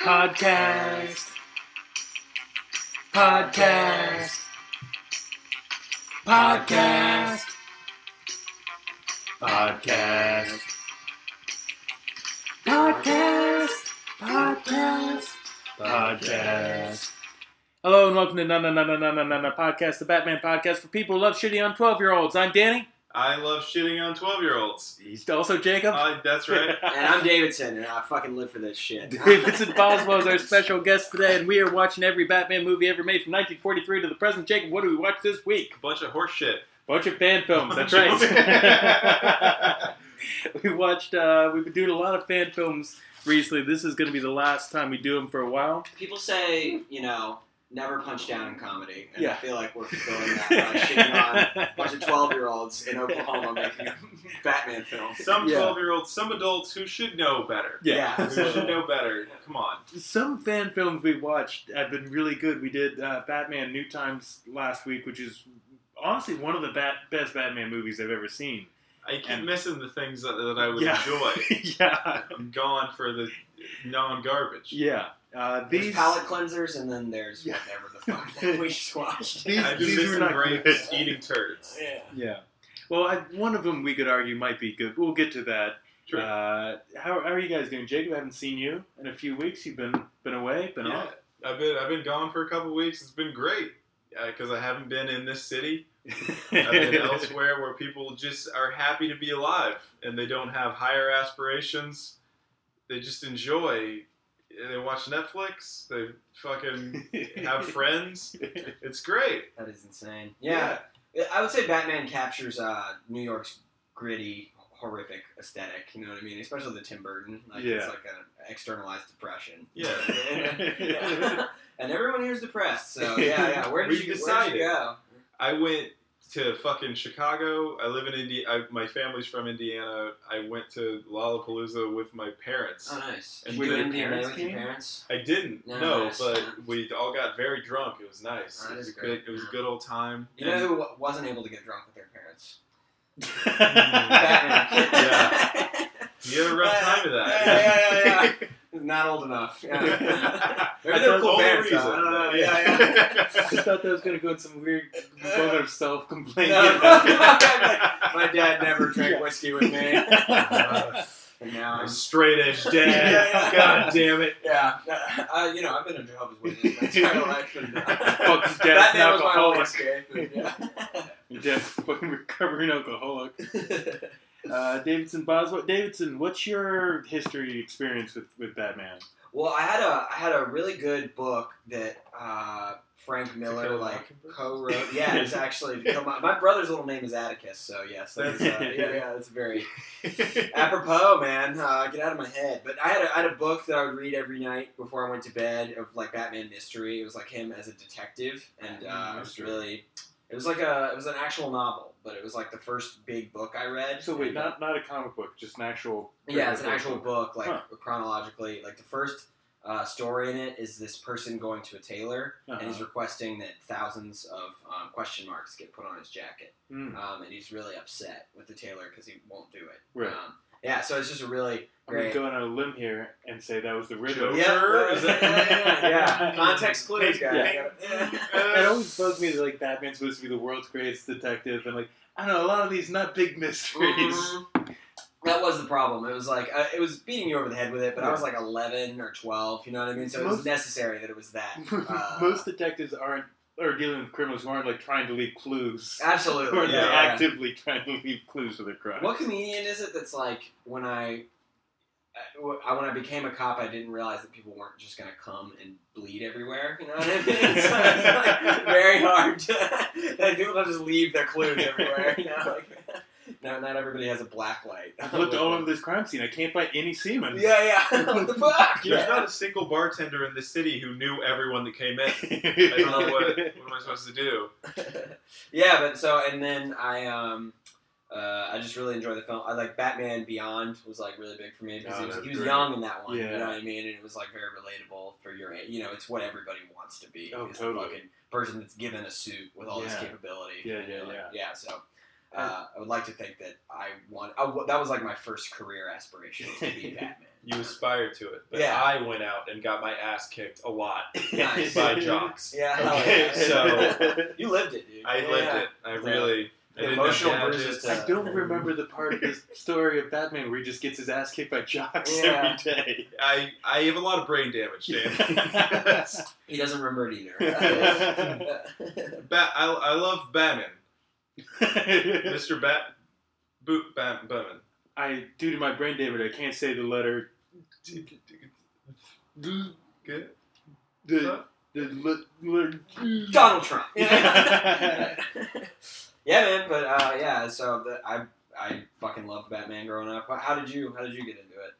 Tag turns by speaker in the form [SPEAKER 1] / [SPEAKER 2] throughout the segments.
[SPEAKER 1] Podcast. Podcast. Podcast. Podcast. Podcast. Podcast. Podcast. Hello and welcome to Na Na Na Na Na Na Na Na Podcast, the Batman podcast for people who love shitty on 12 year olds. I'm Danny.
[SPEAKER 2] I love shitting on 12 year olds.
[SPEAKER 1] He's also Jacob.
[SPEAKER 2] Uh, that's right.
[SPEAKER 3] And I'm Davidson, and I fucking live for this shit.
[SPEAKER 1] Davidson Boswell is our special guest today, and we are watching every Batman movie ever made from 1943 to the present. Jacob, what do we watch this week?
[SPEAKER 2] A bunch of horse shit.
[SPEAKER 1] Bunch of fan films. That's
[SPEAKER 2] Bunch of-
[SPEAKER 1] right. we watched. Uh, we've been doing a lot of fan films recently. This is going to be the last time we do them for a while.
[SPEAKER 3] People say, you know, never punch down in comedy, and
[SPEAKER 1] Yeah.
[SPEAKER 3] I feel like we're fulfilling that by shitting on a bunch of twelve-year-olds in Oklahoma making Batman films.
[SPEAKER 2] Some
[SPEAKER 1] Yeah.
[SPEAKER 2] 12 year olds, some adults who should know better.
[SPEAKER 1] yeah.
[SPEAKER 2] Who should know better. Come on.
[SPEAKER 1] Some fan films we watched have been really good. We did uh, Batman New Times last week, which is honestly one of the bat- best Batman movies I've ever seen.
[SPEAKER 2] I keep
[SPEAKER 1] And-
[SPEAKER 2] missing the things that, that I would
[SPEAKER 1] Yeah.
[SPEAKER 2] enjoy.
[SPEAKER 1] yeah,
[SPEAKER 2] I'm gone for the non garbage.
[SPEAKER 1] yeah. Uh,
[SPEAKER 3] There's
[SPEAKER 1] these
[SPEAKER 3] palate cleansers, and then there's
[SPEAKER 1] Yeah.
[SPEAKER 3] whatever the fuck that we just watched.
[SPEAKER 1] These-
[SPEAKER 2] I'm just
[SPEAKER 1] these were
[SPEAKER 2] missing
[SPEAKER 1] not
[SPEAKER 2] grapes,
[SPEAKER 3] good.
[SPEAKER 2] eating turds.
[SPEAKER 3] yeah.
[SPEAKER 1] Yeah. Well, I, one of them we could argue might be good. We'll get to that.
[SPEAKER 2] Sure.
[SPEAKER 1] Uh, how, how are you guys doing, Jacob? I haven't seen you in a few weeks. You've been been away, been
[SPEAKER 2] yeah.
[SPEAKER 1] off.
[SPEAKER 2] I've been I've been gone for a couple weeks. It's been great because I haven't been in this city. I've been elsewhere where people just are happy to be alive and they don't have higher aspirations. They just enjoy. They watch Netflix. They fucking have friends. It's great.
[SPEAKER 3] That is insane. Yeah. I would say Batman captures uh, New York's gritty, horrific aesthetic. You know what I mean? Especially the Tim Burton. Like
[SPEAKER 1] Yeah.
[SPEAKER 3] it's like an externalized depression.
[SPEAKER 2] Yeah.
[SPEAKER 3] Yeah. and everyone here's depressed. So yeah, yeah. Where did
[SPEAKER 2] We've
[SPEAKER 3] you, where did
[SPEAKER 2] decided.
[SPEAKER 3] you go?
[SPEAKER 2] I went to fucking Chicago. I live in Indiana. My family's from Indiana. I went to Lollapalooza with my parents.
[SPEAKER 3] Oh, nice.
[SPEAKER 2] And
[SPEAKER 3] Were you
[SPEAKER 2] did
[SPEAKER 3] in DNA
[SPEAKER 2] your
[SPEAKER 1] parents
[SPEAKER 3] with your
[SPEAKER 1] came?
[SPEAKER 3] parents?
[SPEAKER 2] I didn't
[SPEAKER 3] No,
[SPEAKER 2] no,
[SPEAKER 3] nice.
[SPEAKER 2] but we all got very drunk. It was nice.
[SPEAKER 3] Oh,
[SPEAKER 2] it
[SPEAKER 3] that
[SPEAKER 2] was
[SPEAKER 3] is
[SPEAKER 2] a good.
[SPEAKER 3] great.
[SPEAKER 2] It was a good old time.
[SPEAKER 3] You know
[SPEAKER 2] And-
[SPEAKER 3] who wa- wasn't able to get drunk with their parents? Batman.
[SPEAKER 2] Yeah. You had a rough time of that.
[SPEAKER 3] Yeah, yeah, yeah. yeah. Not old enough. Yeah.
[SPEAKER 1] That's
[SPEAKER 3] Maybe they're
[SPEAKER 1] the
[SPEAKER 3] cool
[SPEAKER 2] only
[SPEAKER 3] parents. though.
[SPEAKER 2] reason.
[SPEAKER 3] I don't know. Yeah, yeah.
[SPEAKER 1] I
[SPEAKER 2] yeah.
[SPEAKER 1] thought that was gonna go in some weird mother of self complaining.
[SPEAKER 3] My dad never drank
[SPEAKER 1] Yeah.
[SPEAKER 3] whiskey with me.
[SPEAKER 1] Yeah.
[SPEAKER 3] and now
[SPEAKER 2] My
[SPEAKER 3] I'm
[SPEAKER 2] straight edge
[SPEAKER 3] Yeah.
[SPEAKER 2] dad. God damn it.
[SPEAKER 3] Yeah, uh, you know, I've been a Jehovah's Witness my entire life, and uh,
[SPEAKER 1] Fuck his dad's
[SPEAKER 3] that
[SPEAKER 1] an
[SPEAKER 3] man was my
[SPEAKER 1] alcoholic.
[SPEAKER 3] only escape. and, yeah.
[SPEAKER 1] Your dad's a fucking recovering alcoholic. Uh, Davidson Boswell. Davidson, what's your history experience with, with Batman?
[SPEAKER 3] well, I had a I had a really good book that uh, Frank Miller
[SPEAKER 2] Kill a
[SPEAKER 3] like
[SPEAKER 2] Mockingbird?
[SPEAKER 3] co-wrote. Yeah, it's actually to kill my, my brother's little name is Atticus, so yes, that's, uh, yeah, yeah, that's very apropos, man. Uh, get out of my head. But I had, a, I had a book that I would read every night before I went to bed of like Batman mystery. It was like him as a detective, and uh,
[SPEAKER 1] Mm-hmm.
[SPEAKER 3] it was
[SPEAKER 2] Mystery.
[SPEAKER 3] really, it was like a, it was an actual novel, but it was like the first big book I read.
[SPEAKER 1] So wait,
[SPEAKER 3] And,
[SPEAKER 1] not not a comic book, just an actual.
[SPEAKER 3] yeah, it's an actual book, like
[SPEAKER 1] Huh.
[SPEAKER 3] chronologically. Like the first uh, story in it is this person going to a tailor and he's
[SPEAKER 1] Uh-huh.
[SPEAKER 3] requesting that thousands of um, question marks get put on his jacket,
[SPEAKER 1] Mm,
[SPEAKER 3] um, and he's really upset with the tailor because he won't do it.
[SPEAKER 1] right.
[SPEAKER 3] Um, yeah, so it's just a really
[SPEAKER 1] I'm gonna
[SPEAKER 3] great.
[SPEAKER 1] go on a limb here and say that was the Riddler.
[SPEAKER 2] Joker?
[SPEAKER 3] Yeah,
[SPEAKER 2] Is that-
[SPEAKER 3] yeah, yeah, yeah. Context clues, guys.
[SPEAKER 1] Yeah.
[SPEAKER 3] Yeah.
[SPEAKER 1] It always bugs me that like Batman's supposed to be the world's greatest detective, and like I don't know, a lot of these not big mysteries.
[SPEAKER 3] Mhm. That was the problem. It was like uh, it was beating you over the head with it, but I was like eleven or twelve. You know what I mean? So it
[SPEAKER 1] Most-
[SPEAKER 3] was necessary that it was that. Uh,
[SPEAKER 1] Most detectives aren't are dealing with criminals who aren't like trying to leave clues,
[SPEAKER 3] Absolutely.
[SPEAKER 1] or
[SPEAKER 3] yeah,
[SPEAKER 1] they're
[SPEAKER 3] yeah.
[SPEAKER 1] actively trying to leave clues for their crime.
[SPEAKER 3] What comedian is it that's like when I, I when I became a cop, I didn't realize that people weren't just gonna come and bleed everywhere. You know what I mean? It's like, it's like very hard. To, like people don't just leave their clues everywhere. You know? like, no, not everybody has a black light.
[SPEAKER 1] I've looked all over this crime scene. I can't find any semen.
[SPEAKER 3] Yeah, yeah. what the fuck?
[SPEAKER 2] There's
[SPEAKER 3] Yeah.
[SPEAKER 2] not a single bartender in the city who knew everyone that came in. I don't know what, what am I supposed to do?
[SPEAKER 3] yeah, but so and then I um uh, I just really enjoy the film. I like Batman Beyond was like really big for me because
[SPEAKER 2] Oh,
[SPEAKER 3] he was,
[SPEAKER 2] that's
[SPEAKER 3] he was
[SPEAKER 2] great.
[SPEAKER 3] young in that one. You
[SPEAKER 1] Yeah.
[SPEAKER 3] know what I mean? And it was like very relatable for your age. You know, it's what everybody wants to be.
[SPEAKER 1] Oh,
[SPEAKER 3] is
[SPEAKER 1] totally.
[SPEAKER 3] The fucking person that's given a suit with all this
[SPEAKER 1] Yeah.
[SPEAKER 3] capability.
[SPEAKER 1] Yeah,
[SPEAKER 3] And
[SPEAKER 1] yeah,
[SPEAKER 3] you're like-
[SPEAKER 1] yeah.
[SPEAKER 3] Yeah. So. Uh, I would like to think that I want. I w that was like my first career aspiration was to be Batman.
[SPEAKER 2] You aspire to it. But
[SPEAKER 3] Yeah.
[SPEAKER 2] I went out and got my ass kicked a lot
[SPEAKER 3] Nice.
[SPEAKER 2] by jocks.
[SPEAKER 3] Yeah. hell
[SPEAKER 2] Okay,
[SPEAKER 3] yeah.
[SPEAKER 2] so-
[SPEAKER 3] you lived it, dude.
[SPEAKER 2] I
[SPEAKER 3] yeah.
[SPEAKER 2] lived it. I
[SPEAKER 3] Yeah.
[SPEAKER 2] really.
[SPEAKER 3] The
[SPEAKER 2] I didn't
[SPEAKER 3] emotional
[SPEAKER 2] have to-
[SPEAKER 3] bruises
[SPEAKER 1] I
[SPEAKER 3] to-
[SPEAKER 1] don't remember the part of this story of Batman where he just gets his ass kicked by jocks
[SPEAKER 3] Yeah.
[SPEAKER 1] every day.
[SPEAKER 2] I, I have a lot of brain damage, Dan.
[SPEAKER 3] He doesn't remember it either.
[SPEAKER 2] Bat, I, I love Batman. Mr. Bat. Boot Bat, Batman.
[SPEAKER 1] I, due to my brain damage, I can't say the letter. The
[SPEAKER 2] Good.
[SPEAKER 1] the the. le- le-
[SPEAKER 3] Donald Trump. yeah, man. But uh, yeah, so the, I I fucking loved Batman growing up. How did you How did you get into it?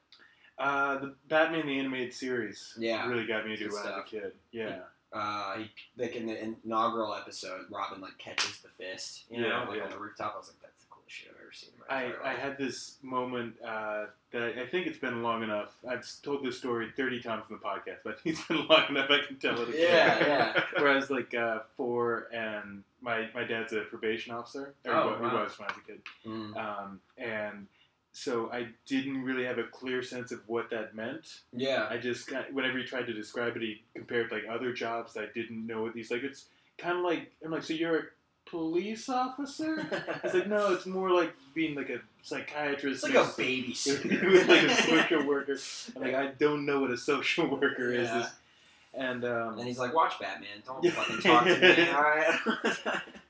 [SPEAKER 1] Uh, the Batman the animated series.
[SPEAKER 3] Yeah.
[SPEAKER 1] really got me into it
[SPEAKER 3] Good
[SPEAKER 1] when I was
[SPEAKER 3] stuff.
[SPEAKER 1] a kid. Yeah,
[SPEAKER 3] Uh, he, like in the inaugural episode, Robin like catches the fist, you know,
[SPEAKER 1] Yeah,
[SPEAKER 3] like
[SPEAKER 1] yeah.
[SPEAKER 3] on the rooftop. I was like, that's the coolest shit I've ever seen. in my
[SPEAKER 1] I,
[SPEAKER 3] entire
[SPEAKER 1] I
[SPEAKER 3] life."
[SPEAKER 1] had this moment uh, that I think it's been long enough. I've told this story thirty times in the podcast, but I think it's been long enough. I can tell it. again.
[SPEAKER 3] Yeah, yeah.
[SPEAKER 1] where I was like uh, four, and my my dad's a probation officer. Or
[SPEAKER 3] Oh,
[SPEAKER 1] he, wa- he
[SPEAKER 3] wow.
[SPEAKER 1] was when I was a kid.
[SPEAKER 3] Mm,
[SPEAKER 1] Um, and so I didn't really have a clear sense of what that meant.
[SPEAKER 3] yeah.
[SPEAKER 1] I just got, whenever he tried to describe it, he compared like other jobs. I didn't know what these like. It's kind of like I'm like, so you're a police officer? It's like no, it's more like being like a psychiatrist.
[SPEAKER 3] Mm, It's like a
[SPEAKER 1] mixed
[SPEAKER 3] babysitter.
[SPEAKER 1] with like a social worker. I'm like I don't know what a social worker is.
[SPEAKER 3] Yeah.
[SPEAKER 1] And
[SPEAKER 3] And
[SPEAKER 1] um,
[SPEAKER 3] he's like, "Watch Batman. Don't fucking talk to me. All right."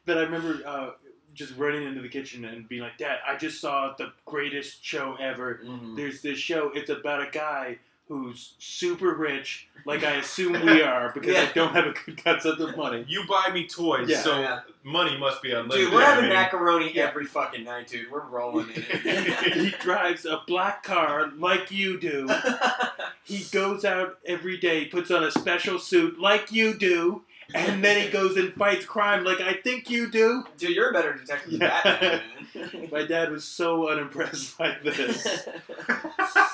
[SPEAKER 1] but I remember uh, just running into the kitchen and being like, Dad, I just saw the greatest show ever.
[SPEAKER 3] Mhm.
[SPEAKER 1] There's this show. It's about a guy who's super rich, like I assume we are, because
[SPEAKER 3] Yeah.
[SPEAKER 1] I don't have a good concept of money.
[SPEAKER 2] You buy me toys,
[SPEAKER 1] Yeah.
[SPEAKER 2] so
[SPEAKER 3] Yeah.
[SPEAKER 2] money must be unlimited.
[SPEAKER 3] Dude, we're having
[SPEAKER 2] I mean,
[SPEAKER 3] macaroni
[SPEAKER 1] Yeah.
[SPEAKER 3] every fucking night, dude. We're rolling in it.
[SPEAKER 1] he drives a black car like you do. He goes out every day, puts on a special suit like you do, and then he goes and fights crime like I think you do.
[SPEAKER 3] Dude, you're a better detective than
[SPEAKER 1] Yeah.
[SPEAKER 3] Batman. man.
[SPEAKER 1] My dad was so unimpressed by this.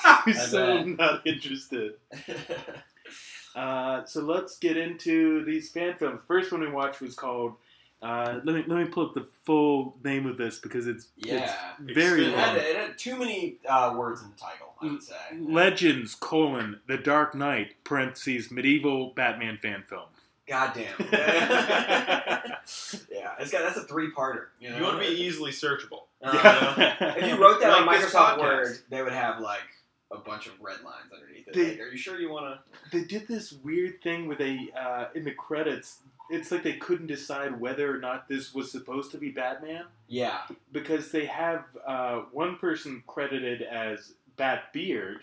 [SPEAKER 3] I
[SPEAKER 1] He's so
[SPEAKER 3] bet.
[SPEAKER 1] not interested. Uh, so let's get into these fan films. First one we watched was called. Uh, let me let me pull up the full name of this because it's
[SPEAKER 3] yeah.
[SPEAKER 1] it's very
[SPEAKER 3] It had,
[SPEAKER 1] long.
[SPEAKER 2] Extended.
[SPEAKER 3] it had too many uh, words in the title, I would say.
[SPEAKER 1] Legends colon The Dark Knight parentheses medieval Batman fan film.
[SPEAKER 3] Goddamn. yeah, it's got that's a three-parter. You, know?
[SPEAKER 2] You want to be easily searchable.
[SPEAKER 3] Uh, If you wrote that on
[SPEAKER 2] Like this
[SPEAKER 3] Microsoft
[SPEAKER 2] podcast.
[SPEAKER 3] Word, they would have like a bunch of red lines underneath it.
[SPEAKER 1] They-
[SPEAKER 3] Like, are you sure you want
[SPEAKER 1] they did this weird thing where they uh, in the credits. It's like they couldn't decide whether or not this was supposed to be Batman.
[SPEAKER 3] to? Yeah.
[SPEAKER 1] because they have uh, one person credited as Batbeard,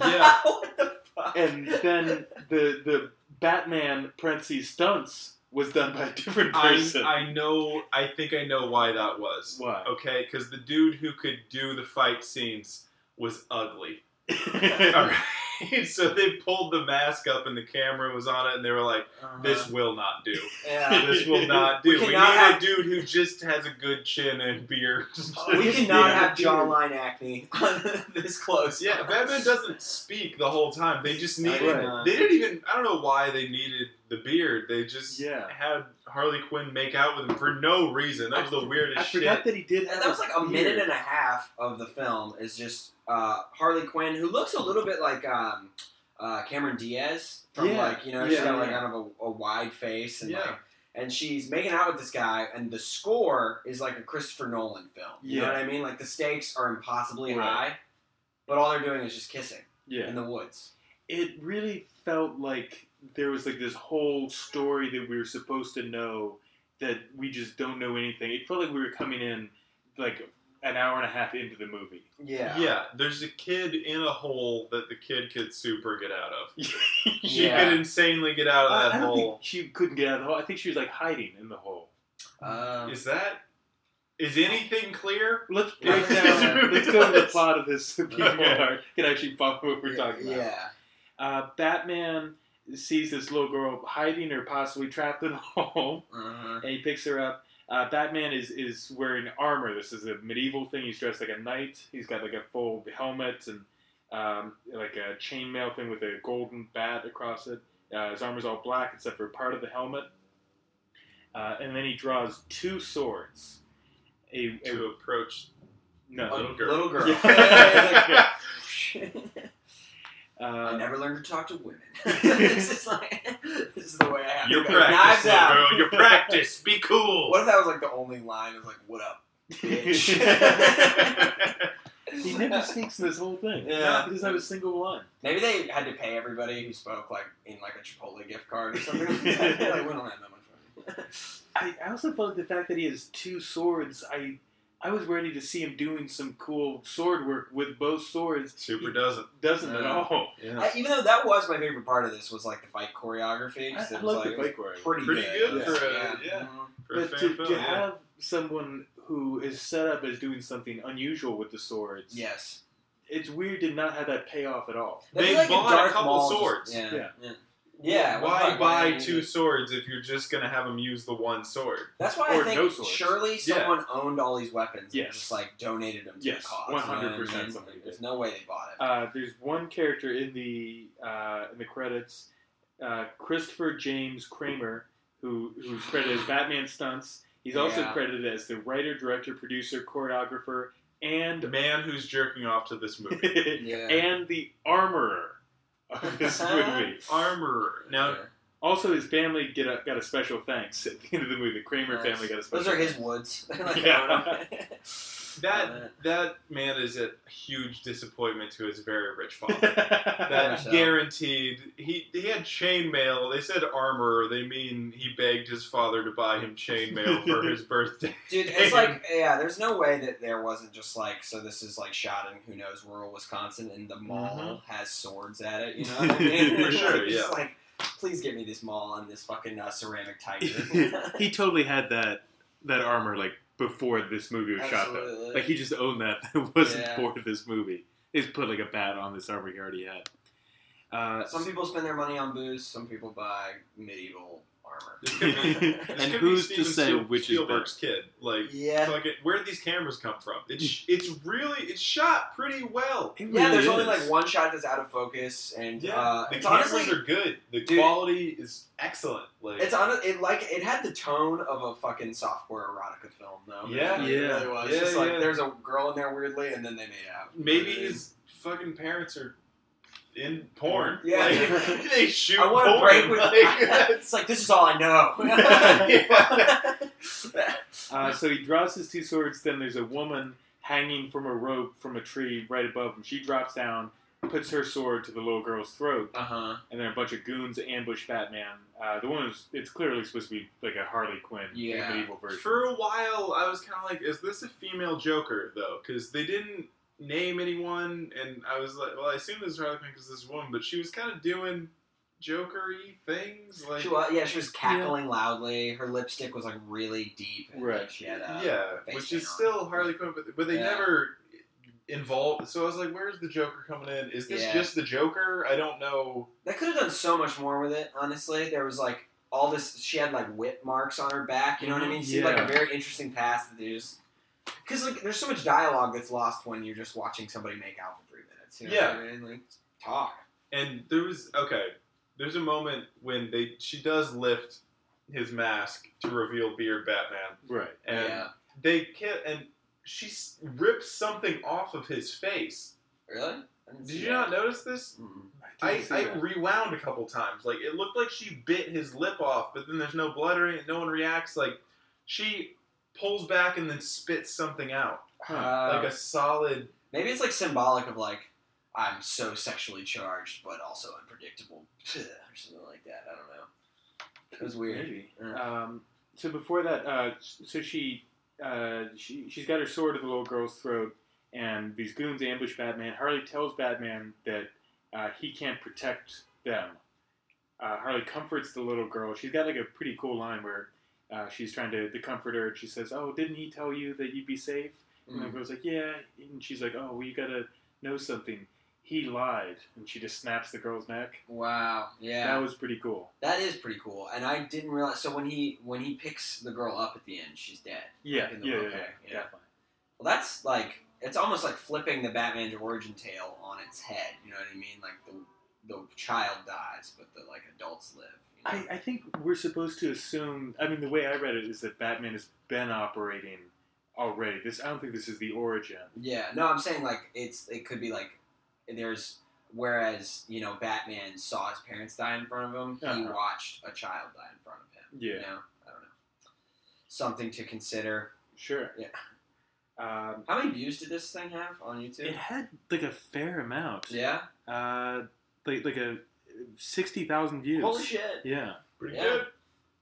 [SPEAKER 2] Yeah.
[SPEAKER 3] what the fuck?
[SPEAKER 1] and then the the Batman parentheses stunts was done by a different
[SPEAKER 2] I,
[SPEAKER 1] person.
[SPEAKER 2] I know. I think I know why that was.
[SPEAKER 1] Why?
[SPEAKER 2] Okay, because the dude who could do the fight scenes was ugly. All
[SPEAKER 1] yeah,
[SPEAKER 2] right. So they pulled the mask up and the camera was on it, and they were like, "This will not do.
[SPEAKER 3] Yeah.
[SPEAKER 2] This will not do.
[SPEAKER 3] We
[SPEAKER 2] Uh-huh. We, need
[SPEAKER 3] cannot
[SPEAKER 2] a
[SPEAKER 3] have-
[SPEAKER 2] dude who just has a good chin and beard."
[SPEAKER 3] we cannot
[SPEAKER 1] Yeah.
[SPEAKER 3] have jawline acne on this close.
[SPEAKER 2] yeah, Batman doesn't speak the whole time. They just needed.
[SPEAKER 1] Right.
[SPEAKER 2] They didn't even. I don't know why they needed the beard. They just
[SPEAKER 1] Yeah.
[SPEAKER 2] had Harley Quinn make out with him for no reason. That was the weirdest
[SPEAKER 1] I
[SPEAKER 2] shit.
[SPEAKER 1] forgot that he did.
[SPEAKER 3] And
[SPEAKER 1] have
[SPEAKER 3] that was like a minute
[SPEAKER 1] beard.
[SPEAKER 3] and a half of the film is just uh, Harley Quinn, who looks a little bit like um, uh, Cameron Diaz from
[SPEAKER 1] Yeah.
[SPEAKER 3] like you know she's
[SPEAKER 1] Yeah.
[SPEAKER 3] got like kind of a, a wide face and
[SPEAKER 2] Yeah.
[SPEAKER 3] like and she's making out with this guy, and the score is like a Christopher Nolan film. You
[SPEAKER 1] Yeah.
[SPEAKER 3] know what I mean? Like the stakes are impossibly
[SPEAKER 1] Right.
[SPEAKER 3] high, but all they're doing is just kissing
[SPEAKER 1] Yeah,
[SPEAKER 3] in the woods.
[SPEAKER 1] it really felt like there was like this whole story that we were supposed to know that we just don't know anything. It felt like we were coming in like an hour and a half into the movie.
[SPEAKER 3] Yeah.
[SPEAKER 2] Yeah, there's a kid in a hole that the kid could super get out of. She
[SPEAKER 3] Yeah.
[SPEAKER 2] could insanely get out
[SPEAKER 1] I,
[SPEAKER 2] of
[SPEAKER 1] I
[SPEAKER 2] that
[SPEAKER 1] don't think
[SPEAKER 2] hole.
[SPEAKER 1] she couldn't get out of the hole. I think she was like hiding in the hole.
[SPEAKER 3] Um,
[SPEAKER 2] Is that is anything clear?
[SPEAKER 1] Let's
[SPEAKER 3] Yeah.
[SPEAKER 1] break down. let's go to the
[SPEAKER 2] Yes.
[SPEAKER 1] plot of this so people
[SPEAKER 2] Okay.
[SPEAKER 1] are, can actually follow what we're
[SPEAKER 3] yeah,
[SPEAKER 1] talking about.
[SPEAKER 3] Yeah.
[SPEAKER 1] Uh, Batman sees this little girl hiding or possibly trapped in a hole,
[SPEAKER 3] Uh-huh.
[SPEAKER 1] and he picks her up. Uh, Batman is, is wearing armor. This is a medieval thing. He's dressed like a knight. He's got like a full helmet and um, like a chainmail thing with a golden bat across it. Uh, his armor's all black except for part of the helmet. Uh, and then he draws two swords. A, a-
[SPEAKER 2] To approach
[SPEAKER 1] no,
[SPEAKER 2] Little girl.
[SPEAKER 3] Little girl.
[SPEAKER 1] Yeah.
[SPEAKER 3] I
[SPEAKER 1] Uh,
[SPEAKER 3] never learned to talk to women. this is like this is the way I have
[SPEAKER 2] You
[SPEAKER 3] to go. Knives
[SPEAKER 2] practice, little
[SPEAKER 3] out.
[SPEAKER 2] girl. You practice. Be cool.
[SPEAKER 3] What if that was like the only line? It was like, "What up, bitch?"
[SPEAKER 1] he never speaks in this whole thing.
[SPEAKER 3] Yeah.
[SPEAKER 1] He doesn't have a single line.
[SPEAKER 3] Maybe they had to pay everybody who spoke like in like a Chipotle gift card or something. like, we don't have that much money.
[SPEAKER 1] I, I also felt the fact that he has two swords. I I was ready to see him doing some cool sword work with both swords.
[SPEAKER 2] Super doesn't.
[SPEAKER 1] Doesn't at
[SPEAKER 3] Yeah.
[SPEAKER 1] all.
[SPEAKER 2] Yeah. Oh.
[SPEAKER 3] I, even though that was my favorite part of this was like the fight choreography. 'cause
[SPEAKER 1] I- I
[SPEAKER 3] it was
[SPEAKER 1] like the
[SPEAKER 3] like
[SPEAKER 1] fight
[SPEAKER 3] choreography. Pretty,
[SPEAKER 2] Pretty
[SPEAKER 1] good
[SPEAKER 2] for a-
[SPEAKER 3] yeah.
[SPEAKER 2] yeah.
[SPEAKER 3] Mhm.
[SPEAKER 2] For a
[SPEAKER 1] but
[SPEAKER 2] fan
[SPEAKER 1] to,
[SPEAKER 2] film,
[SPEAKER 1] to
[SPEAKER 2] yeah.
[SPEAKER 1] have someone who is set up as doing something unusual with the swords,
[SPEAKER 3] Yes.
[SPEAKER 1] it's weird to not have that payoff at all.
[SPEAKER 3] That'd be
[SPEAKER 2] They
[SPEAKER 3] like
[SPEAKER 2] bought a
[SPEAKER 3] Darth
[SPEAKER 2] couple
[SPEAKER 3] Maul,
[SPEAKER 2] swords.
[SPEAKER 3] Just, yeah.
[SPEAKER 1] Yeah.
[SPEAKER 3] Yeah. Yeah, what the
[SPEAKER 2] Why
[SPEAKER 3] fuck,
[SPEAKER 2] buy
[SPEAKER 3] man?
[SPEAKER 2] two swords if you're just gonna have them use the one sword?
[SPEAKER 3] That's why I
[SPEAKER 1] or
[SPEAKER 3] think
[SPEAKER 1] no swords.
[SPEAKER 3] surely
[SPEAKER 2] Yeah.
[SPEAKER 3] someone owned all these weapons and
[SPEAKER 1] Yes.
[SPEAKER 3] just like donated them to
[SPEAKER 1] Yes,
[SPEAKER 3] the cause. you know what I
[SPEAKER 1] 100%
[SPEAKER 3] mean?
[SPEAKER 1] somebody did.
[SPEAKER 3] There's no way they bought it.
[SPEAKER 1] Uh, there's one character in the uh, in the credits, uh, Christopher James Kramer, who who's credited as Batman stunts. He's also
[SPEAKER 3] Yeah.
[SPEAKER 1] credited as the writer, director, producer, choreographer,
[SPEAKER 2] The
[SPEAKER 1] and
[SPEAKER 2] man who's jerking off to this movie,
[SPEAKER 3] yeah.
[SPEAKER 1] and the armorer of this movie.
[SPEAKER 2] armorer. Now,
[SPEAKER 3] Yeah.
[SPEAKER 1] Also, his family get a, got a special thanks at the end of the movie. The Kramer
[SPEAKER 3] Nice.
[SPEAKER 1] family got a special.
[SPEAKER 3] Those are his woods. Like,
[SPEAKER 1] Yeah.
[SPEAKER 3] Uh,
[SPEAKER 2] that that man is a huge disappointment to his very rich father.
[SPEAKER 1] that,
[SPEAKER 3] Yeah,
[SPEAKER 2] That
[SPEAKER 3] so.
[SPEAKER 2] guaranteed. He he had chainmail. They said armor. They mean he begged his father to buy him chainmail for his birthday.
[SPEAKER 3] Dude, it's like yeah. There's no way that there wasn't just like so. This is like shot in who knows rural Wisconsin, and the mall has swords at it. You know, what I mean?
[SPEAKER 1] Mm-hmm. For
[SPEAKER 3] Like,
[SPEAKER 2] sure,
[SPEAKER 3] just
[SPEAKER 2] yeah.
[SPEAKER 3] Like, please give me this mall and this fucking uh, ceramic tiger.
[SPEAKER 1] he totally had that that armor like before this movie was shot. Though.
[SPEAKER 3] Absolutely.
[SPEAKER 1] Like he just owned that. It wasn't
[SPEAKER 3] Yeah.
[SPEAKER 1] for this movie. He just put like a bat on this armor he already had. Uh,
[SPEAKER 3] Some people spend their money on booze. Some people buy medieval armor.
[SPEAKER 2] This could be- This
[SPEAKER 1] And
[SPEAKER 2] could
[SPEAKER 1] who's
[SPEAKER 2] be
[SPEAKER 1] to
[SPEAKER 2] Steven
[SPEAKER 1] say
[SPEAKER 2] Spiel-
[SPEAKER 1] which is
[SPEAKER 2] Spielberg's kid? Like,
[SPEAKER 3] yeah,
[SPEAKER 2] Fuck it, where did these cameras come from? It's it's really it's shot pretty well.
[SPEAKER 1] it
[SPEAKER 3] yeah.
[SPEAKER 1] really
[SPEAKER 3] There's only
[SPEAKER 1] is.
[SPEAKER 3] like one shot that's out of focus, and
[SPEAKER 2] Yeah,
[SPEAKER 3] uh,
[SPEAKER 2] the
[SPEAKER 3] it's
[SPEAKER 2] cameras
[SPEAKER 3] honestly
[SPEAKER 2] are good. The
[SPEAKER 3] dude,
[SPEAKER 2] quality is excellent. Like
[SPEAKER 3] It's on it like it had the tone of a fucking software erotica film though. man.
[SPEAKER 2] Yeah.
[SPEAKER 3] Like, it
[SPEAKER 1] Yeah.
[SPEAKER 3] really was.
[SPEAKER 2] Yeah,
[SPEAKER 3] just like
[SPEAKER 2] yeah.
[SPEAKER 3] there's a girl in there weirdly, and then they made out.
[SPEAKER 2] maybe his fucking parents are in porn.
[SPEAKER 3] Yeah.
[SPEAKER 2] Like, they shoot.
[SPEAKER 3] I
[SPEAKER 2] want to
[SPEAKER 3] break with.
[SPEAKER 2] Like,
[SPEAKER 3] it's like this is all I know.
[SPEAKER 2] Yeah.
[SPEAKER 1] Uh, so he draws his two swords. Then there's a woman hanging from a rope from a tree right above him. She drops down, puts her sword to the little girl's throat,
[SPEAKER 3] Uh huh.
[SPEAKER 1] and then a bunch of goons ambush Batman. Uh, the one who's it's clearly supposed to be like a Harley Quinn, like a
[SPEAKER 3] Yeah.
[SPEAKER 1] medieval version.
[SPEAKER 2] For a while, I was kind of like, is this a female Joker though? Because they didn't name anyone, and I was like, well, I assume this is Harley Quinn because this woman, but she was kind of doing Jokery things. Like
[SPEAKER 3] She was yeah. She was cackling loudly. Her lipstick was like really deep. And, like,
[SPEAKER 1] Right.
[SPEAKER 3] she had uh,
[SPEAKER 2] yeah,
[SPEAKER 3] face
[SPEAKER 2] which
[SPEAKER 3] paint
[SPEAKER 2] is
[SPEAKER 3] on.
[SPEAKER 2] still Harley Quinn, but, but they
[SPEAKER 3] Yeah.
[SPEAKER 2] never involved. So I was like, "Where's the Joker coming in? Is this
[SPEAKER 3] Yeah.
[SPEAKER 2] just the Joker? I don't know."
[SPEAKER 3] That could have done so much more with it. Honestly, there was like all this. She had like whip marks on her back. You know
[SPEAKER 2] Mm-hmm.
[SPEAKER 3] what I mean? It Seemed like
[SPEAKER 1] Yeah.
[SPEAKER 3] a very interesting pass that they just because like there's so much dialogue that's lost when you're just watching somebody make out for three minutes. You know
[SPEAKER 2] Yeah.
[SPEAKER 3] what I mean? Like talk.
[SPEAKER 2] And there was okay. There's a moment when they she does lift his mask to reveal Beard Batman,
[SPEAKER 1] right.
[SPEAKER 2] and
[SPEAKER 3] yeah.
[SPEAKER 2] they can and she s- rips something off of his face.
[SPEAKER 3] Really?
[SPEAKER 2] Did you not Hmm. notice this?
[SPEAKER 3] Mm-mm.
[SPEAKER 2] I, I rewound a couple times. Like it looked like she bit his lip off, but then there's no blood or anything. No one reacts. Like she pulls back and then spits something out,
[SPEAKER 1] Huh.
[SPEAKER 3] Uh,
[SPEAKER 2] like a solid.
[SPEAKER 3] maybe it's like symbolic of like I'm so sexually charged, but also unpredictable, or something like that. I don't know. It was weird.
[SPEAKER 1] Maybe.
[SPEAKER 3] Yeah.
[SPEAKER 1] Um, so before that, uh, so she, uh, she she's got her sword at the little girl's throat, and these goons ambush Batman. Harley tells Batman that uh, he can't protect them. Uh, Harley comforts the little girl. She's got like a pretty cool line where uh, she's trying to, to comfort her, and she says, "Oh, didn't he tell you that you'd be safe?" And the
[SPEAKER 3] Mm.
[SPEAKER 1] girl's like, "Yeah," and she's like, "Oh, well, you gotta know something." He lied, and she just snaps the girl's neck.
[SPEAKER 3] Wow. Yeah.
[SPEAKER 1] That was pretty cool.
[SPEAKER 3] That is pretty cool, and I didn't realize. So when he when he picks the girl up at the end, she's dead.
[SPEAKER 1] Yeah,
[SPEAKER 3] In the
[SPEAKER 1] yeah, yeah,
[SPEAKER 3] okay,
[SPEAKER 1] yeah,
[SPEAKER 3] yeah. Well, that's like it's almost like flipping the Batman origin tale on its head. You know what I mean? Like the the child dies, but the like adults live. You
[SPEAKER 1] I,
[SPEAKER 3] know?
[SPEAKER 1] I think we're supposed to assume. I mean, the way I read it is that Batman has been operating already. This I don't think this is the origin.
[SPEAKER 3] yeah. No, I'm saying like it's it could be like there's Whereas you know Batman saw his parents die in front of him. He
[SPEAKER 1] Uh-huh.
[SPEAKER 3] watched a child die in front of him.
[SPEAKER 1] Yeah.
[SPEAKER 3] You know, I don't know. Something to consider.
[SPEAKER 1] Sure.
[SPEAKER 3] Yeah.
[SPEAKER 1] Um,
[SPEAKER 3] How many views did this thing have on YouTube?
[SPEAKER 1] it had like a fair amount.
[SPEAKER 3] Yeah.
[SPEAKER 1] Uh, like like a sixty thousand views.
[SPEAKER 3] Holy shit.
[SPEAKER 1] Yeah.
[SPEAKER 2] Pretty
[SPEAKER 3] Yeah.
[SPEAKER 2] good.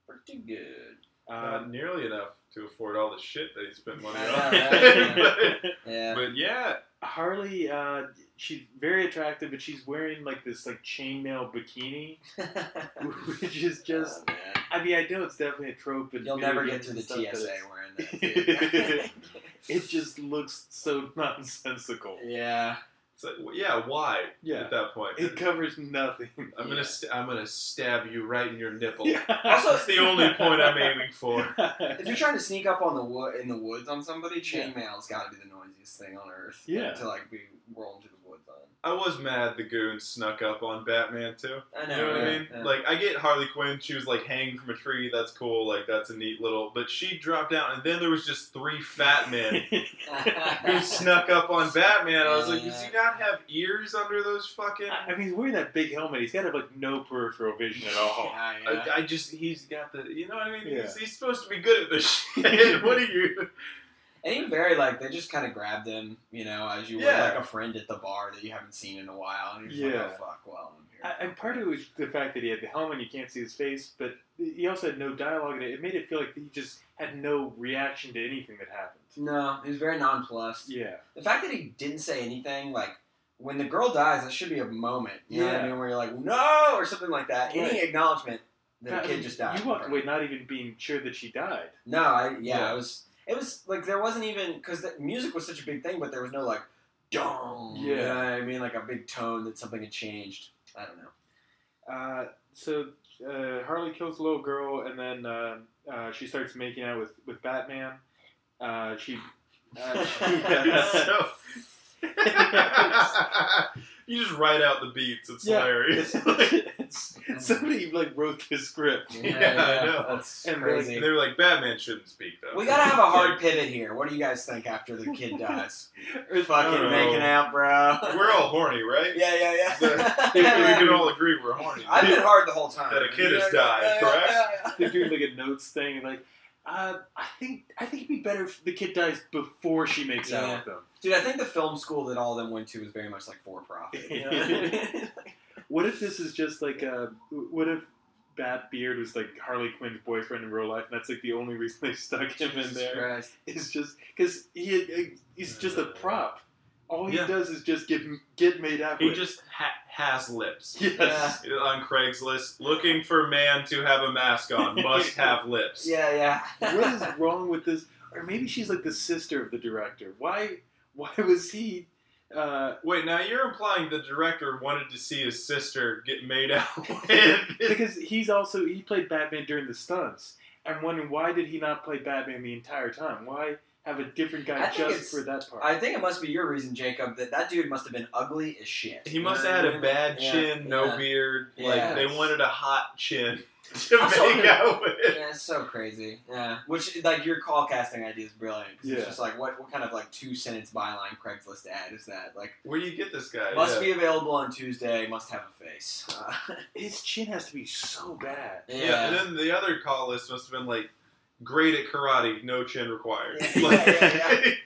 [SPEAKER 3] Pretty good. Um,
[SPEAKER 1] Uh,
[SPEAKER 2] Not nearly enough to afford all the shit they spent money on.
[SPEAKER 3] I know, Yeah.
[SPEAKER 2] but yeah,
[SPEAKER 1] Harley, uh, she's very attractive, but she's wearing like this like chainmail bikini, which is just.
[SPEAKER 3] Oh, man.
[SPEAKER 1] I mean, I know it's definitely a trope, but
[SPEAKER 3] You'll
[SPEAKER 1] video
[SPEAKER 3] never
[SPEAKER 1] games
[SPEAKER 3] get to
[SPEAKER 1] and
[SPEAKER 3] the
[SPEAKER 1] stuff,
[SPEAKER 3] TSA
[SPEAKER 1] but
[SPEAKER 3] wearing
[SPEAKER 1] it's-
[SPEAKER 3] that. dude.
[SPEAKER 1] It just looks so nonsensical.
[SPEAKER 3] yeah.
[SPEAKER 2] it's like, well, yeah, why?
[SPEAKER 1] Yeah.
[SPEAKER 2] At that point,
[SPEAKER 1] It covers nothing.
[SPEAKER 2] I'm
[SPEAKER 3] Yeah.
[SPEAKER 2] gonna st- I'm gonna stab you right in your
[SPEAKER 1] Oh.
[SPEAKER 2] nipple.
[SPEAKER 3] Also-
[SPEAKER 2] That's the only point I'm aiming for.
[SPEAKER 3] If you're trying to sneak up on the wood in the woods on somebody, chainmail's got to be the noisiest thing on earth.
[SPEAKER 1] Yeah.
[SPEAKER 3] To like be rolled through the woods on.
[SPEAKER 2] I was mad the goon snuck up on Batman too.
[SPEAKER 3] I
[SPEAKER 2] You
[SPEAKER 3] know.
[SPEAKER 2] know what
[SPEAKER 3] yeah,
[SPEAKER 2] I mean?
[SPEAKER 3] yeah.
[SPEAKER 2] Like I get Harley Quinn, she was like hanging from a tree, that's cool, like that's a neat little but she dropped out and then there was just three fat men who snuck up on Batman. I was like, does he not have ears under those fucking
[SPEAKER 1] I I mean, he's wearing that big helmet. He's got to have, like no peripheral vision at all.
[SPEAKER 3] Yeah, yeah.
[SPEAKER 2] I, I just he's got the you know what I mean?
[SPEAKER 1] Yeah.
[SPEAKER 2] He's, he's supposed to be good at this shit. what are you
[SPEAKER 3] And even very like they just kind of grabbed him, you know, as you
[SPEAKER 2] Yeah.
[SPEAKER 3] would like a friend at the bar that you haven't seen in a while, and you're just
[SPEAKER 1] Yeah.
[SPEAKER 3] like, oh, fuck, well, I'm here.
[SPEAKER 1] I- And part of it was the fact that he had the helmet and you can't see his face, but he also had no dialogue in it. It made it feel like he just had no reaction to anything that happened.
[SPEAKER 3] no, he was very nonplussed.
[SPEAKER 1] Yeah.
[SPEAKER 3] The fact that he didn't say anything, like when the girl dies, that should be a moment, you know what
[SPEAKER 1] Yeah.
[SPEAKER 3] I mean, where you're like, no, or something like that. Any
[SPEAKER 1] Right.
[SPEAKER 3] acknowledgement that
[SPEAKER 1] That-
[SPEAKER 3] a kid just died.
[SPEAKER 1] You walked away not even being sure that she died.
[SPEAKER 3] No, I yeah,
[SPEAKER 2] Yeah.
[SPEAKER 3] it was it was like there wasn't even because music was such a big thing, but there was no like, dong. you
[SPEAKER 1] Yeah.
[SPEAKER 3] know what I mean, like a big tone that something had changed. I don't know.
[SPEAKER 1] Uh, so uh, Harley kills the little girl, and then uh, uh, she starts making out with, with Batman. Uh, she.
[SPEAKER 2] doing?
[SPEAKER 1] Uh,
[SPEAKER 2] So- you just write out the beats, it's
[SPEAKER 1] Yeah.
[SPEAKER 2] hilarious.
[SPEAKER 1] somebody like wrote this script.
[SPEAKER 2] Yeah, I know.
[SPEAKER 3] That's
[SPEAKER 1] And they're like-
[SPEAKER 3] crazy.
[SPEAKER 2] And they were like, Batman shouldn't speak though.
[SPEAKER 3] We gotta have a hard
[SPEAKER 2] Like,
[SPEAKER 3] pivot here. What do you guys think after the kid dies?
[SPEAKER 1] It's
[SPEAKER 2] don't
[SPEAKER 3] Fucking
[SPEAKER 2] know.
[SPEAKER 3] making out, bro.
[SPEAKER 2] We're all horny, right?
[SPEAKER 3] yeah, yeah,
[SPEAKER 2] We
[SPEAKER 3] yeah.
[SPEAKER 2] can all agree we're horny.
[SPEAKER 3] I've been hard the whole time.
[SPEAKER 2] That a kid has
[SPEAKER 3] Yeah,
[SPEAKER 2] died,
[SPEAKER 3] yeah, yeah,
[SPEAKER 2] correct?
[SPEAKER 3] yeah, yeah.
[SPEAKER 1] They're doing like a notes thing, and like, uh, I think I think it'd be better if the kid dies before she makes
[SPEAKER 3] Yeah.
[SPEAKER 1] out with them.
[SPEAKER 3] Dude, I think the film school that all of them went to was very much like for profit. You know what I mean?
[SPEAKER 1] What if this is just like uh What if Bat Beard was like Harley Quinn's boyfriend in real life, and that's like the only reason they stuck him in
[SPEAKER 3] Jesus
[SPEAKER 1] there?
[SPEAKER 3] Christ.
[SPEAKER 1] It's just because he he's just a prop. All he
[SPEAKER 2] Yeah.
[SPEAKER 1] does is just get get made out
[SPEAKER 2] He
[SPEAKER 1] with.
[SPEAKER 2] just ha- has lips.
[SPEAKER 1] yes.
[SPEAKER 2] On Craigslist, looking for man to have a mask on, must have lips.
[SPEAKER 3] Yeah, yeah.
[SPEAKER 1] what is wrong with this? Or maybe she's like the sister of the director. Why? Why was he? Uh,
[SPEAKER 2] Wait, now you're implying the director wanted to see his sister get made out with.
[SPEAKER 1] because he's also he played Batman during the stunts. I'm wondering why did he not play Batman the entire time? Why have a different
[SPEAKER 3] I
[SPEAKER 1] guy
[SPEAKER 3] think
[SPEAKER 1] just
[SPEAKER 3] it's-
[SPEAKER 1] for that part?
[SPEAKER 3] I think it must be your reason, Jacob, that that dude must have been ugly as shit.
[SPEAKER 2] He must have had a bad
[SPEAKER 3] Yeah,
[SPEAKER 2] chin, no
[SPEAKER 3] yeah.
[SPEAKER 2] beard.
[SPEAKER 3] Yeah.
[SPEAKER 2] Like, they wanted a hot chin to
[SPEAKER 3] Also-
[SPEAKER 2] make out with.
[SPEAKER 3] Yeah, it's so crazy. Yeah, which like your call casting idea is brilliant. 'cause
[SPEAKER 1] Yeah.
[SPEAKER 3] It's just like what what kind of like two sentence byline Craigslist ad is that? Like
[SPEAKER 2] Where do you get this guy?
[SPEAKER 3] must
[SPEAKER 2] Yeah.
[SPEAKER 3] be available on Tuesday. Must have a face. Uh,
[SPEAKER 1] His chin has to be so bad.
[SPEAKER 3] yeah.
[SPEAKER 2] Yeah. and then the other call list must have been like, great at karate, no chin required.
[SPEAKER 3] Yeah,
[SPEAKER 2] Like-
[SPEAKER 3] yeah,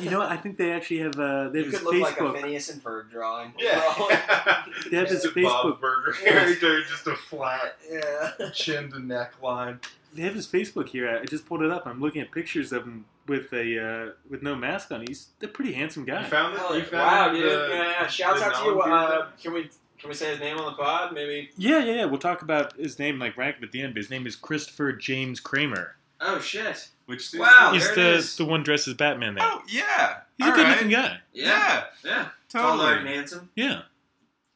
[SPEAKER 1] You know, what? I think they actually have uh, they
[SPEAKER 3] you
[SPEAKER 1] have his
[SPEAKER 3] could look like a
[SPEAKER 1] Facebook.
[SPEAKER 3] Phineas and Ferb drawing.
[SPEAKER 2] Yeah.
[SPEAKER 1] they have his
[SPEAKER 2] Just a Bob
[SPEAKER 1] Facebook.
[SPEAKER 2] Burger
[SPEAKER 3] Yeah.
[SPEAKER 2] character, just a flat
[SPEAKER 3] yeah.
[SPEAKER 2] chin to neckline.
[SPEAKER 1] They have his Facebook here. I just pulled it up. I'm looking at pictures of him with a uh, with no mask on. He's a pretty handsome
[SPEAKER 2] You
[SPEAKER 1] guy.
[SPEAKER 2] found it? You found
[SPEAKER 3] wow, dude!
[SPEAKER 2] the-
[SPEAKER 3] yeah, yeah.
[SPEAKER 2] the
[SPEAKER 3] Shouts out to you.
[SPEAKER 2] non-beard
[SPEAKER 3] Uh,
[SPEAKER 2] guy?
[SPEAKER 3] can we can we say his name on the pod? Maybe.
[SPEAKER 1] Yeah, yeah, yeah. We'll talk about his name, like rank him at the end. But his name is Christopher James Kramer.
[SPEAKER 3] Oh shit!
[SPEAKER 2] Which
[SPEAKER 3] Wow. Oh,
[SPEAKER 1] He's
[SPEAKER 3] there it
[SPEAKER 1] the
[SPEAKER 3] is.
[SPEAKER 1] the one dressed as Batman. There,
[SPEAKER 2] Oh, yeah.
[SPEAKER 1] he's a
[SPEAKER 2] All
[SPEAKER 1] good
[SPEAKER 2] right.
[SPEAKER 1] looking guy.
[SPEAKER 2] Yeah,
[SPEAKER 3] yeah. Tall,
[SPEAKER 2] totally.
[SPEAKER 3] and handsome.
[SPEAKER 1] Yeah,
[SPEAKER 3] All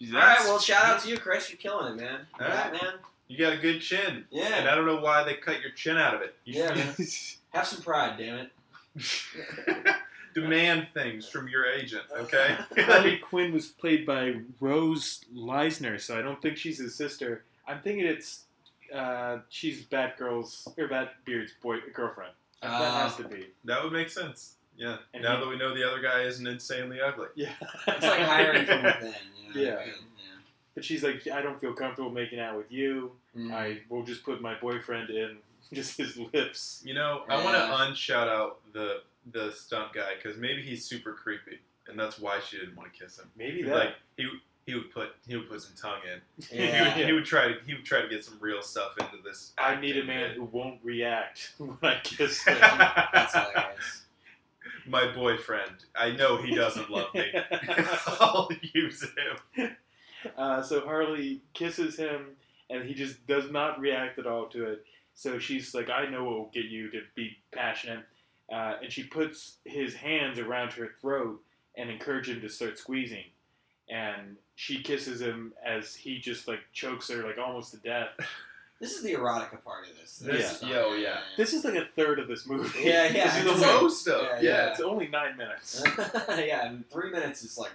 [SPEAKER 3] right,
[SPEAKER 2] That's-
[SPEAKER 3] well, shout out to you, Chris. You're killing it, man.
[SPEAKER 2] All right.
[SPEAKER 3] man.
[SPEAKER 2] You got a good chin. And
[SPEAKER 3] Yeah.
[SPEAKER 2] I don't know why they cut your chin out of it. You
[SPEAKER 3] Yeah,
[SPEAKER 2] should
[SPEAKER 3] Have some pride, damn it.
[SPEAKER 2] demand things from your agent, okay?
[SPEAKER 1] Harley Quinn was played by Rose Leisner, so I don't think she's his sister. I'm thinking it's uh, she's Batgirl's or Batbeard's boy girlfriend. That
[SPEAKER 3] Uh,
[SPEAKER 1] has to be.
[SPEAKER 2] that would make sense. Yeah.
[SPEAKER 1] And
[SPEAKER 2] now
[SPEAKER 1] he-
[SPEAKER 2] that we know the other guy isn't insanely ugly.
[SPEAKER 1] Yeah.
[SPEAKER 3] It's like hiring from within. You know
[SPEAKER 1] Yeah.
[SPEAKER 3] What I mean?
[SPEAKER 1] But she's like, I don't feel comfortable making out with you.
[SPEAKER 3] yeah. Mm.
[SPEAKER 1] I will just put my boyfriend in just his lips.
[SPEAKER 2] You know, I want to
[SPEAKER 3] Yeah.
[SPEAKER 2] unshout out the the stunt guy because maybe he's super creepy, and that's why she didn't want to kiss him.
[SPEAKER 1] Maybe that.
[SPEAKER 2] Like he he would put he would put some tongue in.
[SPEAKER 3] Mm. Yeah.
[SPEAKER 2] He, would, he would try to he would try to get some real stuff into this.
[SPEAKER 1] I need a
[SPEAKER 2] acting
[SPEAKER 1] man
[SPEAKER 2] bit.
[SPEAKER 1] who won't react when I kiss him.
[SPEAKER 3] That's hilarious.
[SPEAKER 2] My boyfriend. I know he doesn't love me. I'll use him.
[SPEAKER 1] Uh, so Harley kisses him, and he just does not react at all to it. So she's like, "I know what will get you to be passionate," uh, and she puts his hands around her throat and encourages him to start squeezing. And she kisses him as he just like chokes her like almost to death.
[SPEAKER 3] This is the erotica part of this.
[SPEAKER 2] This-
[SPEAKER 3] This is-
[SPEAKER 2] yeah, oh, yeah.
[SPEAKER 1] This is like a third of this movie.
[SPEAKER 3] Yeah, yeah,
[SPEAKER 1] This is
[SPEAKER 2] the
[SPEAKER 3] it's
[SPEAKER 1] only-
[SPEAKER 3] like-
[SPEAKER 2] low stuff.
[SPEAKER 3] yeah,
[SPEAKER 2] yeah.
[SPEAKER 1] it's only nine minutes.
[SPEAKER 3] yeah, and three minutes is like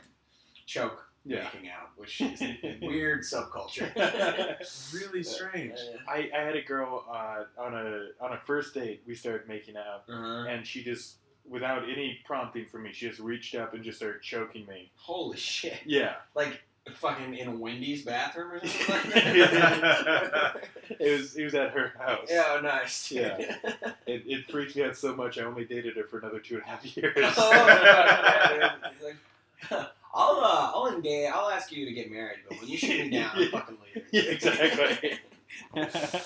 [SPEAKER 3] choke
[SPEAKER 1] Yeah.
[SPEAKER 3] making out, which is a weird subculture.
[SPEAKER 2] Really strange.
[SPEAKER 1] I, I had a girl uh, on a on a first date. We started making out.
[SPEAKER 3] Uh-huh.
[SPEAKER 1] and she just without any prompting from me she just reached up and just started choking me
[SPEAKER 3] Holy shit!
[SPEAKER 1] yeah
[SPEAKER 3] Like fucking in a Wendy's bathroom or something. Like that?
[SPEAKER 1] it was it was at her house
[SPEAKER 3] yeah, oh, nice.
[SPEAKER 1] Yeah. it, it freaked me out so much i only dated her for another two and a half years
[SPEAKER 3] oh, yeah, dude. He's like, I'll uh, I'll engage. I'll ask you to get married, but when you shoot me down, I'm fucking leaving.
[SPEAKER 1] Yeah, exactly.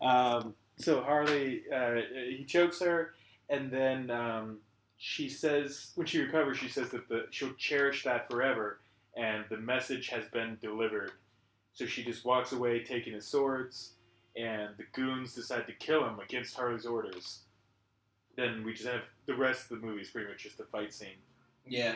[SPEAKER 1] um, so harley uh, he chokes her and then um, she says when she recovers she says that the, she'll cherish that forever and the message has been delivered so she just walks away taking his swords and the goons decide to kill him against harley's orders then we just have the rest of the movie is pretty much just a fight scene
[SPEAKER 3] yeah,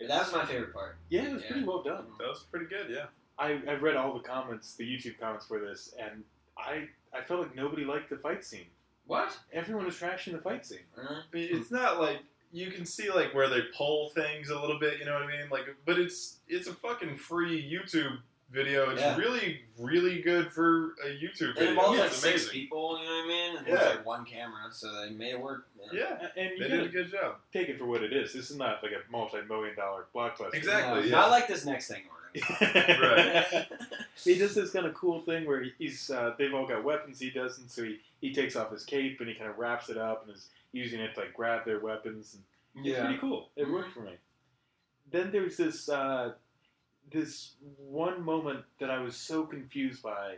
[SPEAKER 3] that was my favorite part.
[SPEAKER 1] yeah it was
[SPEAKER 3] Yeah.
[SPEAKER 1] pretty well done
[SPEAKER 2] That was pretty good. Yeah.
[SPEAKER 1] I, I've read all the comments, the YouTube comments for this, and I I felt like nobody liked the fight scene.
[SPEAKER 3] What?
[SPEAKER 1] Everyone was trashing the fight scene.
[SPEAKER 3] Uh,
[SPEAKER 2] I mean, it's not like you can see like where they pull things a little bit, you know what I mean? Like, but it's it's a fucking free YouTube video. It's
[SPEAKER 3] Yeah.
[SPEAKER 2] really really good for a YouTube
[SPEAKER 3] It
[SPEAKER 2] video.
[SPEAKER 3] involves like
[SPEAKER 2] it's
[SPEAKER 3] six
[SPEAKER 2] amazing.
[SPEAKER 3] people, you know what I mean? And there's
[SPEAKER 2] Yeah.
[SPEAKER 3] like one camera, so they made it work.
[SPEAKER 2] Yeah,
[SPEAKER 1] A- And
[SPEAKER 2] they
[SPEAKER 1] you
[SPEAKER 2] did a
[SPEAKER 1] gotta
[SPEAKER 2] good job.
[SPEAKER 1] take it for what it is. This is not like a multi-million dollar blockbuster.
[SPEAKER 2] Exactly.
[SPEAKER 3] No,
[SPEAKER 2] yeah.
[SPEAKER 3] I like this next thing we're gonna talk about.
[SPEAKER 1] Right. He does this kind of cool thing where he's uh, they've all got weapons. He doesn't, so he, he takes off his cape and he kind of wraps it up and is using it to like grab their weapons and It's
[SPEAKER 3] yeah.
[SPEAKER 1] pretty cool. It worked for me. Then there's this uh, this one moment that I was so confused by,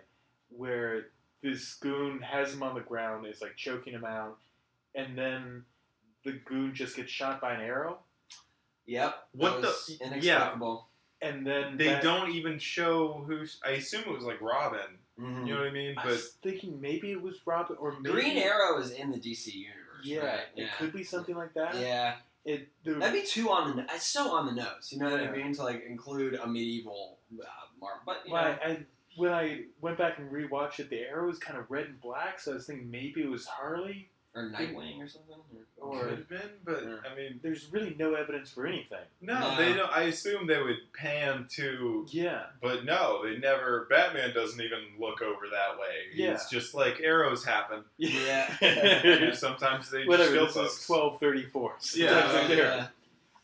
[SPEAKER 1] where this goon has him on the ground, is like choking him out, and then the goon just gets shot by an arrow,
[SPEAKER 3] Yep.
[SPEAKER 2] What
[SPEAKER 3] that
[SPEAKER 2] the-
[SPEAKER 3] was
[SPEAKER 2] yeah.
[SPEAKER 3] Inexplicable.
[SPEAKER 1] and then
[SPEAKER 2] They
[SPEAKER 1] that-
[SPEAKER 2] don't even show who's. I assume it was like Robin.
[SPEAKER 3] Mhm.
[SPEAKER 2] You know what I mean?
[SPEAKER 1] I
[SPEAKER 2] But
[SPEAKER 1] was thinking maybe it was Robin or maybe,
[SPEAKER 3] Green Arrow is in the DC universe,
[SPEAKER 1] Yeah,
[SPEAKER 3] right?
[SPEAKER 1] it could be something like that.
[SPEAKER 3] yeah.
[SPEAKER 1] It there,
[SPEAKER 3] That'd be too on the. It's so on the nose. You know what
[SPEAKER 1] Yeah.
[SPEAKER 3] I mean? To like include a medieval uh, Marvel, but you
[SPEAKER 1] Well,
[SPEAKER 3] know,
[SPEAKER 1] I, I when I went back and rewatched it, the arrow was kind of red and black, so I was thinking maybe it was Harley.
[SPEAKER 3] or Nightwing or something. Or,
[SPEAKER 1] Or-
[SPEAKER 2] could have been. But
[SPEAKER 3] Yeah.
[SPEAKER 2] I mean,
[SPEAKER 1] There's really no evidence for anything.
[SPEAKER 2] no,
[SPEAKER 3] No.
[SPEAKER 2] they don't. I assume they would pan to
[SPEAKER 1] Yeah.
[SPEAKER 2] But no, they never. Batman doesn't even look over that way.
[SPEAKER 1] Yeah.
[SPEAKER 2] It's just like arrows happen.
[SPEAKER 3] Yeah.
[SPEAKER 2] Sometimes they
[SPEAKER 1] Whatever.
[SPEAKER 2] just
[SPEAKER 1] This
[SPEAKER 2] kill
[SPEAKER 1] is
[SPEAKER 2] folks.
[SPEAKER 1] twelve thirty four.
[SPEAKER 2] Yeah,
[SPEAKER 3] Uh,
[SPEAKER 2] like
[SPEAKER 3] yeah.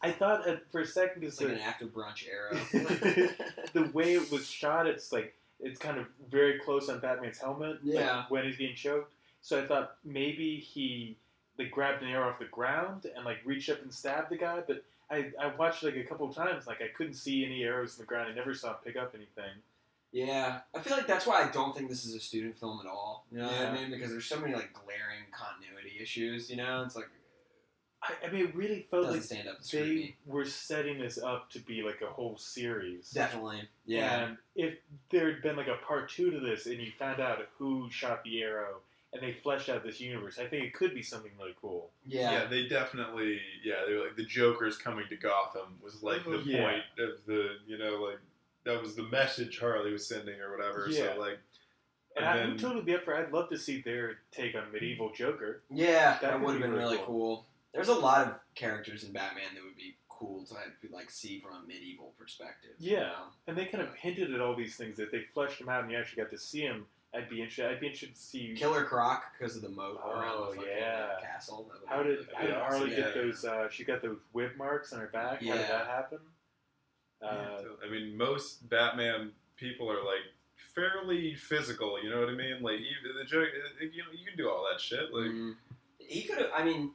[SPEAKER 1] I thought at, for a second
[SPEAKER 3] It's
[SPEAKER 1] this
[SPEAKER 3] like an
[SPEAKER 1] is-
[SPEAKER 3] after brunch arrow.
[SPEAKER 1] the way it was shot. It's like it's kind of very close on Batman's helmet. like,
[SPEAKER 3] Yeah.
[SPEAKER 1] when he's getting choked, so I thought maybe he like grabbed an arrow off the ground and like reached up and stabbed the guy. But I I watched like a couple of times. Like I couldn't see any arrows in the ground. I never saw him pick up anything.
[SPEAKER 3] Yeah, I feel like that's why I don't think this is a student film at all. You know what
[SPEAKER 1] Yeah.
[SPEAKER 3] I mean? Because there's so many like glaring continuity issues. You know, it's like
[SPEAKER 1] I, I mean, it really
[SPEAKER 3] it
[SPEAKER 1] felt
[SPEAKER 3] doesn't
[SPEAKER 1] like
[SPEAKER 3] stand up to
[SPEAKER 1] they
[SPEAKER 3] scrutiny.
[SPEAKER 1] were setting this up to be like a whole series.
[SPEAKER 3] Definitely. Yeah.
[SPEAKER 1] And if there had been like a part two to this, and you found out who shot the arrow, and they fleshed out this universe, I think it could be something really cool.
[SPEAKER 3] Yeah.
[SPEAKER 2] Yeah, they definitely. Yeah, they were like the Joker's coming to Gotham was like the
[SPEAKER 1] Oh, Yeah.
[SPEAKER 2] point of the you know like that was the message Harley was sending or whatever.
[SPEAKER 1] Yeah.
[SPEAKER 2] So like,
[SPEAKER 1] And,
[SPEAKER 2] And
[SPEAKER 1] I would
[SPEAKER 2] then-
[SPEAKER 1] totally be up for. I'd love to see their take on medieval Joker.
[SPEAKER 3] Yeah,
[SPEAKER 1] That
[SPEAKER 3] that
[SPEAKER 1] could
[SPEAKER 3] would have
[SPEAKER 1] be
[SPEAKER 3] been
[SPEAKER 1] really
[SPEAKER 3] really cool. There's a lot of characters in Batman that would be cool to have- like see from a medieval perspective. you
[SPEAKER 1] Yeah.
[SPEAKER 3] know?
[SPEAKER 1] And they kind of hinted at all these things that they fleshed them out, and you actually got to see him I'd be interested. I'd be interested to see
[SPEAKER 3] Killer Croc because of the moat around the
[SPEAKER 1] Oh,
[SPEAKER 3] fucking uh,
[SPEAKER 1] yeah.
[SPEAKER 3] castle. That would
[SPEAKER 1] how
[SPEAKER 3] be
[SPEAKER 1] did
[SPEAKER 3] really
[SPEAKER 1] how did
[SPEAKER 3] cool.
[SPEAKER 1] Harley
[SPEAKER 3] Yeah,
[SPEAKER 1] get
[SPEAKER 2] yeah.
[SPEAKER 1] those? Uh, she got those whip marks on her back. How
[SPEAKER 3] Yeah.
[SPEAKER 1] did that happen? Uh,
[SPEAKER 2] I mean, most Batman people are like fairly physical. You know what I mean? Like even the joke, uh, you know, you can do all that shit. Like
[SPEAKER 3] Mm. He could have. I mean,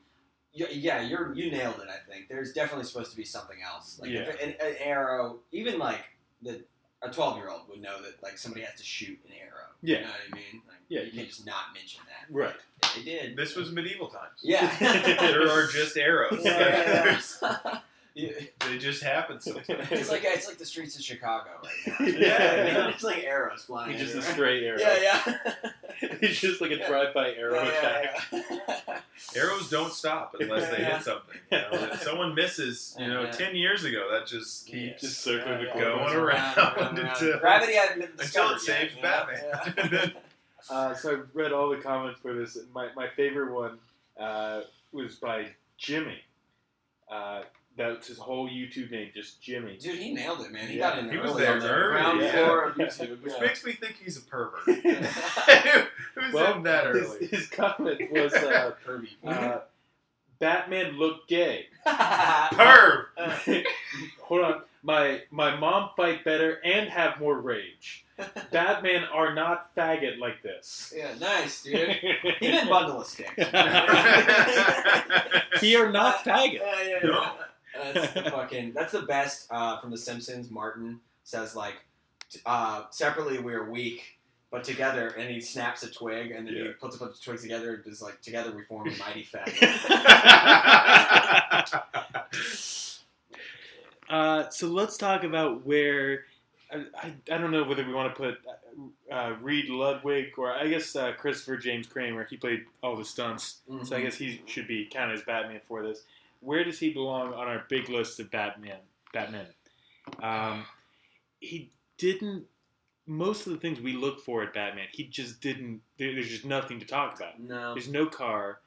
[SPEAKER 3] y- yeah, you're you nailed it. I think there's definitely supposed to be something else. Like if an, an arrow, even like the a twelve year old would know that like somebody has to shoot an arrow.
[SPEAKER 1] Yeah.
[SPEAKER 3] you know what I mean. Like,
[SPEAKER 1] Yeah,
[SPEAKER 3] you
[SPEAKER 1] you-
[SPEAKER 3] can't just not mention that.
[SPEAKER 1] right.
[SPEAKER 3] They did.
[SPEAKER 2] this was medieval times.
[SPEAKER 3] Mm-hmm. Yeah.
[SPEAKER 2] there are just arrows.
[SPEAKER 3] Yeah. Yeah.
[SPEAKER 2] they just happen sometimes.
[SPEAKER 3] It's like it's like the streets of Chicago right now.
[SPEAKER 1] Yeah.
[SPEAKER 3] it's like arrows flying.
[SPEAKER 1] He's just a
[SPEAKER 3] everywhere.
[SPEAKER 1] straight arrow.
[SPEAKER 3] yeah, yeah.
[SPEAKER 1] He's just like a drive-by arrow attack.
[SPEAKER 3] yeah, yeah, yeah.
[SPEAKER 2] Arrows don't stop unless they
[SPEAKER 3] Yeah.
[SPEAKER 2] hit something. You know? If someone misses, you know,
[SPEAKER 3] Yeah.
[SPEAKER 2] ten years ago, that just keeps
[SPEAKER 1] Just circling the
[SPEAKER 2] going
[SPEAKER 1] corners.
[SPEAKER 2] around until-
[SPEAKER 3] gravity hadn't been
[SPEAKER 2] until
[SPEAKER 3] discovered
[SPEAKER 2] it saves
[SPEAKER 3] yet,
[SPEAKER 2] Batman.
[SPEAKER 3] You know?
[SPEAKER 1] Uh, so I read all the comments for this. and My, my favorite one uh, was by Jimmy. Uh, that's his whole YouTube name, just Jimmy.
[SPEAKER 3] Yeah. Dude, he nailed it, man. He
[SPEAKER 1] Yeah.
[SPEAKER 3] got in
[SPEAKER 2] He was
[SPEAKER 3] early
[SPEAKER 2] there
[SPEAKER 3] on the
[SPEAKER 2] early,
[SPEAKER 3] ground
[SPEAKER 1] yeah.
[SPEAKER 3] floor of YouTube.
[SPEAKER 2] Which
[SPEAKER 3] yeah.
[SPEAKER 2] makes me think he's a pervert. Who's
[SPEAKER 1] Well,
[SPEAKER 2] in that
[SPEAKER 1] his,
[SPEAKER 2] early?
[SPEAKER 1] his comment was uh,
[SPEAKER 3] Kirby.
[SPEAKER 1] uh, Batman looked gay.
[SPEAKER 2] Perv.
[SPEAKER 1] Hold on. My my mom fight better and have more rage. Batman are not faggot like this.
[SPEAKER 3] yeah, nice, dude. He didn't bundle a stick.
[SPEAKER 1] he are not faggot.
[SPEAKER 3] Yeah, yeah, yeah.
[SPEAKER 2] No.
[SPEAKER 3] That's the fucking. That's the best uh, from The Simpsons. Martin says like, t- uh, separately we are weak, but together, and he snaps a twig, and then he
[SPEAKER 1] Yeah.
[SPEAKER 3] puts a bunch of twigs together, and is like, together we form a mighty Mm-hmm. faggot.
[SPEAKER 1] uh, so let's talk about where I, I, I don't know whether we want to put uh, Reed Ludwig or I guess uh, Christopher James Kramer. He played all the stunts, so
[SPEAKER 3] Mm-hmm.
[SPEAKER 1] I guess he should be counted as Batman for this. Where does he belong on our big list of Batman? Batman. Um, he didn't. Most of the things we look for at Batman, he just didn't. There, there's just nothing to talk about.
[SPEAKER 3] no.
[SPEAKER 1] There's no car.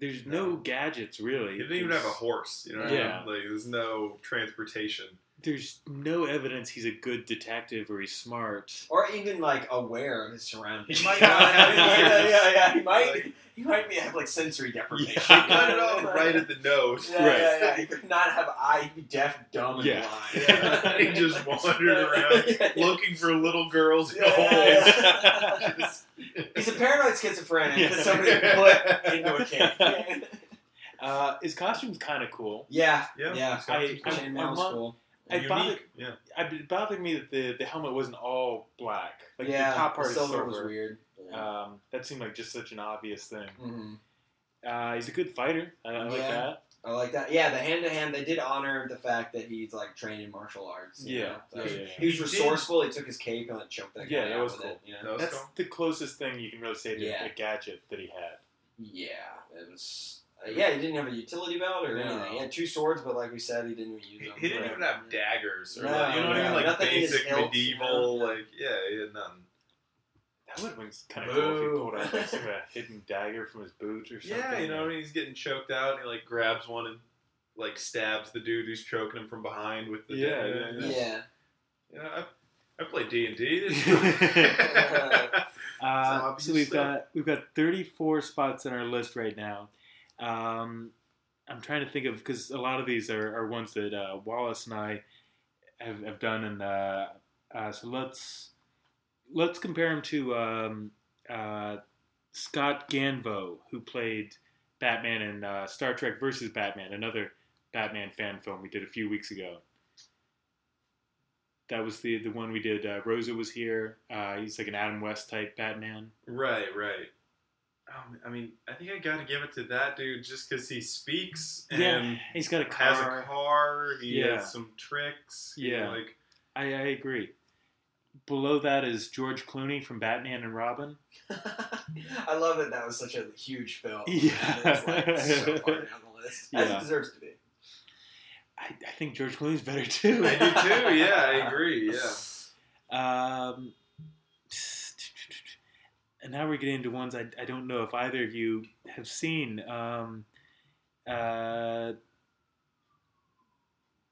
[SPEAKER 1] There's no,
[SPEAKER 2] No.
[SPEAKER 1] gadgets really.
[SPEAKER 2] He didn't even
[SPEAKER 1] there's,
[SPEAKER 2] have a horse. You know what
[SPEAKER 1] Yeah.
[SPEAKER 2] I mean? Like, there's no transportation.
[SPEAKER 1] There's no evidence he's a good detective or he's smart.
[SPEAKER 3] Or even like aware of his surroundings.
[SPEAKER 2] He might
[SPEAKER 1] not have
[SPEAKER 3] yeah,
[SPEAKER 2] ears.
[SPEAKER 3] yeah, yeah. He might.
[SPEAKER 2] Like-
[SPEAKER 3] he might be, have like sensory deprivation.
[SPEAKER 1] Yeah.
[SPEAKER 2] He cut it off right at the nose.
[SPEAKER 3] Yeah, yeah, yeah. He could not have eye. He'd be deaf, dumb, and
[SPEAKER 1] Yeah.
[SPEAKER 3] blind.
[SPEAKER 2] Yeah. He just wandered around
[SPEAKER 3] Yeah, yeah.
[SPEAKER 2] looking for little girls in
[SPEAKER 3] Yeah, yeah,
[SPEAKER 2] holes.
[SPEAKER 3] yeah.
[SPEAKER 2] Just-
[SPEAKER 3] He's a paranoid schizophrenic
[SPEAKER 1] Yeah.
[SPEAKER 3] that somebody put into a cave.
[SPEAKER 1] Uh, his costume's kind of cool.
[SPEAKER 3] Yeah,
[SPEAKER 2] Yeah.
[SPEAKER 3] yeah.
[SPEAKER 2] he's got
[SPEAKER 1] I-
[SPEAKER 2] some-
[SPEAKER 1] I'm-
[SPEAKER 3] Chainmail's
[SPEAKER 1] I'm-
[SPEAKER 3] cool.
[SPEAKER 1] I
[SPEAKER 2] unique.
[SPEAKER 1] bothered-
[SPEAKER 2] Yeah.
[SPEAKER 1] I, it bothered me that the, the helmet wasn't all black. Like
[SPEAKER 3] yeah,
[SPEAKER 1] the top part
[SPEAKER 3] the
[SPEAKER 1] is
[SPEAKER 3] silver,
[SPEAKER 1] silver.
[SPEAKER 3] was weird. Uh,
[SPEAKER 1] Um, that seemed like just such an obvious thing.
[SPEAKER 3] hmm
[SPEAKER 1] Uh, he's a good fighter. I, I like
[SPEAKER 3] Yeah.
[SPEAKER 1] that.
[SPEAKER 3] I like that. Yeah, the hand to hand. They did honor the fact that he's like trained in martial arts. you
[SPEAKER 1] Yeah.
[SPEAKER 3] know? So
[SPEAKER 1] Yeah,
[SPEAKER 3] he-
[SPEAKER 1] yeah, yeah.
[SPEAKER 3] He was
[SPEAKER 2] He did.
[SPEAKER 3] resourceful. He took his cape and like choked that guy
[SPEAKER 1] Yeah, that
[SPEAKER 3] out
[SPEAKER 1] was
[SPEAKER 3] with
[SPEAKER 1] cool.
[SPEAKER 3] It, you know?
[SPEAKER 2] That was
[SPEAKER 1] That's
[SPEAKER 2] cool.
[SPEAKER 1] the closest thing you can really say to
[SPEAKER 3] Yeah.
[SPEAKER 1] a gadget that he had.
[SPEAKER 3] Yeah, it was. uh, yeah, he didn't have a utility belt or
[SPEAKER 1] No.
[SPEAKER 3] anything. He had two swords, but like we said, he didn't even use
[SPEAKER 2] He
[SPEAKER 3] them.
[SPEAKER 2] he didn't
[SPEAKER 3] Right.
[SPEAKER 2] even have daggers or
[SPEAKER 3] No,
[SPEAKER 2] like, you know what I
[SPEAKER 1] no,
[SPEAKER 2] mean? Like
[SPEAKER 3] nothing in his
[SPEAKER 2] basic
[SPEAKER 3] hilt, you
[SPEAKER 2] medieval,
[SPEAKER 3] know?
[SPEAKER 2] like yeah, he had none.
[SPEAKER 1] That would have been kind of cool if he
[SPEAKER 3] Boo.
[SPEAKER 1] pulled out like, some, a hidden dagger from his boot or something.
[SPEAKER 2] Yeah, you know what I mean? He's getting choked out and he like grabs one and like stabs the dude who's choking him from behind with the
[SPEAKER 1] Yeah,
[SPEAKER 2] dagger.
[SPEAKER 1] yeah,
[SPEAKER 3] Yeah.
[SPEAKER 2] You know, I, I play D and D.
[SPEAKER 1] Uh,
[SPEAKER 2] It's
[SPEAKER 1] so we've
[SPEAKER 2] obviously-
[SPEAKER 1] got we've got 34 spots on our list right now. Um, I'm trying to think of because a lot of these are, are ones that uh, Wallace and I have, have done, and uh, uh, so let's let's compare him to um, uh, Scott Ganvo, who played Batman in uh, Star Trek versus Batman, another Batman fan film we did a few weeks ago. That was the the one we did. Uh, Rosa was here. Uh, he's like an Adam West type Batman.
[SPEAKER 2] Right, right. Um, I mean, I think I got to give it to that dude just because he speaks and
[SPEAKER 1] Yeah, he's got a car.
[SPEAKER 2] has a car. He
[SPEAKER 1] Yeah.
[SPEAKER 2] has some tricks. you
[SPEAKER 1] Yeah.
[SPEAKER 2] know, like
[SPEAKER 1] I, I agree. Below that is George Clooney from Batman and Robin.
[SPEAKER 3] I love that that was such a huge film.
[SPEAKER 1] Yeah.
[SPEAKER 3] It's like so far down the list. As
[SPEAKER 1] Yeah.
[SPEAKER 3] it deserves to be.
[SPEAKER 1] I, I think George Clooney's better too.
[SPEAKER 2] I do too. Yeah, I agree. Yeah.
[SPEAKER 1] Um, and now we're getting into ones I, I don't know if either of you have seen. Um, uh,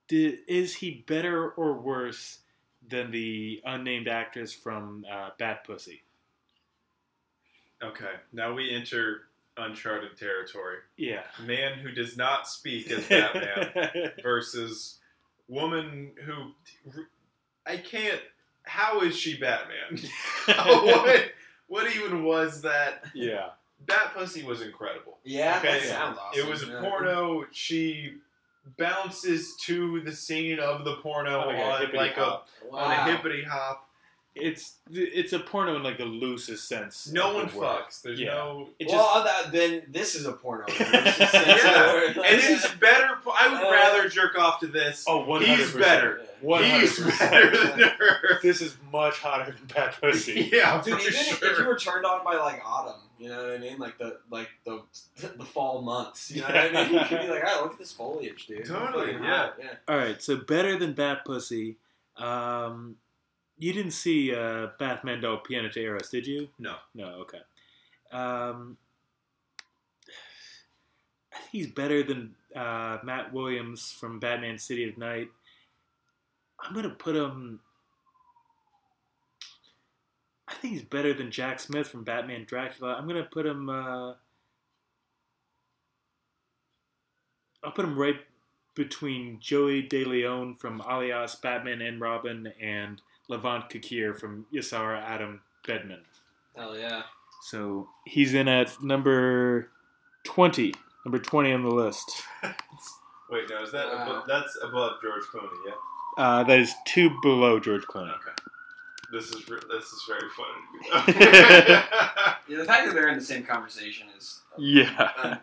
[SPEAKER 1] di- is he better or worse than the unnamed actress from uh, Bat Pussy?
[SPEAKER 2] Okay, now we enter uncharted territory.
[SPEAKER 1] Yeah.
[SPEAKER 2] Man who does not speak as Batman versus woman who I can't. How is she Batman? Oh, what, what even was that?
[SPEAKER 1] yeah.
[SPEAKER 2] That pussy was incredible.
[SPEAKER 3] Yeah,
[SPEAKER 2] Okay,
[SPEAKER 3] that
[SPEAKER 2] yeah.
[SPEAKER 3] sounds awesome.
[SPEAKER 2] It was a
[SPEAKER 3] yeah.
[SPEAKER 2] porno. She bounces to the scene of the porno
[SPEAKER 1] Oh, yeah,
[SPEAKER 2] on like a
[SPEAKER 1] hippity-hop.
[SPEAKER 3] Wow.
[SPEAKER 2] on a hippity hop.
[SPEAKER 1] It's it's a porno in like the loosest sense.
[SPEAKER 2] No
[SPEAKER 1] of the
[SPEAKER 2] one
[SPEAKER 1] word.
[SPEAKER 2] fucks. There's
[SPEAKER 1] Yeah.
[SPEAKER 2] no.
[SPEAKER 1] It
[SPEAKER 3] well, other- then this is a porno.
[SPEAKER 2] Yeah. And this is better. I would
[SPEAKER 3] Uh,
[SPEAKER 2] rather jerk off to this.
[SPEAKER 1] Oh, 100%.
[SPEAKER 2] He's better. He's
[SPEAKER 1] 100%.
[SPEAKER 2] better than her.
[SPEAKER 1] This is much hotter than Bad Pussy.
[SPEAKER 2] Yeah,
[SPEAKER 3] Dude,
[SPEAKER 2] for
[SPEAKER 3] even
[SPEAKER 2] sure.
[SPEAKER 3] if you were turned on by like autumn, you know what I mean, like the like the the fall months, you know what I mean. You could be like, oh, look at this foliage, dude. It's
[SPEAKER 2] Totally,
[SPEAKER 3] fucking
[SPEAKER 2] yeah.
[SPEAKER 3] hot, yeah.
[SPEAKER 1] All right, so better than Bat Pussy. Um, you didn't see uh, Bath Mandel Piano to Eros, did you?
[SPEAKER 2] No.
[SPEAKER 1] No, okay. Um, I think he's better than uh, Matt Williams from Batman City of Night. I'm going to put him. I think he's better than Jack Smith from Batman Dracula. I'm going to put him. Uh, I'll put him right between Joey De Leon from Alias Batman and Robin and Levant Kakir from Yasara Adam Bedman.
[SPEAKER 3] Hell yeah.
[SPEAKER 1] So he's in at number 20. Number 20 on the list.
[SPEAKER 2] Wait, no, is that
[SPEAKER 3] Wow.
[SPEAKER 2] abo- that's above George Clooney? Yeah.
[SPEAKER 1] Uh, that is two below George Clooney.
[SPEAKER 2] Okay. This is re- this is very funny.
[SPEAKER 3] Yeah, the fact that they're in the same conversation is a-
[SPEAKER 1] Yeah.
[SPEAKER 3] an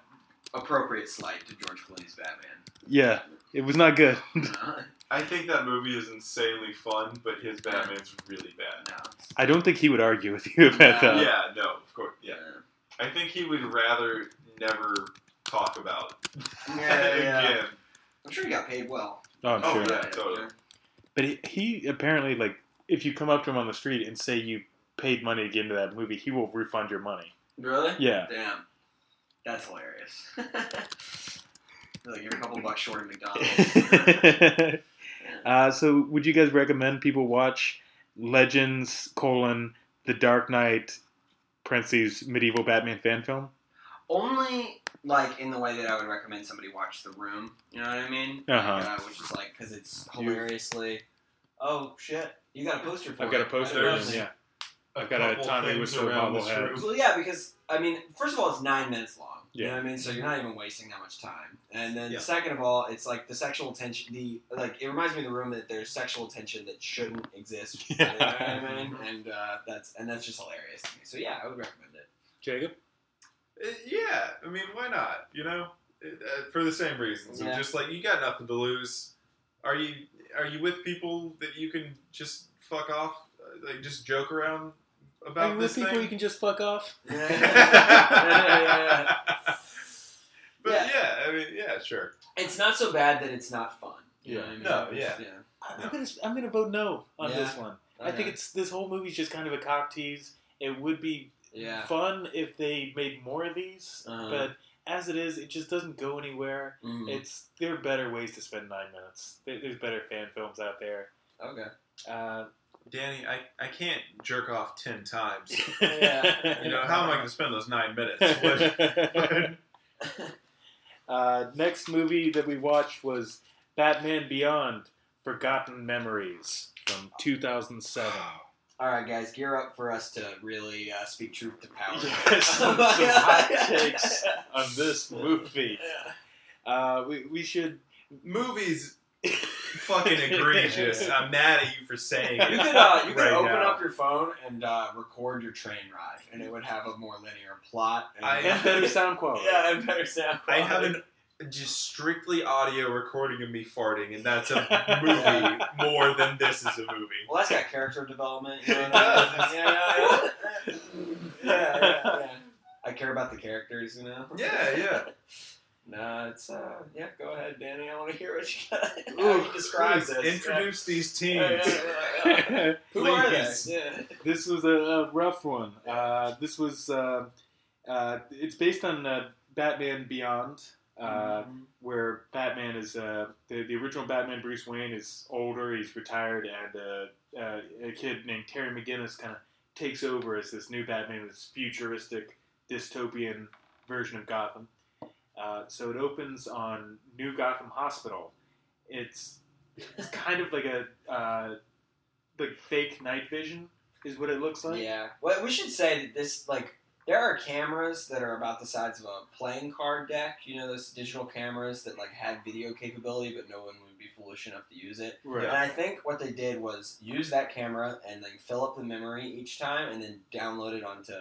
[SPEAKER 3] appropriate slight to George Clooney's Batman.
[SPEAKER 1] Yeah. It was not good.
[SPEAKER 3] no,
[SPEAKER 2] I think that movie is insanely fun, but his Batman's really bad.
[SPEAKER 3] no.
[SPEAKER 1] I don't think he would argue with you about that.
[SPEAKER 3] Uh,
[SPEAKER 2] yeah, no, of course. Yeah, I think he would rather never talk about
[SPEAKER 3] Yeah,
[SPEAKER 2] that
[SPEAKER 3] yeah.
[SPEAKER 2] again.
[SPEAKER 3] I'm sure he got paid well.
[SPEAKER 1] Oh, I'm
[SPEAKER 2] Oh,
[SPEAKER 1] sure.
[SPEAKER 2] yeah. totally.
[SPEAKER 1] But he, he apparently, like, if you come up to him on the street and say you paid money to get into that movie, he will refund your money.
[SPEAKER 3] Really?
[SPEAKER 1] Yeah.
[SPEAKER 3] Damn. That's hilarious. like you're a couple bucks short of McDonald's.
[SPEAKER 1] uh, so would you guys recommend people watch legends colon the dark knight parentheses medieval batman fan film
[SPEAKER 3] Only like in the way that I would recommend somebody watch The Room. You know what I mean?
[SPEAKER 1] Uh-huh.
[SPEAKER 3] Like, uh, which is like because it's hilariously. Oh shit! You got a poster for
[SPEAKER 1] i've got
[SPEAKER 3] it.
[SPEAKER 1] a poster
[SPEAKER 3] I
[SPEAKER 2] There's-
[SPEAKER 3] don't know.
[SPEAKER 1] yeah I've got a
[SPEAKER 2] couple
[SPEAKER 1] Tommy
[SPEAKER 2] things
[SPEAKER 1] Wiseau
[SPEAKER 2] around this
[SPEAKER 1] bobblehead.
[SPEAKER 2] room.
[SPEAKER 3] Well, yeah, because I mean, first of all, it's nine minutes long. You
[SPEAKER 1] Yeah.
[SPEAKER 3] know what I mean? So you're not even wasting that much time. And then
[SPEAKER 2] Yeah.
[SPEAKER 3] second of all, it's like the sexual tension. The like it reminds me of the room that there's sexual tension that shouldn't exist. You know what I mean? And uh, that's and that's just hilarious to me. So yeah, I would recommend it.
[SPEAKER 1] jacob
[SPEAKER 2] Uh, yeah, I mean, why not? You know, uh, for the same reasons. Of
[SPEAKER 3] Yeah.
[SPEAKER 2] Just like you got nothing to lose. Are you are you with people that you can just fuck off, uh, like just joke around about this thing?
[SPEAKER 1] can just fuck off
[SPEAKER 3] Yeah.
[SPEAKER 2] But
[SPEAKER 3] Yeah.
[SPEAKER 2] yeah. I mean, yeah, sure.
[SPEAKER 3] it's not so bad that it's not fun. You know
[SPEAKER 1] Yeah.
[SPEAKER 3] what
[SPEAKER 2] No,
[SPEAKER 3] I mean? It's-
[SPEAKER 1] i'm gonna i'm gonna vote no on
[SPEAKER 3] Yeah.
[SPEAKER 1] this one i
[SPEAKER 3] Okay.
[SPEAKER 1] think it's this whole movie's just kind of a cock tease it would be
[SPEAKER 3] yeah.
[SPEAKER 1] fun if they made more of these
[SPEAKER 3] Uh-huh.
[SPEAKER 1] but as it is it just doesn't go anywhere
[SPEAKER 3] Mm.
[SPEAKER 1] It's there are better ways to spend nine minutes. There, there's better fan films out there.
[SPEAKER 3] okay.
[SPEAKER 1] Uh,
[SPEAKER 2] Danny, I, I can't jerk off ten times.
[SPEAKER 3] Yeah.
[SPEAKER 2] You know, how am I going to spend those nine minutes? What-
[SPEAKER 1] uh, next movie that we watched was Batman Beyond: Forgotten Memories from 2007.
[SPEAKER 3] All right, guys, gear up for us to really uh, speak truth to power.
[SPEAKER 1] Yes, some- some hot takes on this movie, uh, we we should
[SPEAKER 2] Movies fucking egregious. I'm mad at you for saying
[SPEAKER 3] You
[SPEAKER 2] it.
[SPEAKER 3] could, uh, you could
[SPEAKER 2] Right
[SPEAKER 3] open
[SPEAKER 2] now.
[SPEAKER 3] up your phone and uh, record your train ride, and it would have a more linear plot. And, Oh.
[SPEAKER 2] I-
[SPEAKER 1] and better sound quality.
[SPEAKER 3] yeah, and better sound.
[SPEAKER 2] I
[SPEAKER 3] Quality.
[SPEAKER 2] have an just strictly audio recording of me farting, and that's a movie more than this is a movie.
[SPEAKER 3] Well, that's got character development. You know
[SPEAKER 2] It
[SPEAKER 3] what I
[SPEAKER 2] does.
[SPEAKER 3] mean? yeah, yeah, yeah. yeah, yeah, yeah. I care about the characters, you know.
[SPEAKER 2] Yeah, yeah.
[SPEAKER 3] Nah, it's uh, yeah. Go ahead, Danny. I want to hear what you got. How
[SPEAKER 2] Ooh,
[SPEAKER 3] you describe
[SPEAKER 2] please,
[SPEAKER 3] this.
[SPEAKER 2] Introduce these
[SPEAKER 3] Yeah.
[SPEAKER 2] teams.
[SPEAKER 3] Yeah, yeah, yeah, yeah. Who are they?
[SPEAKER 2] Please.
[SPEAKER 3] Yeah.
[SPEAKER 1] this was a, a rough one. Uh, this was uh, uh, it's based on uh, Batman Beyond, uh, where Batman is uh, the the original Batman Bruce Wayne is older, he's retired, and uh, uh, a kid named Terry McGinnis kind of takes over as this new Batman, this futuristic, dystopian version of Gotham. Uh, so it opens on New Gotham Hospital. It's, it's kind of like a uh, like fake night vision is what it looks like.
[SPEAKER 3] yeah. Well, we should say that this like there are cameras that are about the size of a playing card deck. You know those digital cameras that like had video capability, but no one would be foolish enough to use it.
[SPEAKER 1] Right.
[SPEAKER 3] And I think what they did was use that camera and then fill up the memory each time, and then download it onto.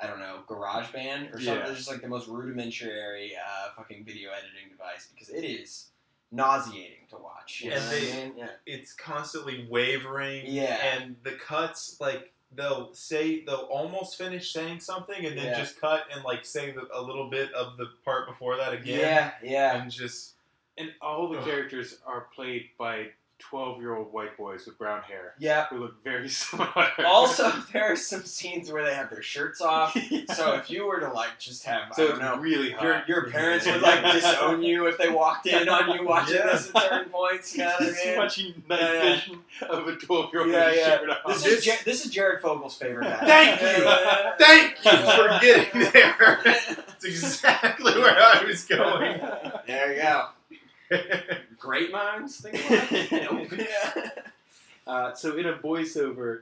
[SPEAKER 3] I don't know, GarageBand or something.
[SPEAKER 1] Yeah.
[SPEAKER 3] It's just like the most rudimentary uh, fucking video editing device because it is nauseating to watch. You
[SPEAKER 2] And
[SPEAKER 3] know what I
[SPEAKER 2] they-
[SPEAKER 3] mean? yeah.
[SPEAKER 2] it's constantly wavering.
[SPEAKER 3] Yeah.
[SPEAKER 2] And the cuts, like they'll say they'll almost finish saying something and then
[SPEAKER 3] Yeah.
[SPEAKER 2] just cut and like say the, a little bit of the part before that again.
[SPEAKER 3] yeah, yeah.
[SPEAKER 2] And just
[SPEAKER 1] And all the
[SPEAKER 2] Ugh.
[SPEAKER 1] characters are played by 12 year old white boys with brown hair
[SPEAKER 3] Yeah.
[SPEAKER 1] who look very similar.
[SPEAKER 3] Also, there are some scenes where they have their shirts
[SPEAKER 1] uh,
[SPEAKER 3] off. So if you were to like just have,
[SPEAKER 1] So
[SPEAKER 3] I don't
[SPEAKER 1] it's
[SPEAKER 3] know, Uh,
[SPEAKER 1] really hot.
[SPEAKER 3] your your parents would like disown you if they walked in on you watching
[SPEAKER 2] Yeah.
[SPEAKER 3] this at certain points. You know what I
[SPEAKER 1] Just
[SPEAKER 3] mean?
[SPEAKER 1] watching night
[SPEAKER 3] Yeah, yeah.
[SPEAKER 1] vision of a 12 year old
[SPEAKER 3] Yeah,
[SPEAKER 1] with his
[SPEAKER 3] yeah.
[SPEAKER 1] shirt off.
[SPEAKER 3] This
[SPEAKER 2] This-
[SPEAKER 3] is Jar this is Jared Fogel's favorite. Act.
[SPEAKER 2] Thank you. Thank you for getting there.
[SPEAKER 3] there
[SPEAKER 2] That's exactly where I was going.
[SPEAKER 3] you go. Great minds think alike. Nope. Yeah.
[SPEAKER 1] Uh, so in a voiceover,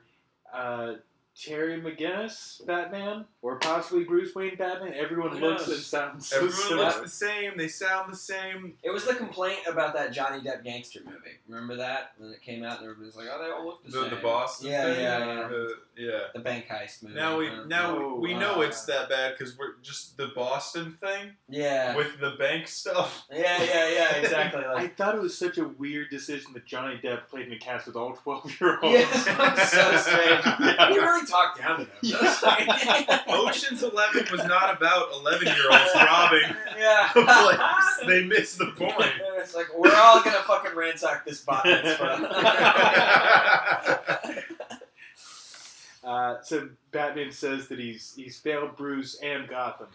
[SPEAKER 1] uh, Terry McGinnis Batman, or possibly Bruce Wayne Batman, everyone
[SPEAKER 3] Who
[SPEAKER 1] looks
[SPEAKER 3] knows?
[SPEAKER 1] and sounds so
[SPEAKER 2] Everyone
[SPEAKER 1] similar.
[SPEAKER 2] looks the same. They sound the same.
[SPEAKER 3] It was the complaint about that Johnny Depp gangster movie. Remember that when it came out and everybody was like, "Oh, they all look the,
[SPEAKER 2] The,
[SPEAKER 3] same."
[SPEAKER 2] the Boston
[SPEAKER 3] Yeah,
[SPEAKER 2] thing.
[SPEAKER 3] yeah, yeah.
[SPEAKER 2] The- yeah.
[SPEAKER 3] The bank heist movie.
[SPEAKER 2] Now we
[SPEAKER 3] Uh,
[SPEAKER 2] now
[SPEAKER 1] Oh,
[SPEAKER 2] we, we know
[SPEAKER 3] uh,
[SPEAKER 2] it's that bad because we're just the Boston thing
[SPEAKER 3] Yeah.
[SPEAKER 2] with the bank stuff.
[SPEAKER 3] Yeah, yeah, yeah, exactly.
[SPEAKER 1] I
[SPEAKER 3] Like,
[SPEAKER 1] thought it was such a weird decision that Johnny Depp played in a cast with all 12 year olds.
[SPEAKER 3] yeah, so strange. We really talked down to them. That's like-
[SPEAKER 2] Ocean's Eleven was not about eleven year olds robbing
[SPEAKER 3] yeah.
[SPEAKER 2] a place. They missed the point.
[SPEAKER 3] It's like we're all gonna fucking ransack this bot mitzvah.
[SPEAKER 1] Uh, so Batman says that he's he's failed Bruce and Gotham.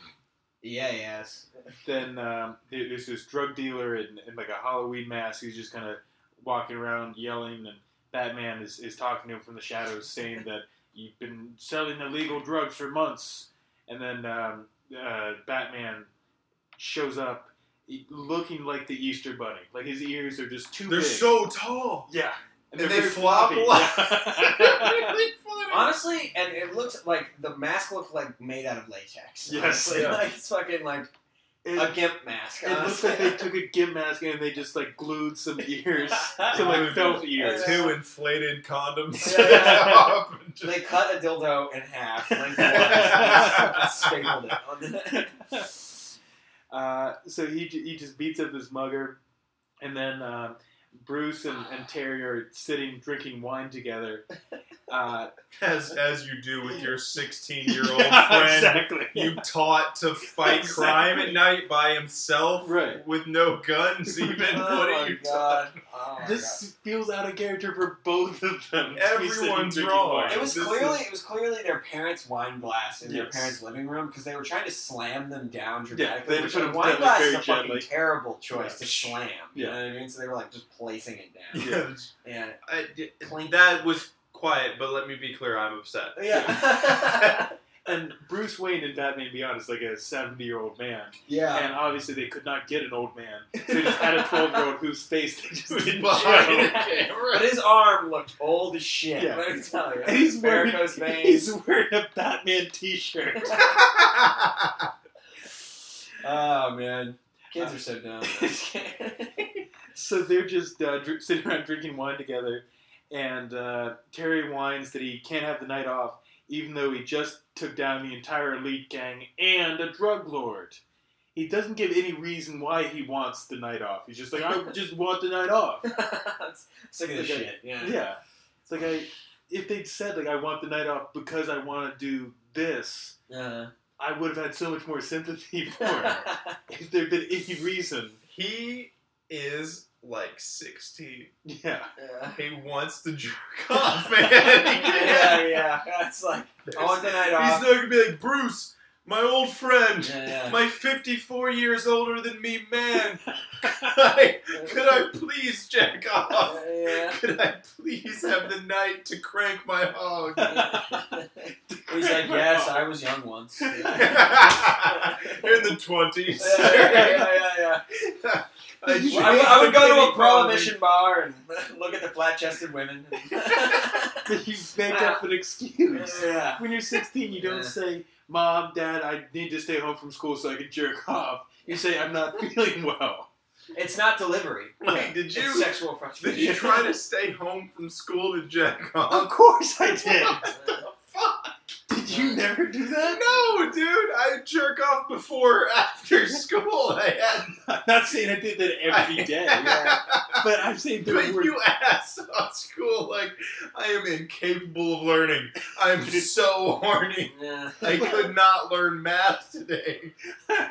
[SPEAKER 3] yeah, yes.
[SPEAKER 1] Then um, there- there's this drug dealer in, in like a Halloween mask who's just kind of walking around yelling, and Batman is, is talking to him from the shadows, saying that you've been selling illegal drugs for months. And then um, uh, Batman shows up e- looking like the Easter Bunny. Like his ears are just too
[SPEAKER 2] They're
[SPEAKER 1] big.
[SPEAKER 2] so tall.
[SPEAKER 1] yeah,
[SPEAKER 2] And
[SPEAKER 1] they're
[SPEAKER 2] they
[SPEAKER 1] very
[SPEAKER 2] flop a
[SPEAKER 1] floppy. Yeah.
[SPEAKER 2] Really funny.
[SPEAKER 3] Honestly, and it looked like the mask looked like made out of latex.
[SPEAKER 1] Yes,
[SPEAKER 3] honestly.
[SPEAKER 2] yeah.
[SPEAKER 3] like it's fucking like
[SPEAKER 1] It-
[SPEAKER 3] a gimp mask.
[SPEAKER 1] It looks
[SPEAKER 3] honestly.
[SPEAKER 1] like they took a gimp mask and they just like glued some ears to
[SPEAKER 2] Yeah.
[SPEAKER 1] like felt ears.
[SPEAKER 2] Two inflated condoms.
[SPEAKER 1] Yeah.
[SPEAKER 3] They cut a dildo in half, like stapled it on the.
[SPEAKER 1] Uh, so he, ju- he just beats up this mugger, and then uh, Bruce and, and Terry are sitting drinking wine together. Uh,
[SPEAKER 2] as as you do with your sixteen year old
[SPEAKER 1] yeah,
[SPEAKER 2] friend.
[SPEAKER 1] exactly.
[SPEAKER 2] You taught to fight crime
[SPEAKER 1] Exactly.
[SPEAKER 2] at night by himself
[SPEAKER 1] Right.
[SPEAKER 2] with no guns even.
[SPEAKER 3] oh
[SPEAKER 2] what
[SPEAKER 3] my
[SPEAKER 2] are you
[SPEAKER 3] god! Oh my
[SPEAKER 1] this feels out of character for both of them. to be sitting
[SPEAKER 2] Everyone's
[SPEAKER 1] drinking
[SPEAKER 2] wrong.
[SPEAKER 1] wine.
[SPEAKER 3] God. It was
[SPEAKER 2] This
[SPEAKER 3] clearly
[SPEAKER 2] is-
[SPEAKER 3] it was clearly their parents' wine glass in their
[SPEAKER 1] Yes.
[SPEAKER 3] parents' living room because they were trying to slam them down
[SPEAKER 1] they
[SPEAKER 3] dramatically.
[SPEAKER 1] had to
[SPEAKER 3] which
[SPEAKER 1] put
[SPEAKER 3] a
[SPEAKER 1] them
[SPEAKER 3] wine
[SPEAKER 1] down
[SPEAKER 3] glass
[SPEAKER 1] very
[SPEAKER 3] is a fucking
[SPEAKER 1] gently.
[SPEAKER 3] terrible choice
[SPEAKER 1] Yeah.
[SPEAKER 3] to slam. You
[SPEAKER 1] Yeah.
[SPEAKER 3] know what I mean? So they were like just placing it down.
[SPEAKER 2] Yeah.
[SPEAKER 3] Yeah.
[SPEAKER 2] I, d-
[SPEAKER 3] Clink.
[SPEAKER 2] that was quiet, but let me be clear, I'm upset.
[SPEAKER 3] Yeah.
[SPEAKER 1] And Bruce Wayne in Batman Beyond is like a 70 year old man.
[SPEAKER 3] yeah.
[SPEAKER 1] And obviously, they could not get an old man. So they just had a 12 year old whose face they just
[SPEAKER 2] Who's
[SPEAKER 1] didn't
[SPEAKER 2] behind
[SPEAKER 1] show.
[SPEAKER 2] the camera?
[SPEAKER 3] But his arm looked old as shit.
[SPEAKER 1] Yeah.
[SPEAKER 3] Let me tell you.
[SPEAKER 1] And he's wearing,
[SPEAKER 3] varicose veins.
[SPEAKER 1] he's wearing a Batman t shirt.
[SPEAKER 3] Oh man, kids
[SPEAKER 1] Uh,
[SPEAKER 3] are so dumb.
[SPEAKER 1] so they're just uh, dr- sitting around drinking wine together. And uh, Terry whines that he can't have the night off, even though he just took down the entire elite gang and a drug lord. He doesn't give any reason why he wants the night off. He's just like, I just want the night off.
[SPEAKER 3] Sick of this
[SPEAKER 1] Okay.
[SPEAKER 3] shit. Yeah.
[SPEAKER 1] Yeah. It's like I if they'd said like I want the night off because I want to do this,
[SPEAKER 3] Uh-huh.
[SPEAKER 1] I would have had so much more sympathy for him if there'd been any reason.
[SPEAKER 2] he is like 16.
[SPEAKER 1] Yeah.
[SPEAKER 3] yeah.
[SPEAKER 2] He wants to jerk off, man. He can't.
[SPEAKER 3] Yeah, yeah. That's like I want the night
[SPEAKER 2] He's
[SPEAKER 3] off.
[SPEAKER 2] not gonna be like Bruce, my old friend,
[SPEAKER 3] Yeah, yeah.
[SPEAKER 2] my 54 years older than me man. I- could I please jack off?
[SPEAKER 3] Yeah.
[SPEAKER 2] Could I please have the night to crank my hog?
[SPEAKER 3] yeah. He's like, yes, I was young once. Yeah,
[SPEAKER 2] You're in the twenties.
[SPEAKER 3] yeah, yeah, yeah, yeah. Well, I, would- I would go to a prohibition bar and look at the flat-chested women.
[SPEAKER 1] you make up an excuse.
[SPEAKER 3] yeah.
[SPEAKER 1] When you're 16, you don't
[SPEAKER 3] Yeah.
[SPEAKER 1] say, "Mom, Dad, I need to stay home from school so I can jerk off." You say, "I'm not feeling well."
[SPEAKER 3] It's not delivery.
[SPEAKER 2] Wait, did you
[SPEAKER 3] It's sexual
[SPEAKER 2] did
[SPEAKER 3] frustration.
[SPEAKER 2] you try to stay home from school to jack off?
[SPEAKER 1] Of course I did.
[SPEAKER 2] Fuck
[SPEAKER 1] Did you never do that?
[SPEAKER 2] no, dude! I jerk off before or after school. I had
[SPEAKER 1] I'm not saying I did that every day,
[SPEAKER 3] yeah.
[SPEAKER 1] but I'm saying
[SPEAKER 2] But
[SPEAKER 1] during work.
[SPEAKER 2] you asked on school like I am incapable of learning. I'm so horny.
[SPEAKER 3] Yeah.
[SPEAKER 2] I could not learn math today.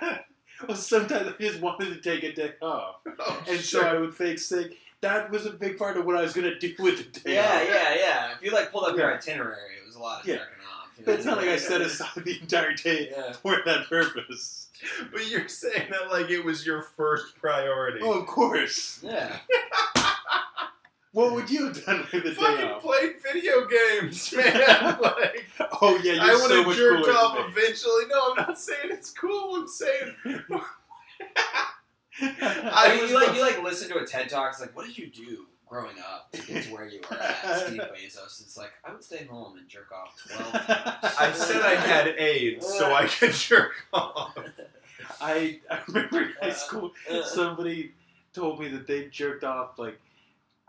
[SPEAKER 1] well, sometimes I just wanted to take a day off,
[SPEAKER 2] Oh,
[SPEAKER 1] and
[SPEAKER 2] sure.
[SPEAKER 1] so I would fake sick. That was a big part of what I was gonna do with the day
[SPEAKER 3] yeah,
[SPEAKER 1] off.
[SPEAKER 3] yeah, yeah. If you like pulled up your
[SPEAKER 1] Yeah.
[SPEAKER 3] itinerary, it was a lot of
[SPEAKER 1] Yeah.
[SPEAKER 3] jerking off. you know?
[SPEAKER 1] But it's not like I set aside the entire day
[SPEAKER 3] Yeah.
[SPEAKER 1] for that purpose.
[SPEAKER 2] but you're saying that like it was your first priority.
[SPEAKER 1] Oh, of course.
[SPEAKER 3] Yeah.
[SPEAKER 1] What would you have done with the day
[SPEAKER 2] fucking
[SPEAKER 1] off?
[SPEAKER 2] played video games, man. like
[SPEAKER 1] Oh yeah,
[SPEAKER 2] I
[SPEAKER 1] you're
[SPEAKER 2] would
[SPEAKER 1] so
[SPEAKER 2] have
[SPEAKER 1] much
[SPEAKER 2] jerked
[SPEAKER 1] cooler than
[SPEAKER 2] off
[SPEAKER 1] me.
[SPEAKER 2] eventually. No, I'm not saying it's cool. I'm saying
[SPEAKER 3] I,
[SPEAKER 2] I
[SPEAKER 3] mean,
[SPEAKER 2] was
[SPEAKER 3] you like
[SPEAKER 2] the-
[SPEAKER 3] you like listen to a TED talk. It's like, what did you do growing up to get to where you were at? Steve Bezos. It's like, I would stay home and jerk off twelve times.
[SPEAKER 2] I said I had AIDS, so I could jerk off.
[SPEAKER 1] I, I remember in high
[SPEAKER 3] Uh,
[SPEAKER 1] school
[SPEAKER 3] uh.
[SPEAKER 1] somebody told me that they jerked off like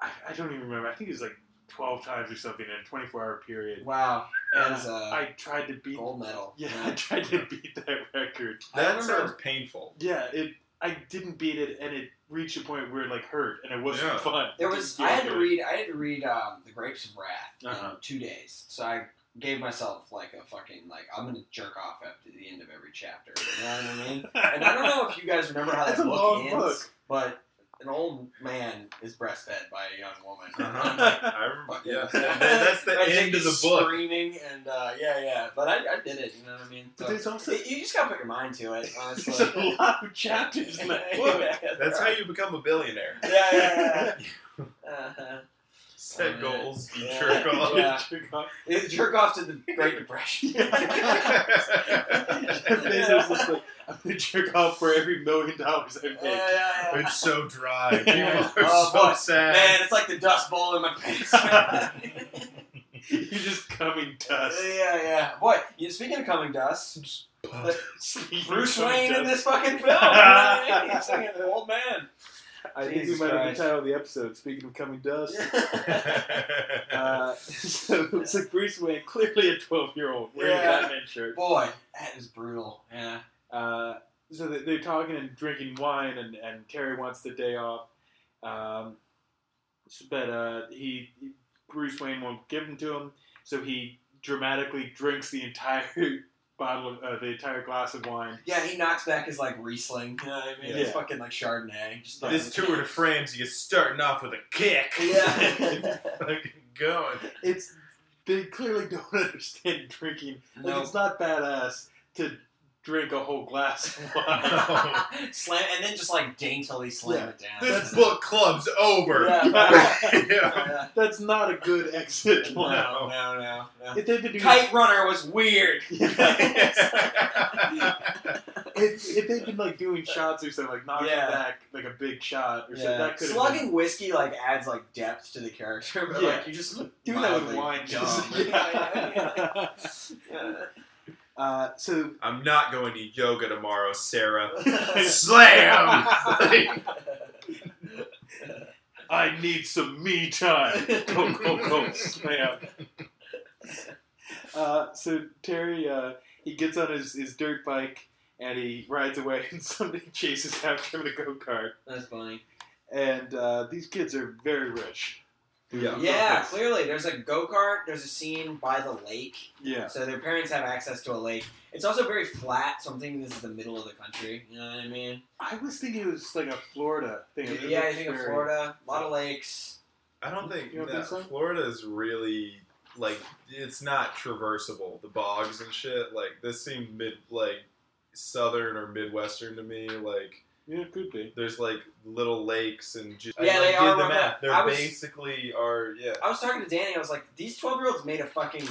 [SPEAKER 1] I, I don't even remember. I think it was like twelve times or something in a twenty four hour period.
[SPEAKER 3] Wow, that
[SPEAKER 1] And
[SPEAKER 3] is a
[SPEAKER 1] I tried to beat
[SPEAKER 3] gold medal.
[SPEAKER 1] yeah, I tried to beat that record.
[SPEAKER 3] I
[SPEAKER 2] That
[SPEAKER 3] remember-
[SPEAKER 2] sounds painful.
[SPEAKER 1] Yeah, it I didn't beat it and it reached a point where it like hurt and it wasn't
[SPEAKER 2] Yeah.
[SPEAKER 1] fun.
[SPEAKER 3] There
[SPEAKER 1] It
[SPEAKER 3] was
[SPEAKER 1] didn't
[SPEAKER 3] I
[SPEAKER 1] feel
[SPEAKER 3] had to
[SPEAKER 1] good.
[SPEAKER 3] read I had to read um, the Grapes of Wrath in
[SPEAKER 1] Uh-huh.
[SPEAKER 3] two days, so I gave myself like a fucking like I'm gonna jerk off after the end of every chapter. You know what I mean? And I don't know if you guys remember how that
[SPEAKER 1] That's a
[SPEAKER 3] book
[SPEAKER 1] long
[SPEAKER 3] ends,
[SPEAKER 1] book.
[SPEAKER 3] but an old man is breastfed by a young woman.
[SPEAKER 2] Uh-huh. I remember.
[SPEAKER 3] Fucking-
[SPEAKER 2] Yeah, that's the
[SPEAKER 3] That
[SPEAKER 2] end
[SPEAKER 3] dick
[SPEAKER 2] of the
[SPEAKER 3] is
[SPEAKER 2] book.
[SPEAKER 3] Screaming and uh, yeah, yeah. But I, I did it. You know what I mean?
[SPEAKER 1] But
[SPEAKER 3] So-
[SPEAKER 1] there's also
[SPEAKER 3] you you just gotta put your mind to it, honestly.
[SPEAKER 1] there's a lot of chapters in that book.
[SPEAKER 2] That's how you become a billionaire.
[SPEAKER 3] Yeah, yeah, yeah. Uh-huh.
[SPEAKER 2] Set
[SPEAKER 3] Uh,
[SPEAKER 2] goals, you
[SPEAKER 3] yeah.
[SPEAKER 2] jerk off.
[SPEAKER 3] Yeah.
[SPEAKER 1] Jerk off.
[SPEAKER 3] It- Jerk off to the Great Depression.
[SPEAKER 1] Bezos was like, I'm gonna jerk off for every million dollars I make.
[SPEAKER 2] it's so dry. People
[SPEAKER 1] Yeah.
[SPEAKER 2] are
[SPEAKER 3] Oh,
[SPEAKER 2] so
[SPEAKER 3] boy.
[SPEAKER 2] sad.
[SPEAKER 3] Man, it's like the dust bowl in my pants. yeah,
[SPEAKER 1] You just coming dust.
[SPEAKER 3] yeah. Boy, you- speaking of coming dust,
[SPEAKER 1] Speaking
[SPEAKER 3] Bruce
[SPEAKER 1] of coming
[SPEAKER 3] Wayne in
[SPEAKER 1] dust.
[SPEAKER 3] this fucking film. you know what I mean? He's like an old man.
[SPEAKER 1] I think we
[SPEAKER 3] Jesus
[SPEAKER 1] might have
[SPEAKER 3] Christ.
[SPEAKER 1] the title of the episode. Speaking of coming dust. Uh, so it's like Bruce Wayne, clearly a 12 year old wearing
[SPEAKER 3] Yeah.
[SPEAKER 1] a Batman shirt.
[SPEAKER 3] Boy, that is brutal. Yeah.
[SPEAKER 1] Uh, so they- they're talking and drinking wine, and, and Terry wants the day off. Um, s- but uh, he Bruce Wayne won't give them to him, so he dramatically drinks the entire bottle of uh, the entire glass of wine.
[SPEAKER 3] Yeah, he knocks back his like Riesling. You know what I mean? His
[SPEAKER 1] Yeah.
[SPEAKER 3] fucking like Chardonnay. Just like,
[SPEAKER 2] this tour de France, you're starting off with a kick.
[SPEAKER 3] Yeah.
[SPEAKER 2] Fucking going.
[SPEAKER 1] It's they clearly don't understand drinking. Like
[SPEAKER 3] No.
[SPEAKER 1] it's not badass to drink a whole glass of wine.
[SPEAKER 2] No.
[SPEAKER 3] slam and then just like daintily slam it down.
[SPEAKER 2] This book club's over.
[SPEAKER 3] Yeah.
[SPEAKER 2] Yeah.
[SPEAKER 3] Yeah.
[SPEAKER 1] That's not a good exit
[SPEAKER 3] No,
[SPEAKER 1] line.
[SPEAKER 3] no, no, no.
[SPEAKER 1] If they've been doing
[SPEAKER 3] Kite Runner was weird.
[SPEAKER 1] if, if they've been like doing shots or something, like knocking
[SPEAKER 3] Yeah.
[SPEAKER 1] back like a big shot or something,
[SPEAKER 3] Yeah.
[SPEAKER 1] that could
[SPEAKER 3] Slugging whiskey like adds like depth to the character, but like
[SPEAKER 1] Yeah.
[SPEAKER 3] you just look
[SPEAKER 1] do that with
[SPEAKER 3] mildly
[SPEAKER 1] wine.
[SPEAKER 3] Dumb.
[SPEAKER 1] yeah. uh, so
[SPEAKER 2] I'm not going to yoga tomorrow, Sarah.
[SPEAKER 3] Yeah.
[SPEAKER 2] Slam!
[SPEAKER 1] I need some me time. Go go go slam. Uh, so Terry, uh, he gets on his, his dirt bike and he rides away, and somebody chases after him in a go kart.
[SPEAKER 3] That's funny.
[SPEAKER 1] And uh, these kids are very rich.
[SPEAKER 2] Yeah.
[SPEAKER 3] Yeah, clearly there's a go kart. There's a scene by the lake,
[SPEAKER 1] Yeah.
[SPEAKER 3] so their parents have access to a lake. It's also very flat, so I'm thinking this is the middle of the country. You know what I mean?
[SPEAKER 1] I was thinking it was like a Florida thing. It
[SPEAKER 3] yeah, I
[SPEAKER 1] looks
[SPEAKER 3] think of
[SPEAKER 1] very-
[SPEAKER 3] Florida, a lot of lakes.
[SPEAKER 2] I don't think
[SPEAKER 1] You don't
[SPEAKER 2] that
[SPEAKER 1] think so?
[SPEAKER 2] Florida is really like it's not traversable. The bogs and shit. Like this seemed mid like southern or midwestern to me. Like
[SPEAKER 1] Yeah, it could be.
[SPEAKER 2] There's like little lakes and just
[SPEAKER 3] Yeah,
[SPEAKER 2] I,
[SPEAKER 3] they
[SPEAKER 2] like,
[SPEAKER 3] are
[SPEAKER 2] did the
[SPEAKER 3] remote.
[SPEAKER 2] math. They're
[SPEAKER 3] I was-
[SPEAKER 2] basically are yeah.
[SPEAKER 3] I was talking to Danny. I was like, these twelve year olds made a fucking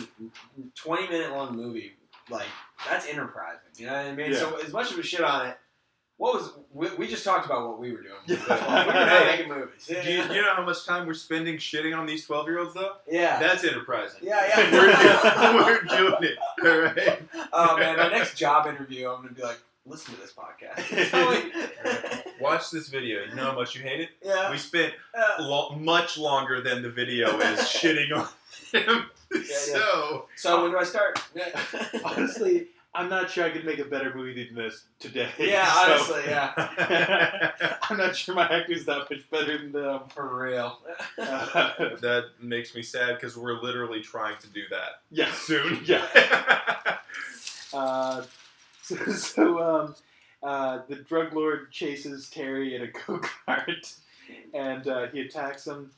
[SPEAKER 3] twenty minute long movie. Like that's enterprising. You know what I mean?
[SPEAKER 1] Yeah.
[SPEAKER 3] So as much as we shit on it, what was we, we just talked about what we were doing? we were not
[SPEAKER 2] Hey,
[SPEAKER 3] making movies.
[SPEAKER 2] Do you, do you know how much time we're spending shitting on these twelve year olds though?
[SPEAKER 3] yeah.
[SPEAKER 2] That's enterprising.
[SPEAKER 3] Yeah, yeah.
[SPEAKER 2] we're, doing, we're doing it. All right.
[SPEAKER 3] Oh man, my next job interview, I'm gonna be like, listen to this podcast.
[SPEAKER 2] Watch this video. You know how much you hate it.
[SPEAKER 3] yeah.
[SPEAKER 2] We spent
[SPEAKER 3] Uh,
[SPEAKER 2] lo- much longer than the video is shitting on him.
[SPEAKER 3] yeah.
[SPEAKER 2] So
[SPEAKER 3] so when do I start?
[SPEAKER 1] Honestly, I'm not sure I could make a better movie than this today.
[SPEAKER 3] yeah,
[SPEAKER 1] so-
[SPEAKER 3] honestly, yeah,
[SPEAKER 1] I'm not sure my acting's that much better than them.
[SPEAKER 3] for real.
[SPEAKER 1] Uh,
[SPEAKER 2] that makes me sad because we're literally trying to do that
[SPEAKER 1] yeah,
[SPEAKER 2] soon.
[SPEAKER 1] yeah. Uh, so, so um, uh, the drug lord chases Terry in a go kart, and uh, he attacks him.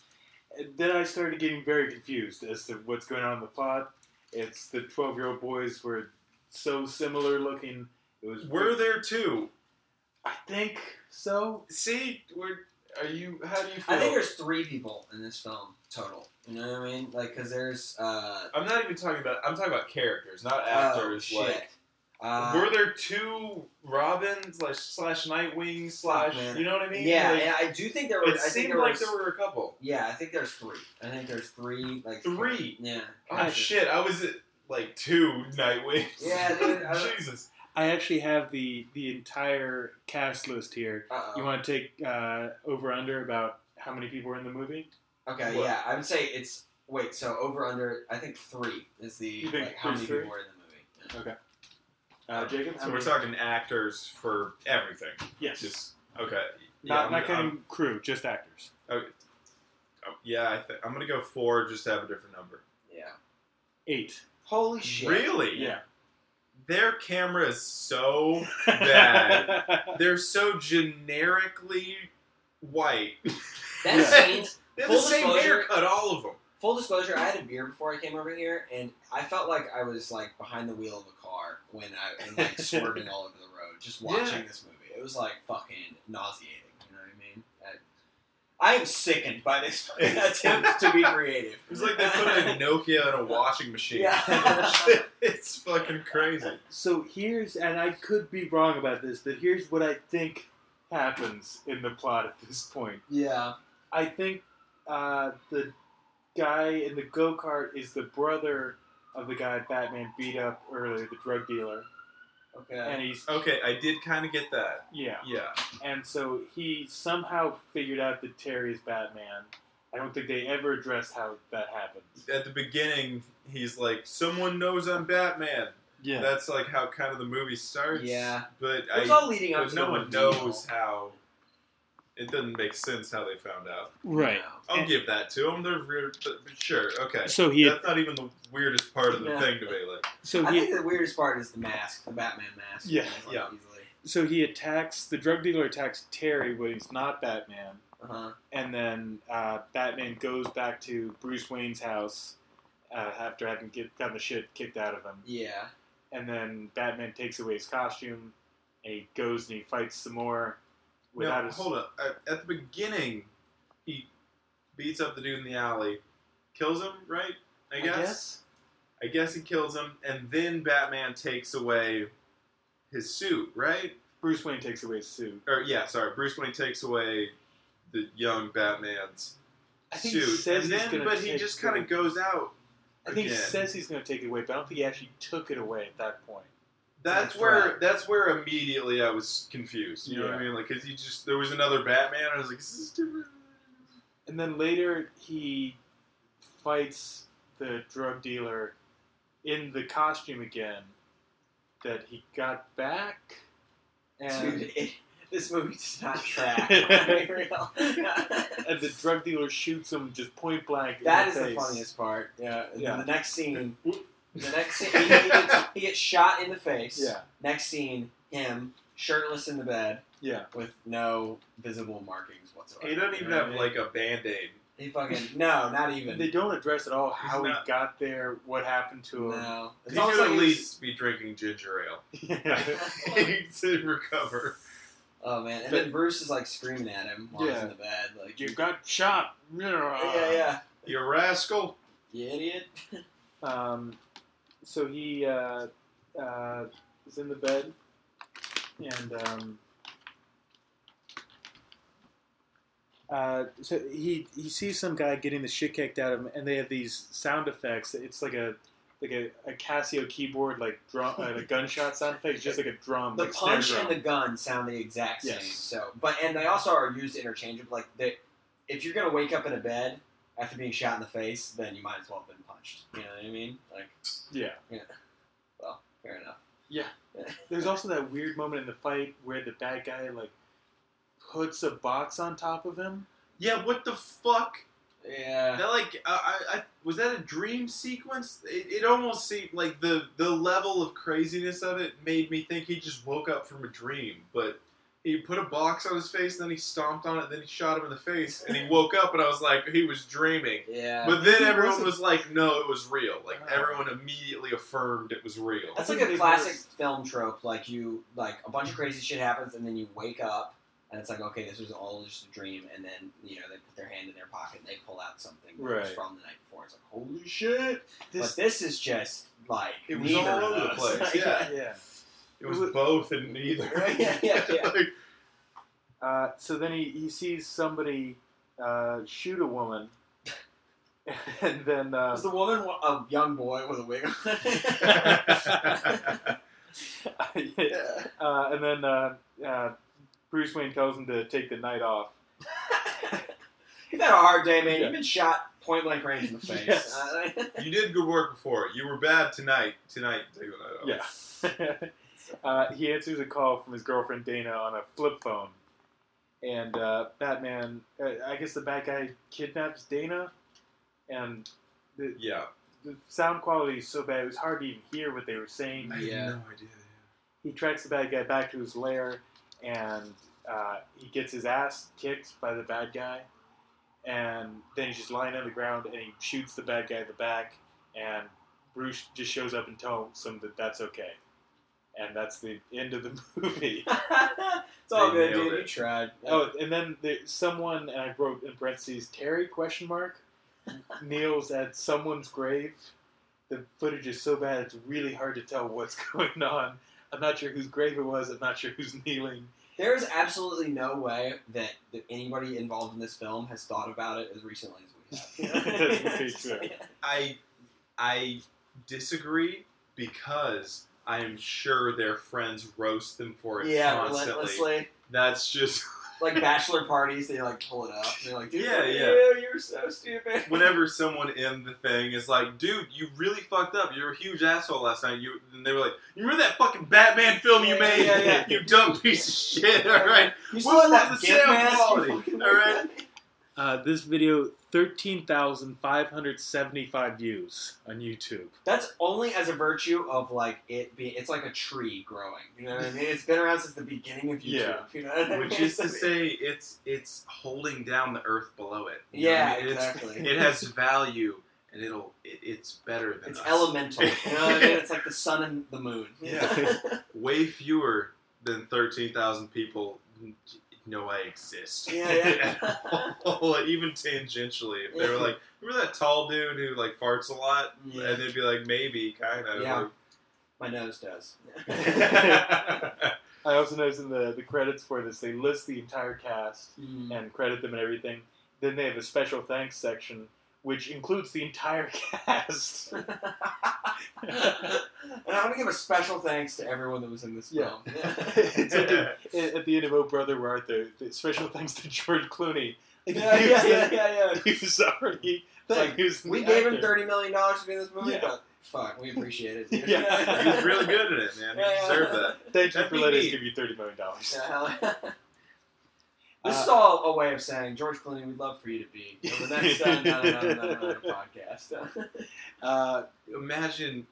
[SPEAKER 1] And then I started getting very confused as to what's going on in the plot. It's the twelve-year-old boys were so similar looking. It was.
[SPEAKER 2] we're there too.
[SPEAKER 1] I think so.
[SPEAKER 2] See, we're. Are you? How do you feel?
[SPEAKER 3] I think there's three people in this film total. You know what I mean? Like, cause there's uh,
[SPEAKER 2] I'm not even talking about. I'm talking about characters, not
[SPEAKER 3] oh,
[SPEAKER 2] actors.
[SPEAKER 3] shit.
[SPEAKER 2] like,
[SPEAKER 3] uh,
[SPEAKER 2] were there two Robins slash slash Nightwing slash?
[SPEAKER 3] man.
[SPEAKER 2] You know what I mean?
[SPEAKER 3] yeah,
[SPEAKER 2] Like,
[SPEAKER 3] yeah, I do think there
[SPEAKER 2] It
[SPEAKER 3] was. I think
[SPEAKER 2] seemed
[SPEAKER 3] there
[SPEAKER 2] like
[SPEAKER 3] was,
[SPEAKER 2] there were a couple.
[SPEAKER 3] Yeah, I think there's three. I think there's three. Like
[SPEAKER 2] Three?
[SPEAKER 3] Yeah.
[SPEAKER 2] Oh shit! I was at like two Nightwings.
[SPEAKER 3] Yeah, dude, I don't-
[SPEAKER 2] Jesus.
[SPEAKER 1] I actually have the the entire cast list here. You
[SPEAKER 3] Uh-oh.
[SPEAKER 1] want to take uh, over under about how many people were in the movie?
[SPEAKER 3] Okay.
[SPEAKER 2] What?
[SPEAKER 3] Yeah, I would say it's wait. So over under. I think three is the
[SPEAKER 1] You think
[SPEAKER 3] like how many
[SPEAKER 1] there's three?
[SPEAKER 3] people were in the movie. Yeah.
[SPEAKER 1] Uh, Jacob, how
[SPEAKER 2] So we're
[SPEAKER 1] many-
[SPEAKER 2] talking actors for everything.
[SPEAKER 1] Yes,
[SPEAKER 2] Just okay.
[SPEAKER 1] not
[SPEAKER 2] yeah,
[SPEAKER 1] not
[SPEAKER 2] I'm,
[SPEAKER 1] counting crew, just actors.
[SPEAKER 2] I'm- yeah, I th- I'm gonna go four. Just to have a different number.
[SPEAKER 3] Yeah.
[SPEAKER 1] Eight.
[SPEAKER 3] Holy shit.
[SPEAKER 2] Really?
[SPEAKER 1] Yeah.
[SPEAKER 2] Their camera is so Bad. they're so generically white.
[SPEAKER 3] That
[SPEAKER 1] Yeah.
[SPEAKER 3] scene
[SPEAKER 2] They have
[SPEAKER 3] Full
[SPEAKER 2] the same
[SPEAKER 3] disclosure-
[SPEAKER 2] haircut, all of them.
[SPEAKER 3] Full disclosure, I had a beer before I came over here, and I felt like I was like behind the wheel of a car when I and like swerving all over the road, just watching this movie. It was like fucking nauseating. You know what I mean? I, I am sickened by this attempt to be creative.
[SPEAKER 2] It's like they put a Nokia in a washing machine.
[SPEAKER 3] Yeah.
[SPEAKER 2] it's fucking crazy.
[SPEAKER 1] So here's, and I could be wrong about this, but here's what I think happens in the plot at this point.
[SPEAKER 3] yeah.
[SPEAKER 1] I think uh, the guy in the go kart is the brother of the guy Batman beat up earlier, the drug dealer,
[SPEAKER 3] Okay.
[SPEAKER 1] and he's
[SPEAKER 2] Okay, I did kind of get that.
[SPEAKER 1] yeah.
[SPEAKER 2] Yeah.
[SPEAKER 1] And so he somehow figured out that Terry is Batman. I don't think they ever address how that happens.
[SPEAKER 2] At the beginning, he's like, someone knows I'm Batman.
[SPEAKER 1] Yeah.
[SPEAKER 2] That's like how kind of the movie starts.
[SPEAKER 3] Yeah.
[SPEAKER 2] But
[SPEAKER 3] It was
[SPEAKER 2] I,
[SPEAKER 3] all leading up
[SPEAKER 2] but
[SPEAKER 3] to
[SPEAKER 2] no
[SPEAKER 3] the
[SPEAKER 2] one
[SPEAKER 3] reveal.
[SPEAKER 2] knows how. It doesn't make sense how they found out.
[SPEAKER 1] Right.
[SPEAKER 3] No.
[SPEAKER 2] I'll
[SPEAKER 1] And-
[SPEAKER 2] give that to them. They're weird, but, but sure. Okay.
[SPEAKER 1] So he
[SPEAKER 2] That's not even the weirdest part of the
[SPEAKER 3] Yeah.
[SPEAKER 2] thing to me. Like,
[SPEAKER 1] so
[SPEAKER 3] I
[SPEAKER 1] he
[SPEAKER 3] think the weirdest part is the mask, the Batman mask.
[SPEAKER 1] Yeah,
[SPEAKER 3] Like,
[SPEAKER 2] yeah.
[SPEAKER 3] Easily.
[SPEAKER 1] so he attacks the drug dealer attacks Terry when he's not Batman,
[SPEAKER 3] Uh-huh.
[SPEAKER 1] and then uh, Batman goes back to Bruce Wayne's house uh, after having get, gotten the shit kicked out of him,
[SPEAKER 3] Yeah.
[SPEAKER 1] and then Batman takes away his costume, and he goes and he fights some more without
[SPEAKER 2] no,
[SPEAKER 1] his
[SPEAKER 2] hold up. At, at the beginning, he beats up the dude in the alley, kills him, right? I guess. I guess he kills him, and then Batman takes away his suit, right?
[SPEAKER 1] Bruce Wayne takes away his suit.
[SPEAKER 2] Or yeah, sorry, Bruce Wayne takes away the young Batman's
[SPEAKER 1] I think
[SPEAKER 2] suit,
[SPEAKER 1] he says
[SPEAKER 2] and
[SPEAKER 1] he's
[SPEAKER 2] then
[SPEAKER 1] gonna
[SPEAKER 2] but he
[SPEAKER 1] take
[SPEAKER 2] just
[SPEAKER 1] the-
[SPEAKER 2] kind of goes out.
[SPEAKER 1] I think he
[SPEAKER 2] again.
[SPEAKER 1] says he's going to take it away, but I don't think he actually took it away at that point.
[SPEAKER 2] That's
[SPEAKER 3] That's
[SPEAKER 2] where
[SPEAKER 3] right.
[SPEAKER 2] that's where immediately I was confused. You know what I
[SPEAKER 1] Yeah.
[SPEAKER 2] mean? Like, cause he just there was another Batman. I was like, this is different.
[SPEAKER 1] And then later he fights the drug dealer in the costume again that he got back. And,
[SPEAKER 3] Dude, it, this movie does not track. I'm real.
[SPEAKER 1] and the drug dealer shoots him just point blank. in
[SPEAKER 3] that is the
[SPEAKER 1] the face.
[SPEAKER 3] funniest part. Yeah. and
[SPEAKER 1] Yeah.
[SPEAKER 3] then the next scene,
[SPEAKER 1] Whoop.
[SPEAKER 3] the next scene, he, he gets, he gets shot in the face.
[SPEAKER 1] Yeah,
[SPEAKER 3] Next scene, him shirtless in the bed
[SPEAKER 1] yeah.
[SPEAKER 3] with no visible markings whatsoever.
[SPEAKER 2] He doesn't even have like a band aid.
[SPEAKER 3] He fucking no, not
[SPEAKER 1] And
[SPEAKER 3] even.
[SPEAKER 1] they don't address at all how
[SPEAKER 2] He's
[SPEAKER 1] he
[SPEAKER 2] not-
[SPEAKER 1] got there, what happened to him.
[SPEAKER 3] no.
[SPEAKER 2] He
[SPEAKER 3] It's
[SPEAKER 2] should
[SPEAKER 3] almost
[SPEAKER 2] at
[SPEAKER 3] like he was-
[SPEAKER 2] least be drinking ginger ale
[SPEAKER 1] Yeah.
[SPEAKER 2] to recover.
[SPEAKER 3] Oh man! And then Bruce is like screaming at him while he's
[SPEAKER 1] Yeah.
[SPEAKER 3] in the bed, like
[SPEAKER 1] You got shot.
[SPEAKER 3] yeah, yeah,
[SPEAKER 2] You rascal.
[SPEAKER 3] you idiot.
[SPEAKER 1] Um, so he uh, uh, is in the bed, and um, uh, so he he sees some guy getting the shit kicked out of him, and they have these sound effects. It's like a like a, a Casio keyboard, like drum, uh, like gunshot sound effects, just like a drum.
[SPEAKER 3] The
[SPEAKER 1] like snare
[SPEAKER 3] punch
[SPEAKER 1] drum.
[SPEAKER 3] and the gun sound the exact same.
[SPEAKER 1] Yes.
[SPEAKER 3] So, but and they also are used interchangeably. Like they, if you're gonna wake up in a bed after being shot in the face, then you might as well have been punched. You know what I mean? Like,
[SPEAKER 1] yeah.
[SPEAKER 3] fair enough.
[SPEAKER 1] There's also that weird moment in the fight where the bad guy like puts a box on top of him.
[SPEAKER 2] Yeah, what the fuck?
[SPEAKER 3] Yeah.
[SPEAKER 2] That like, I, I I- was that a dream sequence? It, it almost seemed like the the level of craziness of it made me think he just woke up from a dream. But he put a box on his face, then he stomped on it, then he shot him in the face, and he woke up, and I was like, he was dreaming.
[SPEAKER 3] Yeah.
[SPEAKER 2] But then
[SPEAKER 1] He
[SPEAKER 2] everyone
[SPEAKER 1] wasn't-
[SPEAKER 2] was like, no, it was real. Like
[SPEAKER 1] Oh.
[SPEAKER 2] everyone immediately affirmed it was real.
[SPEAKER 3] That's
[SPEAKER 1] I
[SPEAKER 3] like
[SPEAKER 1] think
[SPEAKER 3] a
[SPEAKER 1] they
[SPEAKER 3] classic
[SPEAKER 1] first-
[SPEAKER 3] film trope. Like you, like a bunch of crazy shit happens, and then you wake up, and it's like, okay, this was all just a dream. And then you know they put their hand in their pocket, and they pull out something that was
[SPEAKER 1] Right.
[SPEAKER 3] from the night before. It's like, holy shit!
[SPEAKER 1] This
[SPEAKER 3] but this is just like
[SPEAKER 2] It was
[SPEAKER 3] neither
[SPEAKER 2] all
[SPEAKER 3] of
[SPEAKER 2] over the
[SPEAKER 3] those.
[SPEAKER 2] place,
[SPEAKER 3] Like,
[SPEAKER 2] yeah.
[SPEAKER 1] yeah.
[SPEAKER 2] It was both and neither.
[SPEAKER 3] Yeah, yeah, yeah.
[SPEAKER 2] Like,
[SPEAKER 1] Uh, so then he, he sees somebody uh, shoot a woman, and then uh,
[SPEAKER 3] Was the woman wa- a young boy with a wig on?
[SPEAKER 1] uh, and then uh, uh, Bruce Wayne tells him to take the night off.
[SPEAKER 3] You've had a hard day, man.
[SPEAKER 1] Yeah.
[SPEAKER 3] You've been shot point blank range in the face.
[SPEAKER 1] Yes.
[SPEAKER 3] Uh,
[SPEAKER 2] you did good work before. You were bad tonight. Tonight, take that out.
[SPEAKER 1] Yeah. uh, he answers a call from his girlfriend Dana on a flip phone, and uh, Batman. Uh, I guess the bad guy kidnaps Dana, and the,
[SPEAKER 2] Yeah.
[SPEAKER 1] the sound quality is so bad it was hard to even hear what they were saying.
[SPEAKER 2] I
[SPEAKER 3] Yeah.
[SPEAKER 2] had no idea.
[SPEAKER 1] he tracks the bad guy back to his lair and uh, he gets his ass kicked by the bad guy and then he's just lying on the ground and he shoots the bad guy in the back and bruce just shows up and tells him that that's okay and that's the end of the movie
[SPEAKER 3] it's all
[SPEAKER 2] They
[SPEAKER 3] good,
[SPEAKER 2] nailed
[SPEAKER 3] dude.
[SPEAKER 2] it.
[SPEAKER 3] You tried.
[SPEAKER 1] oh and then the, someone and i wrote in parentheses terry question mark kneels at someone's grave the footage is so bad it's really hard to tell what's going on i'm not sure whose grave it was i'm not sure who's kneeling
[SPEAKER 3] There is absolutely no way that, that anybody involved in this film has thought about it as recently as we have.
[SPEAKER 1] That's pretty true.
[SPEAKER 2] I, I disagree because I am sure their friends roast them for it
[SPEAKER 3] Yeah,
[SPEAKER 2] constantly.
[SPEAKER 3] relentlessly.
[SPEAKER 2] That's just
[SPEAKER 3] Like bachelor parties, they like pull it up. They're like, dude,
[SPEAKER 2] Yeah,
[SPEAKER 3] look at
[SPEAKER 2] yeah.
[SPEAKER 3] you, you're so stupid.
[SPEAKER 2] whenever someone in the thing is like, "Dude, you really fucked up. You're a huge asshole last night." You and they were like, "You remember that fucking Batman film you
[SPEAKER 3] Yeah,
[SPEAKER 2] made?
[SPEAKER 3] yeah, yeah.
[SPEAKER 2] you dumb piece of shit." All right,
[SPEAKER 3] You
[SPEAKER 2] What
[SPEAKER 3] still have that
[SPEAKER 2] was the
[SPEAKER 3] gimp
[SPEAKER 2] sound
[SPEAKER 3] mask?
[SPEAKER 2] quality?
[SPEAKER 3] You fucking-
[SPEAKER 2] All right.
[SPEAKER 1] Uh, this video, 13,575 views on YouTube.
[SPEAKER 3] That's only as a virtue of like it being. It's like a tree growing. You know what I mean? It's been around since the beginning of YouTube.
[SPEAKER 1] Yeah.
[SPEAKER 3] You know what I
[SPEAKER 2] which
[SPEAKER 3] mean?
[SPEAKER 2] is to say, it's it's holding down the earth below it. You know what
[SPEAKER 3] yeah,
[SPEAKER 2] I mean? It's-
[SPEAKER 3] exactly.
[SPEAKER 2] it has value, and it'll it, it's better than
[SPEAKER 3] It's
[SPEAKER 2] us.
[SPEAKER 3] elemental. You know what I mean? It's like the sun and the moon.
[SPEAKER 2] Yeah. Way fewer than thirteen thousand people know I exist.
[SPEAKER 3] yeah, yeah.
[SPEAKER 2] even tangentially, if they were like, remember that tall dude who like farts a lot,
[SPEAKER 3] Yeah.
[SPEAKER 2] and they'd be like, maybe, kind of.
[SPEAKER 3] Yeah. My nose does.
[SPEAKER 1] I also noticed in the, the credits for this, they list the entire cast
[SPEAKER 3] Mm.
[SPEAKER 1] and credit them and everything. Then they have a special thanks section, which includes the entire cast.
[SPEAKER 3] and I want to give a special thanks to everyone that was in this
[SPEAKER 1] Yeah.
[SPEAKER 3] film.
[SPEAKER 1] It's like a- at at the end of Oh Brother, Where Art Thou, the special thanks to George Clooney. Like,
[SPEAKER 3] yeah,
[SPEAKER 1] he,
[SPEAKER 3] yeah,
[SPEAKER 1] was
[SPEAKER 3] yeah,
[SPEAKER 1] the-
[SPEAKER 3] yeah, yeah.
[SPEAKER 1] he was already.
[SPEAKER 3] Like,
[SPEAKER 1] he was
[SPEAKER 3] We
[SPEAKER 1] the
[SPEAKER 3] gave him
[SPEAKER 1] actor.
[SPEAKER 3] thirty million dollars to be in this movie,
[SPEAKER 1] Yeah.
[SPEAKER 3] but fuck, we appreciate it. dude.
[SPEAKER 1] Yeah.
[SPEAKER 2] he was really good at it, man. He
[SPEAKER 3] Yeah, yeah.
[SPEAKER 2] deserved that.
[SPEAKER 1] Thank you
[SPEAKER 2] That'd
[SPEAKER 1] for
[SPEAKER 2] be
[SPEAKER 1] letting us
[SPEAKER 2] me.
[SPEAKER 1] give you $30 million.
[SPEAKER 3] Yeah, hell- This
[SPEAKER 1] Uh,
[SPEAKER 3] is all a way of saying, George Clooney, we'd love for you to be on the next uh, no, no, no, no, no, no, podcast.
[SPEAKER 1] Uh,
[SPEAKER 2] Imagine,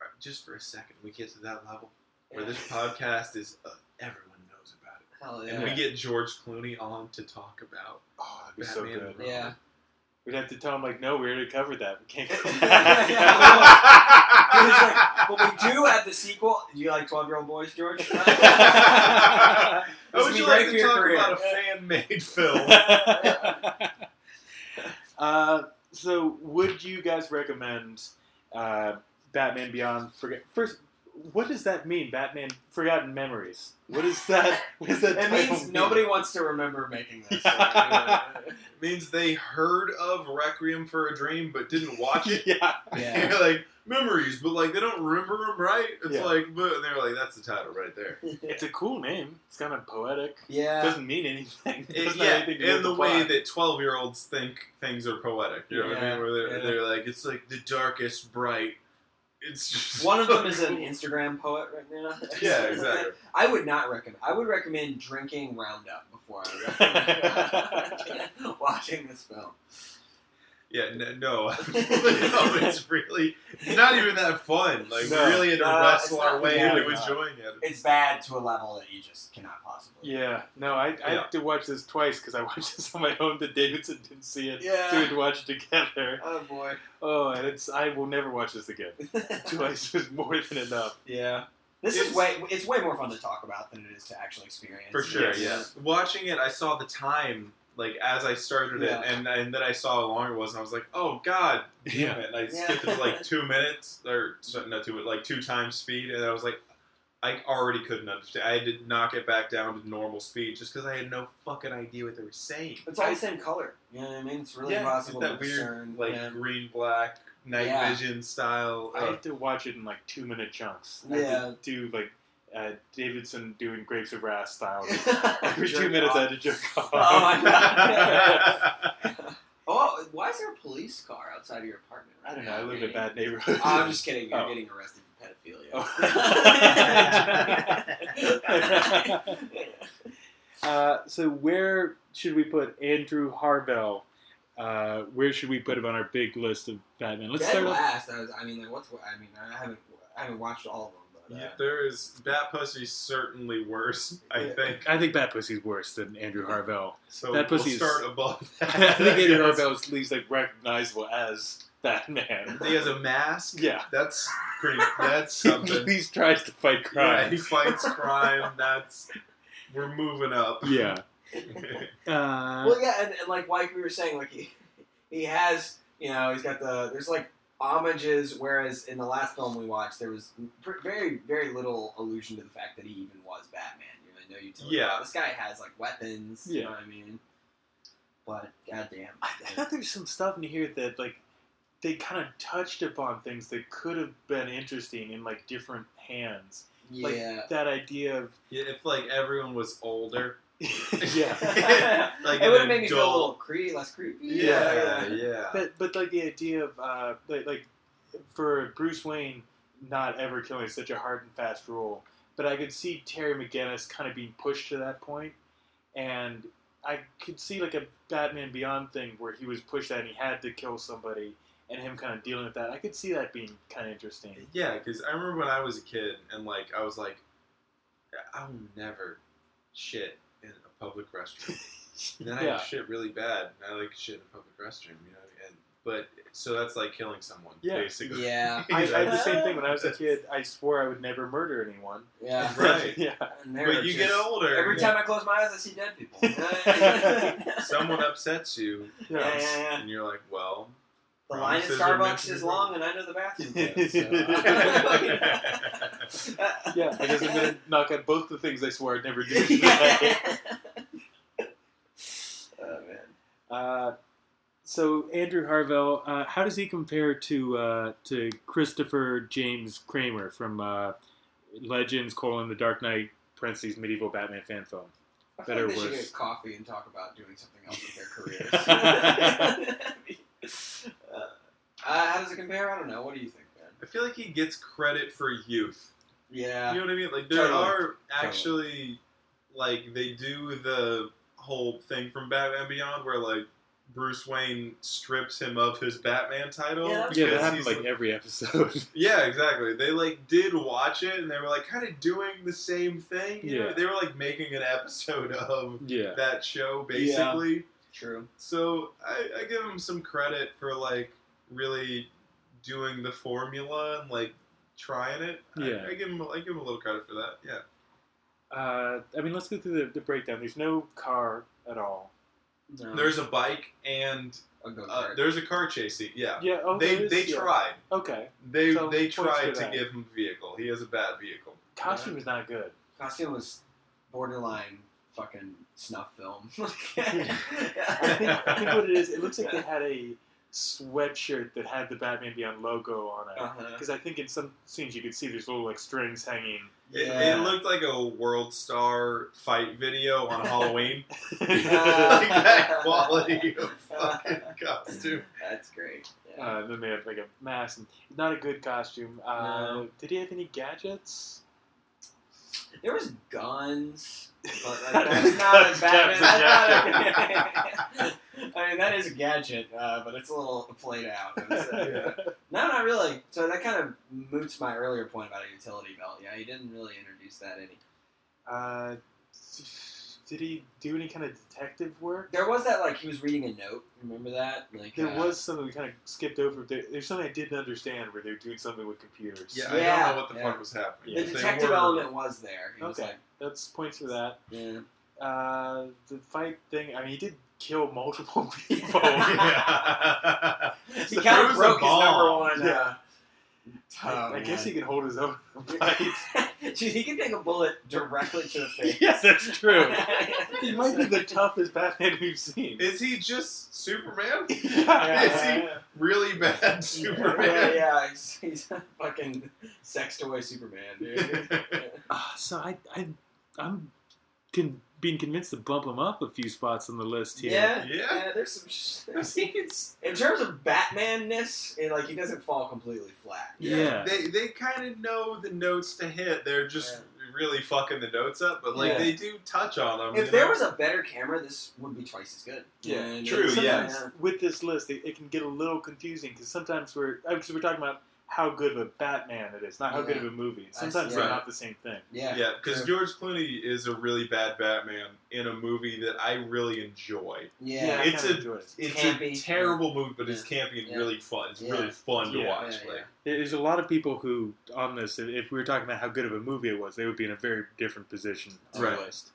[SPEAKER 2] uh, just for a second, we get to that level where this podcast is uh, everyone knows about it,
[SPEAKER 3] Hell
[SPEAKER 2] and
[SPEAKER 3] yeah.
[SPEAKER 2] we get George Clooney on to talk about
[SPEAKER 1] oh, that'd be so
[SPEAKER 2] Batman.
[SPEAKER 1] good.
[SPEAKER 2] and Robin.
[SPEAKER 3] Yeah.
[SPEAKER 1] We'd have to tell him like, no, we already covered that. We can't. Go back.
[SPEAKER 2] that
[SPEAKER 3] But we do have the sequel. Do you like 12 year old boys, George?
[SPEAKER 2] How would
[SPEAKER 3] be
[SPEAKER 2] you
[SPEAKER 3] great
[SPEAKER 2] like
[SPEAKER 3] for
[SPEAKER 2] to
[SPEAKER 3] your
[SPEAKER 2] talk
[SPEAKER 3] career.
[SPEAKER 2] about a fan-made film?
[SPEAKER 1] uh, so, would you guys recommend uh, Batman Beyond? Forget first. What does that mean? Batman Forgotten Memories. What is that? What is that?
[SPEAKER 3] It
[SPEAKER 1] title
[SPEAKER 3] means
[SPEAKER 1] mean?
[SPEAKER 3] nobody wants to remember making this.
[SPEAKER 2] means they heard of Requiem for a Dream but didn't watch it.
[SPEAKER 1] yeah.
[SPEAKER 3] Yeah.
[SPEAKER 2] They're like memories, but like they don't remember them right. It's
[SPEAKER 1] Yeah.
[SPEAKER 2] like, but and they're like, that's the title right there.
[SPEAKER 1] It's a cool name. It's kind of poetic. It
[SPEAKER 3] Yeah.
[SPEAKER 1] doesn't mean anything. It
[SPEAKER 2] It-
[SPEAKER 1] doesn't have
[SPEAKER 2] yeah,
[SPEAKER 1] anything to do
[SPEAKER 2] and
[SPEAKER 1] with
[SPEAKER 2] the,
[SPEAKER 1] the
[SPEAKER 2] way
[SPEAKER 1] plot.
[SPEAKER 2] that twelve-year-olds think things are poetic. You know what I
[SPEAKER 3] Yeah,
[SPEAKER 2] mean? Where they're,
[SPEAKER 3] yeah.
[SPEAKER 2] they're like, it's like the darkest bright. It's just
[SPEAKER 3] One of them is an
[SPEAKER 2] an
[SPEAKER 3] Instagram poet right now.
[SPEAKER 2] yeah, exactly.
[SPEAKER 3] I would not recommend. I would recommend drinking Roundup before I recommend watching this film.
[SPEAKER 2] Yeah, n- no, no, it's really it's not even that fun. Like
[SPEAKER 1] No.
[SPEAKER 2] really had to
[SPEAKER 3] No, it's
[SPEAKER 2] wrestle
[SPEAKER 3] not-
[SPEAKER 2] our way
[SPEAKER 3] yeah,
[SPEAKER 2] into
[SPEAKER 1] no.
[SPEAKER 2] enjoying it.
[SPEAKER 3] It's bad to a level that you just cannot possibly.
[SPEAKER 1] Yeah, no, I, I
[SPEAKER 2] Yeah.
[SPEAKER 1] had to watch this twice because I watched this on my own. The Davidson didn't see it. so we
[SPEAKER 3] Yeah.
[SPEAKER 1] had to watch it together.
[SPEAKER 3] Oh boy.
[SPEAKER 1] Oh, and it's I will never watch this again. Twice is more than enough.
[SPEAKER 3] yeah. This is
[SPEAKER 2] It's-
[SPEAKER 3] way. It's way more fun to talk about than it is to actually experience.
[SPEAKER 2] For sure,
[SPEAKER 1] Yes.
[SPEAKER 2] yeah. Watching it, I saw the time like as I started
[SPEAKER 3] Yeah.
[SPEAKER 2] it, and and then I saw how long it was, and I was like, oh god, damn it! And I
[SPEAKER 3] Yeah.
[SPEAKER 2] skipped it to like two minutes or so- no, two like two times speed, and I was like, I already couldn't understand. I did not get back down to normal speed just because I had no fucking idea what they were saying.
[SPEAKER 3] It's all the same color. You know what I mean? It's really
[SPEAKER 2] Yeah,
[SPEAKER 3] impossible
[SPEAKER 2] it's that
[SPEAKER 3] to
[SPEAKER 2] weird,
[SPEAKER 3] discern.
[SPEAKER 2] like
[SPEAKER 3] yeah.
[SPEAKER 2] green black night
[SPEAKER 3] Yeah.
[SPEAKER 2] vision style.
[SPEAKER 1] I had to watch it in like two minute chunks. I
[SPEAKER 3] Yeah.
[SPEAKER 1] had to do like uh, Davidson doing Grapes of Wrath style. Every two minutes, I had to jerk off.
[SPEAKER 3] Oh, my
[SPEAKER 2] God.
[SPEAKER 3] Oh, why is there a police car outside of your apartment?
[SPEAKER 1] I don't know. I live in a
[SPEAKER 3] maybe.
[SPEAKER 1] bad neighborhood.
[SPEAKER 3] Oh, I'm just kidding. You're
[SPEAKER 1] Oh.
[SPEAKER 3] getting arrested for pedophilia.
[SPEAKER 1] Uh, so where should we put Andrew Harvell? Uh, where should we put him on our big list of Batman? Let's
[SPEAKER 3] Dead
[SPEAKER 1] start off.
[SPEAKER 3] last. I was. I mean, like, what's? I mean, I haven't. I haven't watched all of them. But, uh,
[SPEAKER 2] yeah, there is Bat Pussy's certainly worse, I
[SPEAKER 3] Yeah.
[SPEAKER 2] think.
[SPEAKER 1] I think Bad Pussy's worse than Andrew Harvell.
[SPEAKER 2] So
[SPEAKER 1] Bat
[SPEAKER 2] we'll
[SPEAKER 1] Pussy is-
[SPEAKER 2] start above that.
[SPEAKER 1] I think Andrew
[SPEAKER 2] Yes.
[SPEAKER 1] Harvell is at least like recognizable as Batman.
[SPEAKER 2] He has a mask.
[SPEAKER 1] Yeah,
[SPEAKER 2] That's pretty. That's
[SPEAKER 1] he at
[SPEAKER 2] something.
[SPEAKER 1] least tries to fight
[SPEAKER 2] Yeah,
[SPEAKER 1] crime.
[SPEAKER 2] he fights crime. That's we're moving up.
[SPEAKER 1] Yeah. Uh,
[SPEAKER 3] Well, yeah, and, and like like we were saying, like he he has you know he's got the there's like homages, whereas in the last film we watched there was pr- very very little allusion to the fact that he even was Batman. You know, I know you tell
[SPEAKER 2] Yeah.
[SPEAKER 3] this guy has like weapons. You
[SPEAKER 1] Yeah.
[SPEAKER 3] know what I mean? But goddamn,
[SPEAKER 1] I, I thought there's some stuff in here that like they kind of touched upon things that could have been interesting in like different hands. Like,
[SPEAKER 3] yeah.
[SPEAKER 1] That idea of
[SPEAKER 2] Yeah, if like everyone was older,
[SPEAKER 1] yeah,
[SPEAKER 2] like
[SPEAKER 3] it
[SPEAKER 2] an
[SPEAKER 3] would have made me feel a
[SPEAKER 2] adult-
[SPEAKER 3] little cre- less creepy.
[SPEAKER 2] Yeah, yeah.
[SPEAKER 1] but but like the idea of uh, like, like for Bruce Wayne not ever killing is such a hard and fast rule. But I could see Terry McGinnis kind of being pushed to that point, and I could see like a Batman Beyond thing where he was pushed that and he had to kill somebody, and him kind of dealing with that. I could see that being kind of interesting.
[SPEAKER 2] Yeah, because I remember when I was a kid and like I was like, I will never shit in a public restroom. And then
[SPEAKER 1] Yeah.
[SPEAKER 2] I shit really bad, and I like shit in a public restroom, you know. And but so that's like killing someone,
[SPEAKER 1] Yeah.
[SPEAKER 2] basically.
[SPEAKER 3] yeah,
[SPEAKER 1] I, I had the
[SPEAKER 2] That's-
[SPEAKER 1] same thing when I was a kid. I swore I would never murder anyone.
[SPEAKER 3] yeah.
[SPEAKER 2] Right.
[SPEAKER 1] yeah.
[SPEAKER 3] And there are
[SPEAKER 2] But you get
[SPEAKER 3] just-
[SPEAKER 2] older.
[SPEAKER 3] Every
[SPEAKER 2] yeah.
[SPEAKER 3] time I close my eyes, I see dead people.
[SPEAKER 2] someone upsets you,
[SPEAKER 3] Yeah, yeah, yeah.
[SPEAKER 2] and you're like, well.
[SPEAKER 3] The line at
[SPEAKER 2] Promises are
[SPEAKER 3] Starbucks
[SPEAKER 2] meant to be
[SPEAKER 3] is
[SPEAKER 2] broken.
[SPEAKER 3] long, and I know the bathroom.
[SPEAKER 2] yeah,
[SPEAKER 3] code, so-
[SPEAKER 1] Yeah, I guess I'm gonna knock out both the things I swore I'd never do.
[SPEAKER 3] oh man.
[SPEAKER 1] uh, so Andrew Harvell, uh, how does he compare to uh, to Christopher James Kramer from uh, Legends: Colon the Dark Knight, parentheses medieval Batman fan film?
[SPEAKER 3] I feel
[SPEAKER 1] Better
[SPEAKER 3] like they should
[SPEAKER 1] worse.
[SPEAKER 3] get coffee and talk about doing something else with their careers. uh, how does it compare? I don't know. What do you think, man?
[SPEAKER 2] I feel like he gets credit for youth.
[SPEAKER 3] Yeah.
[SPEAKER 2] You know what I mean? Like there
[SPEAKER 3] Totally.
[SPEAKER 2] are actually like they do the whole thing from Batman Beyond where like Bruce Wayne strips him of his Batman title.
[SPEAKER 3] Yeah, that's
[SPEAKER 1] Yeah, that
[SPEAKER 2] because
[SPEAKER 1] happens
[SPEAKER 2] he's,
[SPEAKER 1] like every episode.
[SPEAKER 2] yeah, exactly. They like did watch it and they were like kind of doing the same thing. you know?
[SPEAKER 1] Yeah.
[SPEAKER 2] they were like making an episode of
[SPEAKER 1] yeah,
[SPEAKER 2] that show basically.
[SPEAKER 3] True.
[SPEAKER 2] So I, I give him some credit for like really doing the formula and like trying it. I-
[SPEAKER 1] Yeah.
[SPEAKER 2] I, give him I give him a little credit for that. Yeah.
[SPEAKER 1] Uh, I mean, let's go through the, the breakdown. There's no car at all.
[SPEAKER 3] No,
[SPEAKER 2] There's a bike and
[SPEAKER 3] I'll go
[SPEAKER 2] uh,
[SPEAKER 3] there.
[SPEAKER 2] there's a car chase scene. Yeah.
[SPEAKER 1] Yeah. Oh, there
[SPEAKER 2] They
[SPEAKER 1] is-
[SPEAKER 2] they
[SPEAKER 1] yeah.
[SPEAKER 2] tried.
[SPEAKER 1] Okay.
[SPEAKER 2] They
[SPEAKER 1] So,
[SPEAKER 2] they
[SPEAKER 1] points for
[SPEAKER 2] tried to
[SPEAKER 1] that.
[SPEAKER 2] give him a vehicle. He has a bad vehicle.
[SPEAKER 1] Costume is not good.
[SPEAKER 3] Costume was borderline fucking snuff film. I
[SPEAKER 1] I think, I think what it is, it looks like they had a sweatshirt that had the Batman Beyond logo on it.
[SPEAKER 3] uh-huh.
[SPEAKER 1] Because I think in some scenes you could see there's little like strings hanging.
[SPEAKER 2] It,
[SPEAKER 3] Yeah.
[SPEAKER 2] it looked like a world star fight video on Halloween.
[SPEAKER 1] uh,
[SPEAKER 2] like that quality of fucking costume.
[SPEAKER 3] That's great. Yeah.
[SPEAKER 1] Uh, and then they have like a mask. And not a good costume. Uh,
[SPEAKER 3] No.
[SPEAKER 1] Did he have any gadgets?
[SPEAKER 3] there was guns, but like,
[SPEAKER 2] that
[SPEAKER 3] that's not a
[SPEAKER 1] That's
[SPEAKER 3] Batman. I mean, that is a gadget, uh, but it's a little played out. It's, uh,
[SPEAKER 2] Yeah.
[SPEAKER 3] No, not really. So that kind of moots my earlier point about a utility belt. Yeah, he didn't really introduce that any.
[SPEAKER 1] Uh, did he do any kind of detective work?
[SPEAKER 3] There was that like he was reading a note. Remember that? Like
[SPEAKER 1] There
[SPEAKER 3] uh,
[SPEAKER 1] was something we kind of skipped over. There, there's something I didn't understand where they were doing something with computers.
[SPEAKER 2] Yeah, I
[SPEAKER 3] Yeah.
[SPEAKER 2] don't know what the
[SPEAKER 3] Yeah.
[SPEAKER 2] fuck was happening.
[SPEAKER 3] the
[SPEAKER 1] They
[SPEAKER 3] detective
[SPEAKER 2] were-
[SPEAKER 3] element was there. He was
[SPEAKER 1] Okay.
[SPEAKER 3] like,
[SPEAKER 1] That's points for that.
[SPEAKER 3] yeah.
[SPEAKER 1] Uh, the fight thing. I mean, he did kill multiple people.
[SPEAKER 2] Oh, Yeah.
[SPEAKER 3] He
[SPEAKER 2] So
[SPEAKER 3] kind
[SPEAKER 2] there
[SPEAKER 3] of
[SPEAKER 2] was a
[SPEAKER 3] broke his number
[SPEAKER 2] ball.
[SPEAKER 3] one. Uh,
[SPEAKER 1] I, I guess he can hold his own. in a Fight.
[SPEAKER 3] Dude, he can take a bullet directly to the face.
[SPEAKER 1] yes, that's true. He might be the toughest Batman we've seen.
[SPEAKER 2] Is he just Superman?
[SPEAKER 1] Yeah.
[SPEAKER 2] Is he really bad
[SPEAKER 3] Yeah,
[SPEAKER 2] Superman?
[SPEAKER 3] yeah, he's, he's a fucking sexed away Superman, dude.
[SPEAKER 1] Ah, so I, I, I'm con- being convinced to bump him up a few spots on the list here.
[SPEAKER 3] yeah,
[SPEAKER 2] Yeah.
[SPEAKER 3] There's some. Sh-
[SPEAKER 2] It's-
[SPEAKER 3] in terms of Batman-ness, it, like he doesn't fall completely flat.
[SPEAKER 1] Yeah.
[SPEAKER 2] They they kind of know the notes to hit. They're just really fucking the notes up, but like
[SPEAKER 3] Yeah.
[SPEAKER 2] they do touch on them.
[SPEAKER 3] If there was a better camera, this would be twice as good.
[SPEAKER 1] Yeah,
[SPEAKER 3] And
[SPEAKER 2] true,
[SPEAKER 3] it's-
[SPEAKER 2] yeah.
[SPEAKER 1] Sometimes with this list, it, it can get a little confusing because sometimes we're uh, 'cause we're talking about how good of a Batman it is, not how good of a movie.
[SPEAKER 3] I see.
[SPEAKER 1] Sometimes they're
[SPEAKER 2] Right.
[SPEAKER 1] not the same thing.
[SPEAKER 3] yeah,
[SPEAKER 2] yeah, because
[SPEAKER 3] True.
[SPEAKER 2] George Clooney is a really bad Batman in a movie that I really enjoy.
[SPEAKER 3] yeah.
[SPEAKER 1] I
[SPEAKER 2] It's
[SPEAKER 1] kinda
[SPEAKER 2] a-
[SPEAKER 1] enjoy it.
[SPEAKER 2] It's a
[SPEAKER 3] Campy.
[SPEAKER 2] terrible movie, but it's campy and
[SPEAKER 3] Yeah.
[SPEAKER 2] really fun. It's
[SPEAKER 3] Yeah.
[SPEAKER 2] really fun to
[SPEAKER 1] Yeah.
[SPEAKER 2] watch.
[SPEAKER 3] Yeah,
[SPEAKER 2] like,
[SPEAKER 3] yeah.
[SPEAKER 1] There's a lot of people who on this, if- if we were talking about how good of a movie it was, they would be in a very different position on
[SPEAKER 2] Right.
[SPEAKER 1] the list.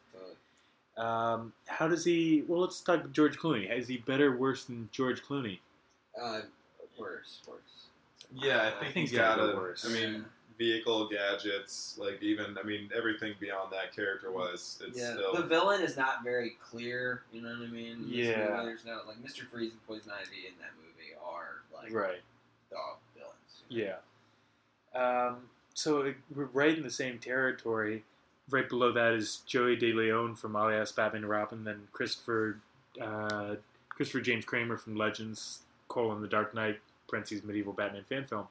[SPEAKER 1] Um, how does he? Well, let's talk George Clooney. Is he better, worse than George Clooney?
[SPEAKER 3] Uh, worse, worse.
[SPEAKER 2] Yeah,
[SPEAKER 3] Uh,
[SPEAKER 2] I think
[SPEAKER 1] think
[SPEAKER 2] he's
[SPEAKER 1] it's gonna
[SPEAKER 2] got
[SPEAKER 1] get
[SPEAKER 2] a.
[SPEAKER 1] worse.
[SPEAKER 2] I mean, vehicle gadgets, like even I mean everything beyond that character wise, it's
[SPEAKER 3] yeah,
[SPEAKER 2] still
[SPEAKER 3] the villain is not very clear. You know what I mean? This
[SPEAKER 1] Yeah.
[SPEAKER 3] movie, There's no like Mr. Freeze and Poison Ivy in that movie are like
[SPEAKER 1] Right.
[SPEAKER 3] dog villains.
[SPEAKER 1] Yeah. Um, so it- we're right in the same territory. Right below that is Joey De Leon from Alias Batman and Robin, then Christopher uh, Christopher James Kramer from Legends, colon The Dark Knight, Prince's medieval Batman fan film.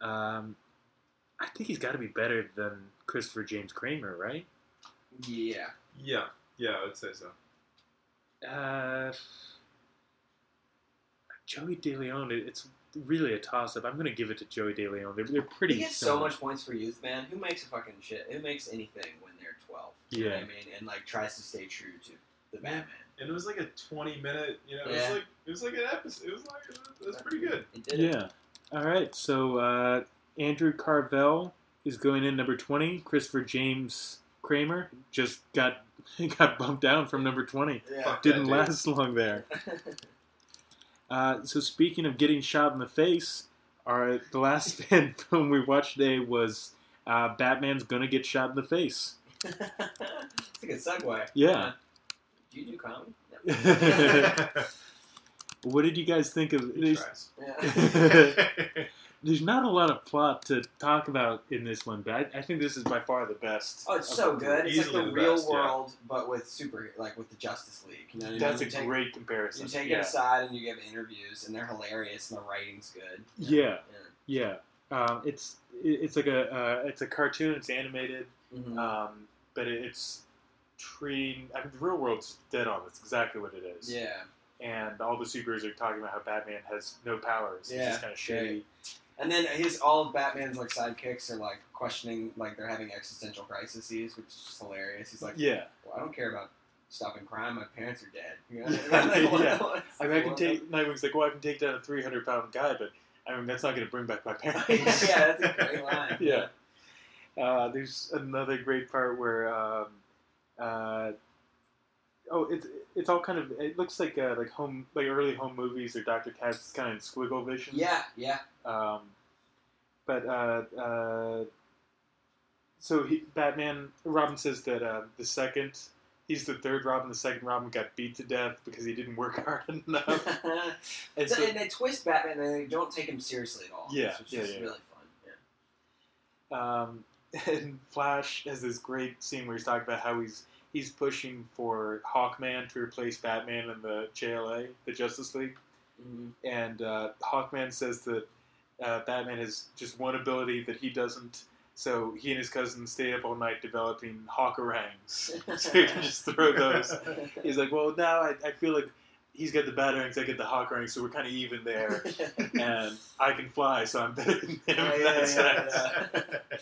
[SPEAKER 1] Um, I think he's got to be better than Christopher James Kramer, right?
[SPEAKER 3] Yeah.
[SPEAKER 2] yeah, yeah, I would say so.
[SPEAKER 1] Uh, Joey De Leon, it, it's really a toss up. I'm going to give it to Joey De Leon. They're, they're pretty.
[SPEAKER 3] He gets so
[SPEAKER 1] similar.
[SPEAKER 3] much points for youth, man. Who makes a fucking shit? Who makes anything when they're twelve? You know
[SPEAKER 1] Yeah.
[SPEAKER 3] what I mean, and like tries to stay true to the Batman.
[SPEAKER 2] And it was like a twenty minute, you know, it
[SPEAKER 3] Yeah.
[SPEAKER 2] was like it was like an episode. It was like it was pretty good.
[SPEAKER 3] It did it.
[SPEAKER 1] Yeah. All right. So uh, Andrew Carvel is going in number twenty. Christopher James Kramer just got got bumped down from number twenty.
[SPEAKER 3] Yeah.
[SPEAKER 2] Fuck that
[SPEAKER 1] Didn't
[SPEAKER 2] dude.
[SPEAKER 1] last long there. Uh, so speaking of getting shot in the face, our the last fan film we watched today was uh, Batman's gonna get shot in the face.
[SPEAKER 3] It's a good segue. Uh,
[SPEAKER 1] Yeah.
[SPEAKER 3] Do you do comedy? No.
[SPEAKER 1] what did you guys think of?
[SPEAKER 2] He
[SPEAKER 1] There's,
[SPEAKER 2] tries.
[SPEAKER 3] Yeah.
[SPEAKER 1] there's not a lot of plot to talk about in this one, but I, I think this is by far the best.
[SPEAKER 3] Oh, it's so
[SPEAKER 1] of the-
[SPEAKER 3] good. It's like
[SPEAKER 2] Easily
[SPEAKER 3] the,
[SPEAKER 2] the
[SPEAKER 3] real
[SPEAKER 2] best, yeah.
[SPEAKER 3] world, but with super, like with the Justice League. You know what I mean?
[SPEAKER 1] That's
[SPEAKER 3] You
[SPEAKER 1] a
[SPEAKER 3] take-
[SPEAKER 1] great
[SPEAKER 3] You
[SPEAKER 1] comparison.
[SPEAKER 3] take it
[SPEAKER 1] yeah.
[SPEAKER 3] aside and you give interviews, and they're hilarious, and the writing's good.
[SPEAKER 1] Yeah. Yeah, um, it's it- it's like a uh, it's a cartoon. It's animated,
[SPEAKER 3] yeah. Mhm.
[SPEAKER 2] Uh,
[SPEAKER 1] um, but it, it's treating. I mean, the real world's dead on. That's exactly what it is.
[SPEAKER 3] Yeah.
[SPEAKER 1] And all the superheroes are talking about how Batman has no powers.
[SPEAKER 3] Yeah,
[SPEAKER 1] He's just kind of shady.
[SPEAKER 3] And then his all of Batman's like sidekicks are like questioning, like they're having existential crises, which is just hilarious. He's like,
[SPEAKER 1] Yeah,
[SPEAKER 3] well, I don't care about stopping crime. My parents are dead. You know what I mean?
[SPEAKER 1] Yeah.
[SPEAKER 3] What's-
[SPEAKER 1] I mean, I can
[SPEAKER 3] what-
[SPEAKER 1] take Nightwing's like, well, I can take down a three hundred pound guy, but I mean, that's not going to bring back my
[SPEAKER 3] yeah,
[SPEAKER 1] parents.
[SPEAKER 3] that's a great line.
[SPEAKER 1] Yeah. Uh, there's another great part where, um, uh, oh, it's it's all kind of it looks like uh, like home like early home movies or Doctor Katz it's kind of in squiggle vision.
[SPEAKER 3] Yeah, yeah.
[SPEAKER 1] Um, but uh, uh, so he, Batman Robin says that uh, the second he's the third Robin. The second Robin got beat to death because he didn't work hard enough. And
[SPEAKER 3] So-
[SPEAKER 1] so,
[SPEAKER 3] and they twist Batman and they don't take him seriously at all.
[SPEAKER 1] Yeah,
[SPEAKER 3] which
[SPEAKER 1] yeah,
[SPEAKER 3] is
[SPEAKER 1] yeah.
[SPEAKER 3] really fun. Yeah.
[SPEAKER 1] um, and Flash has this great scene where he's talking about how he's he's pushing for Hawkman to replace Batman in the JLA, the Justice League.
[SPEAKER 3] Mhm.
[SPEAKER 1] and uh, Hawkman says that uh, Batman has just one ability that he doesn't. So he and his cousin stayed up all night developing hawkerangs. so he can just throw those. He's like, well, now I, I feel like he's got the batarangs, I get the hawkerangs, so we're kind of even there. and I can fly, so I'm better than him. in
[SPEAKER 3] Oh, Yeah, yeah,
[SPEAKER 1] that
[SPEAKER 3] yeah,
[SPEAKER 1] sense.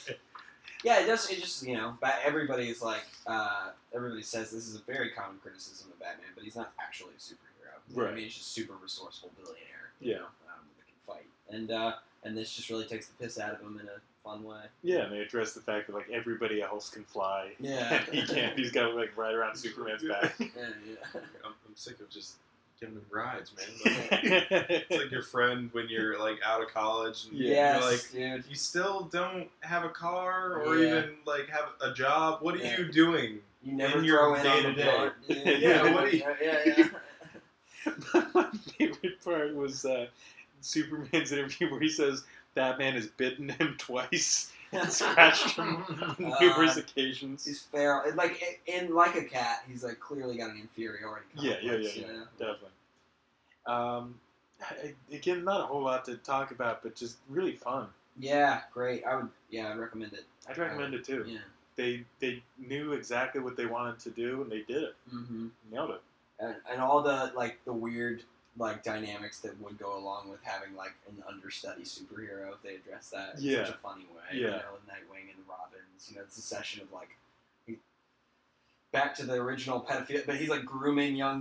[SPEAKER 3] Yeah, it just it just you know Bat- everybody is like uh, everybody says this is a very common criticism of Batman, but he's not actually a superhero. You know what
[SPEAKER 1] Right.
[SPEAKER 3] I mean, he's just super resourceful billionaire.
[SPEAKER 1] Yeah.
[SPEAKER 3] you know, um, that can fight, and uh, and this just really takes the piss out of him in a fun way.
[SPEAKER 1] Yeah, and they address the fact that like everybody else can fly.
[SPEAKER 3] Yeah,
[SPEAKER 1] And he can't. He's got like right around Superman's back.
[SPEAKER 3] yeah, yeah.
[SPEAKER 2] I'm, I'm sick of just giving them rides, man. Like, it's
[SPEAKER 1] yeah,
[SPEAKER 2] like your friend when you're like out of college and
[SPEAKER 1] Yeah.
[SPEAKER 2] you're like,
[SPEAKER 3] Yes, dude.
[SPEAKER 2] you still don't have a car or
[SPEAKER 3] Yeah.
[SPEAKER 2] even like have a job. What are
[SPEAKER 3] Yeah.
[SPEAKER 2] you doing?
[SPEAKER 3] You never
[SPEAKER 2] your
[SPEAKER 3] throw in on the
[SPEAKER 2] day-to-day.
[SPEAKER 3] blunt, dude.
[SPEAKER 1] Yeah,
[SPEAKER 2] what do you-
[SPEAKER 3] yeah, yeah.
[SPEAKER 1] My favorite part was uh, Superman's interview where he says Batman has bitten him twice and scratched him on numerous
[SPEAKER 3] Uh,
[SPEAKER 1] occasions.
[SPEAKER 3] He's feral. It's Like in like a cat, he's like clearly got an inferiority
[SPEAKER 1] Yeah,
[SPEAKER 3] complex.
[SPEAKER 1] yeah, yeah,
[SPEAKER 3] you know?
[SPEAKER 1] Definitely. Um, I- again, not a whole lot to talk about, but just really fun.
[SPEAKER 3] Yeah, great. I would. Yeah, I recommend it.
[SPEAKER 1] I'd recommend it too.
[SPEAKER 3] Yeah.
[SPEAKER 1] They they knew exactly what they wanted to do and they did it.
[SPEAKER 3] hmm
[SPEAKER 1] Nailed it.
[SPEAKER 3] And, and all the like the weird like dynamics that would go along with having like an understudy superhero. If they address that in
[SPEAKER 1] Yeah.
[SPEAKER 3] such a funny way. You
[SPEAKER 1] Yeah.
[SPEAKER 3] know, with Nightwing and the Robins. You know, it's a session of like. he- Back to the original pedophile, but he's like grooming young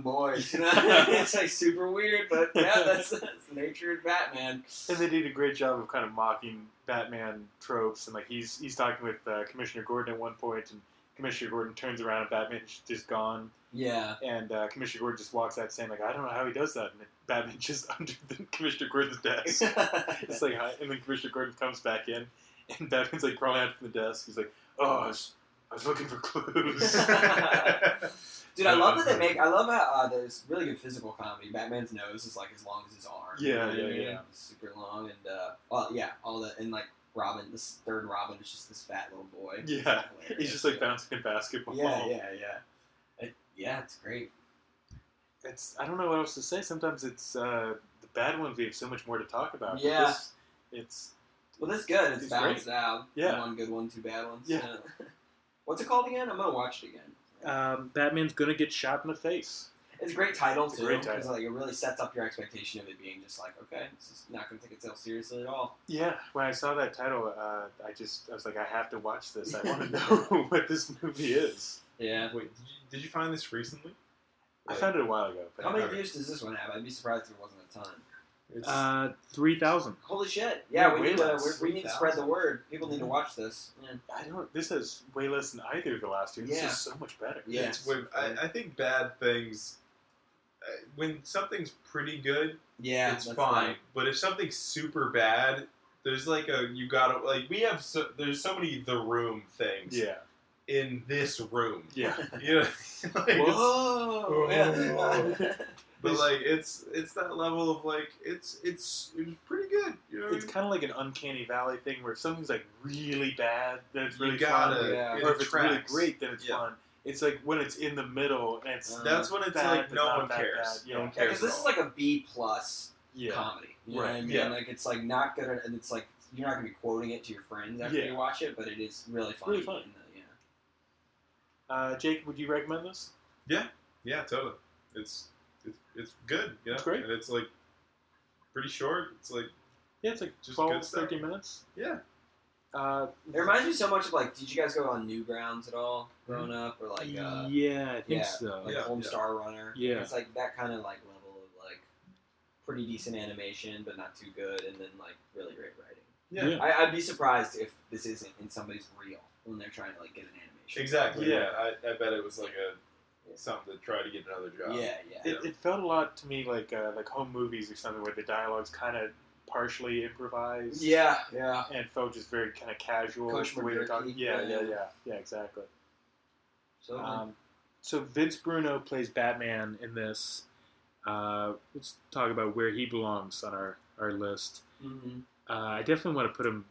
[SPEAKER 3] boys. You know, it's like super weird, but yeah, that's, that's the nature of Batman.
[SPEAKER 1] And they did a great job of kind of mocking Batman tropes, and like he's he's talking with uh, Commissioner Gordon at one point, and Commissioner Gordon turns around and Batman's just gone,
[SPEAKER 3] Yeah,
[SPEAKER 1] and uh, Commissioner Gordon just walks out saying like I don't know how he does that, and Batman just under the Commissioner Gordon's desk. it's like hi, and then Commissioner Gordon comes back in, and Batman's like crawling out from the desk. He's like, oh, I was, I was looking for clues.
[SPEAKER 3] Dude, I love that they make. I love how uh, there's really good physical comedy. Batman's nose is like as long as his arm.
[SPEAKER 1] Yeah,
[SPEAKER 3] what I
[SPEAKER 1] yeah,
[SPEAKER 3] mean?
[SPEAKER 1] yeah.
[SPEAKER 3] It's super long, and uh, well, yeah, all the and like Robin, this third Robin is just this fat little boy. It's
[SPEAKER 1] Yeah.
[SPEAKER 3] hilarious.
[SPEAKER 1] he's just like bouncing a basketball.
[SPEAKER 3] Yeah, yeah, yeah. It- yeah, it's great.
[SPEAKER 1] it's I don't know what else to say. Sometimes it's uh, the bad ones. We have so much more to talk about. but
[SPEAKER 3] Yeah.
[SPEAKER 1] this- it's
[SPEAKER 3] Well, that's good. It's,
[SPEAKER 1] It's
[SPEAKER 3] balanced out.
[SPEAKER 1] Yeah.
[SPEAKER 3] one good one, two bad ones.
[SPEAKER 1] Yeah.
[SPEAKER 3] What's it called again? I'm gonna watch it again.
[SPEAKER 1] um, Batman's gonna get shot in the face.
[SPEAKER 3] It's a great title
[SPEAKER 1] It's a
[SPEAKER 3] too,
[SPEAKER 1] great
[SPEAKER 3] because
[SPEAKER 1] title.
[SPEAKER 3] like it really sets up your expectation of it being just like, okay, this is not going to take itself seriously at all.
[SPEAKER 1] Yeah, when I saw that title, uh, I just I was like, I have to watch this. I want to know what this movie is.
[SPEAKER 3] Yeah.
[SPEAKER 2] Wait, did you, did you find this recently?
[SPEAKER 1] I found it a while ago. But
[SPEAKER 3] How many
[SPEAKER 2] Okay.
[SPEAKER 3] views does this one have? I'd be surprised if it wasn't a ton.
[SPEAKER 2] It's,
[SPEAKER 1] Uh, three thousand.
[SPEAKER 3] Holy shit! Yeah,
[SPEAKER 1] Yeah,
[SPEAKER 3] we
[SPEAKER 1] way
[SPEAKER 3] need to
[SPEAKER 1] less.
[SPEAKER 3] we're- we need to spread the word. People need to watch this.
[SPEAKER 1] I don't. This is way less than either of the last two. This
[SPEAKER 3] Yeah.
[SPEAKER 1] is so much better.
[SPEAKER 3] Yeah.
[SPEAKER 2] It's when, I, I think bad things. uh, When something's pretty good,
[SPEAKER 3] Yeah,
[SPEAKER 2] it's fine. But if something's super bad, there's like a you gotta like we have so, there's so many the room things
[SPEAKER 1] Yeah.
[SPEAKER 2] in this room.
[SPEAKER 1] Yeah.
[SPEAKER 2] You know, like, it's-
[SPEAKER 3] Whoa!
[SPEAKER 2] Whoa. But like it's it's that level of like it's it's it was pretty good. You know, what I
[SPEAKER 1] It's kind of like an uncanny valley thing where if something's like really bad, then it's
[SPEAKER 2] mean?
[SPEAKER 1] really
[SPEAKER 2] you gotta
[SPEAKER 1] fun.
[SPEAKER 3] Yeah.
[SPEAKER 2] it
[SPEAKER 1] Or if it's really
[SPEAKER 2] attracts.
[SPEAKER 1] great, then it's
[SPEAKER 2] Yeah.
[SPEAKER 1] fun. It's like when it's in the middle and it's
[SPEAKER 3] Uh,
[SPEAKER 2] That's when it's
[SPEAKER 1] bad,
[SPEAKER 2] like
[SPEAKER 1] but
[SPEAKER 2] no
[SPEAKER 1] not
[SPEAKER 2] one
[SPEAKER 1] that
[SPEAKER 2] cares.
[SPEAKER 1] bad. Yeah.
[SPEAKER 2] No one cares.
[SPEAKER 3] Because this
[SPEAKER 2] at
[SPEAKER 3] is
[SPEAKER 2] all.
[SPEAKER 3] like a B plus
[SPEAKER 1] yeah.
[SPEAKER 3] comedy. You know what I
[SPEAKER 1] Right,
[SPEAKER 3] mean?
[SPEAKER 2] yeah.
[SPEAKER 3] Like it's like not gonna, and it's like you're not gonna be quoting it to your friends after
[SPEAKER 1] Yeah.
[SPEAKER 3] you watch it, but it is really funny.
[SPEAKER 1] Really funny.
[SPEAKER 3] and, uh, yeah.
[SPEAKER 1] Uh, Jake, would you recommend this?
[SPEAKER 2] yeah, totally. It's it's it's good. You know?
[SPEAKER 1] It's great.
[SPEAKER 2] and it's like pretty short. It's like
[SPEAKER 1] Yeah, it's like
[SPEAKER 2] Just
[SPEAKER 1] 12,
[SPEAKER 2] good stuff.
[SPEAKER 1] 13 minutes.
[SPEAKER 2] yeah,
[SPEAKER 1] Uh,
[SPEAKER 3] It reminds me so much of like, did you guys go on Newgrounds at all growing up, or like, uh,
[SPEAKER 4] yeah, I think
[SPEAKER 3] yeah,
[SPEAKER 4] so.
[SPEAKER 3] like
[SPEAKER 2] Yeah,
[SPEAKER 3] Home
[SPEAKER 2] yeah.
[SPEAKER 3] Star Runner?
[SPEAKER 4] Yeah.
[SPEAKER 3] it's like that kind of like level of like pretty decent animation, but not too good, and then like really great writing.
[SPEAKER 2] Yeah.
[SPEAKER 4] Yeah.
[SPEAKER 3] I, I'd be surprised if this isn't in somebody's reel when they're trying to like get an animation.
[SPEAKER 2] Exactly.
[SPEAKER 1] Yeah.
[SPEAKER 2] Yeah, I, I bet it was like a something to try to get another job.
[SPEAKER 3] Yeah, yeah.
[SPEAKER 1] It, it felt a lot to me like uh, like home movies or something where the dialogue's kind of partially improvised.
[SPEAKER 3] Yeah, yeah.
[SPEAKER 1] And felt just very kind of casual.
[SPEAKER 3] Coach
[SPEAKER 1] the way they're talking.
[SPEAKER 3] McGurkey.
[SPEAKER 1] Yeah,
[SPEAKER 3] Yeah.
[SPEAKER 1] yeah, yeah, yeah, exactly.
[SPEAKER 3] So
[SPEAKER 1] Um, so Vince Bruno plays Batman in this. Uh, let's talk about where he belongs on our our list.
[SPEAKER 3] mhm.
[SPEAKER 1] Uh, I definitely want to put him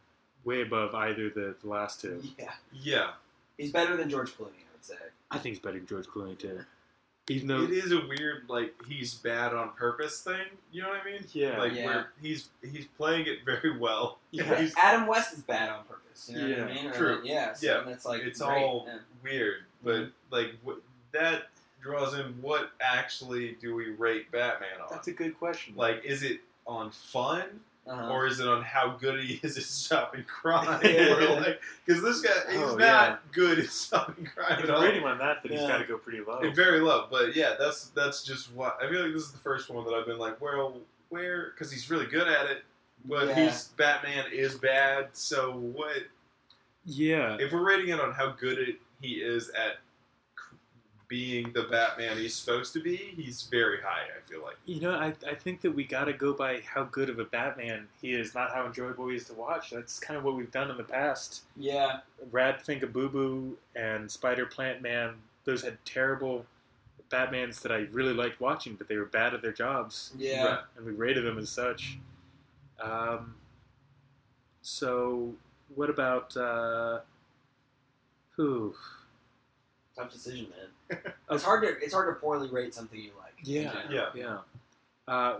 [SPEAKER 1] way above either the, the last two.
[SPEAKER 3] yeah,
[SPEAKER 2] Yeah.
[SPEAKER 3] he's better than George Clooney, I would say.
[SPEAKER 1] I think he's better than George Clooney too. Even though,
[SPEAKER 2] It is a weird like he's bad on purpose thing. You know what I mean?
[SPEAKER 1] yeah,
[SPEAKER 2] Like
[SPEAKER 3] Yeah.
[SPEAKER 2] where he's he's playing it very well.
[SPEAKER 1] Yeah.
[SPEAKER 2] He's
[SPEAKER 3] Adam West is bad on purpose. You know what I
[SPEAKER 1] Yeah,
[SPEAKER 3] mean? Or,
[SPEAKER 2] true.
[SPEAKER 3] like, yeah, so
[SPEAKER 2] Yeah,
[SPEAKER 3] and it's like
[SPEAKER 2] it's
[SPEAKER 3] great,
[SPEAKER 2] all
[SPEAKER 3] yeah.
[SPEAKER 2] weird, but
[SPEAKER 1] Mm-hmm.
[SPEAKER 2] like wh- that draws in what actually do we rate Batman on?
[SPEAKER 1] that's a good question.
[SPEAKER 2] Like, is it on fun
[SPEAKER 3] Uh-huh.
[SPEAKER 2] or is it on how good he is at stopping crime?
[SPEAKER 1] Yeah.
[SPEAKER 2] We're like, because this guy, he's
[SPEAKER 1] Oh,
[SPEAKER 2] not
[SPEAKER 1] yeah.
[SPEAKER 2] good at stopping crime
[SPEAKER 1] if
[SPEAKER 2] at
[SPEAKER 1] the
[SPEAKER 2] all.
[SPEAKER 1] rating on that, then he's
[SPEAKER 4] Yeah.
[SPEAKER 1] got to go pretty low.
[SPEAKER 2] It's very low, but yeah, that's that's just what I feel like. This is the first one that I've been like, well, where? Because he's really good at it, but
[SPEAKER 3] Yeah.
[SPEAKER 2] he's Batman is bad. So what?
[SPEAKER 4] Yeah,
[SPEAKER 2] If we're rating it on how good it, he is at c- being the Batman he's supposed to be, he's very high. I feel like.
[SPEAKER 1] You know, I, I think that we got to go by how good of a Batman he is, not how enjoyable he is to watch. That's kind of what we've done in the past.
[SPEAKER 3] yeah,
[SPEAKER 1] Rad Finka Boo Boo and Spider Plant Man, those had terrible Batmans that I really liked watching, but they were bad at their jobs,
[SPEAKER 3] yeah.
[SPEAKER 2] Right.
[SPEAKER 1] and we rated them as such. Um, so, what about. Uh, who?
[SPEAKER 3] Tough decision, man. it's hard to it's hard to poorly rate something you like.
[SPEAKER 1] Yeah.
[SPEAKER 3] You know?
[SPEAKER 2] Yeah.
[SPEAKER 1] Yeah. Uh,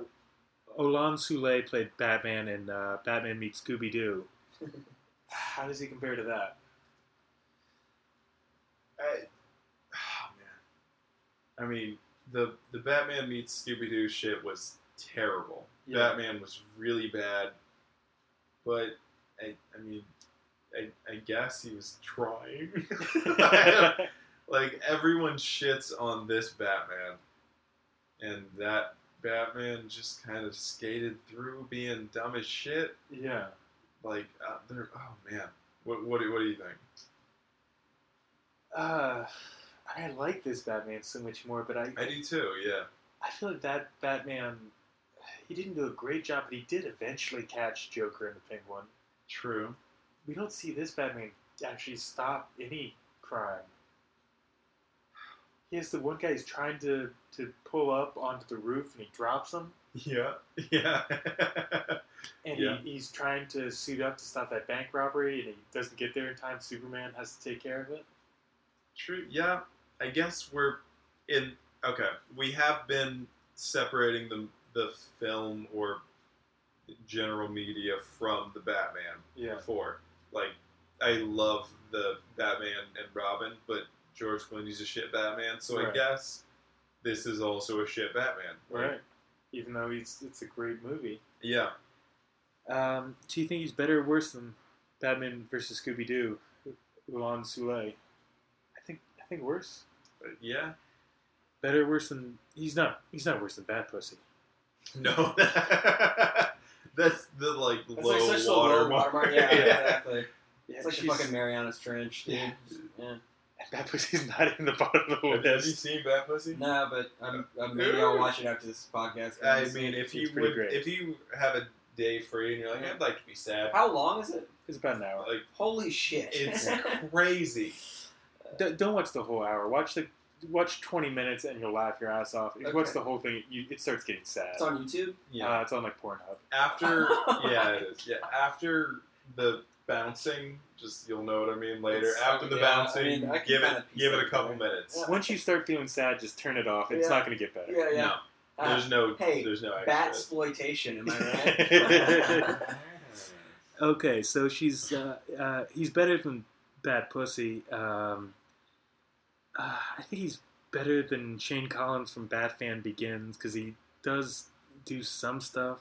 [SPEAKER 1] Olan Sule played Batman in uh, Batman Meets Scooby Doo. How does he compare to that?
[SPEAKER 2] I, oh, man. I mean, the the Batman meets Scooby Doo shit was terrible.
[SPEAKER 1] Yeah.
[SPEAKER 2] Batman was really bad, but I, I mean, I, I guess he was trying. like everyone shits on this Batman, and that Batman just kind of skated through being dumb as shit.
[SPEAKER 1] yeah.
[SPEAKER 2] Like, uh, there. Oh man, what what do- what do you think?
[SPEAKER 1] Uh, I like this Batman so much more, but I,
[SPEAKER 2] I do too. Yeah.
[SPEAKER 1] I feel like that Batman, he didn't do a great job, but he did eventually catch Joker and the Penguin.
[SPEAKER 2] True.
[SPEAKER 1] We don't see this Batman actually stop any crime. He has the one guy he's trying to, to pull up onto the roof and he drops him.
[SPEAKER 2] Yeah, yeah,
[SPEAKER 1] And
[SPEAKER 2] Yeah.
[SPEAKER 1] he, he's trying to suit up to stop that bank robbery, and he doesn't get there in time. Superman has to take care of it.
[SPEAKER 2] true. Yeah, I guess we're in. Okay, we have been separating the the film or general media from the Batman
[SPEAKER 1] Yeah.
[SPEAKER 2] before. Like, I love the Batman and Robin, but George Clooney's a shit Batman, so I
[SPEAKER 1] Right.
[SPEAKER 2] guess this is also a shit Batman.
[SPEAKER 1] Right. Even though he's, it's a great movie.
[SPEAKER 2] Yeah.
[SPEAKER 1] Um, do you think he's better or worse than Batman versus Scooby Doo, Ulan Sule? I think I think worse.
[SPEAKER 2] But yeah.
[SPEAKER 1] Better or worse than he's not he's not worse than Bad Pussy.
[SPEAKER 2] No. That's the like
[SPEAKER 3] It's
[SPEAKER 2] low
[SPEAKER 3] like such a
[SPEAKER 2] water
[SPEAKER 3] low watermark. Yeah, exactly.
[SPEAKER 1] Yeah,
[SPEAKER 3] It's like the
[SPEAKER 1] she's-
[SPEAKER 3] fucking Marianas Trench. Dude. Yeah.
[SPEAKER 1] Bad Pussy's not in the bottom of the
[SPEAKER 2] Have you
[SPEAKER 1] list.
[SPEAKER 2] seen Bat Pussy?
[SPEAKER 3] No, but I'm, I'm, maybe I'll watch it after this podcast.
[SPEAKER 2] I mean, if you
[SPEAKER 1] It's pretty
[SPEAKER 2] would,
[SPEAKER 1] great.
[SPEAKER 2] if you have a day free and you're like, I'd like to be sad.
[SPEAKER 3] how long is it?
[SPEAKER 1] It's about an hour.
[SPEAKER 2] Like
[SPEAKER 3] Holy shit!
[SPEAKER 2] it's crazy.
[SPEAKER 1] D- don't watch the whole hour. Watch the watch twenty minutes, and you'll laugh your ass off. If you watch
[SPEAKER 3] Okay.
[SPEAKER 1] the whole thing, you, it starts getting sad.
[SPEAKER 3] it's on YouTube.
[SPEAKER 2] Yeah.
[SPEAKER 1] Uh, it's on like Pornhub.
[SPEAKER 2] After yeah, it is. Yeah. After the bouncing, just you'll know what I mean later.
[SPEAKER 3] It's-
[SPEAKER 2] After the
[SPEAKER 3] yeah, I
[SPEAKER 2] bouncing,
[SPEAKER 3] mean, I can
[SPEAKER 2] give it
[SPEAKER 3] kinda piece
[SPEAKER 2] give it
[SPEAKER 3] it
[SPEAKER 2] a couple
[SPEAKER 3] together.
[SPEAKER 2] minutes.
[SPEAKER 3] Yeah.
[SPEAKER 1] Once you start feeling sad, just turn it off. It's
[SPEAKER 3] Yeah.
[SPEAKER 1] not going to get better.
[SPEAKER 3] Yeah, yeah.
[SPEAKER 2] No, there's no
[SPEAKER 3] hey,
[SPEAKER 2] there's no extra.
[SPEAKER 3] bat exploitation. Am I right?
[SPEAKER 1] Okay, so she's uh, uh, he's better than Bad Pussy. Um, uh, I think he's better than Shane Collins from Bad Fan Begins because he does do some stuff.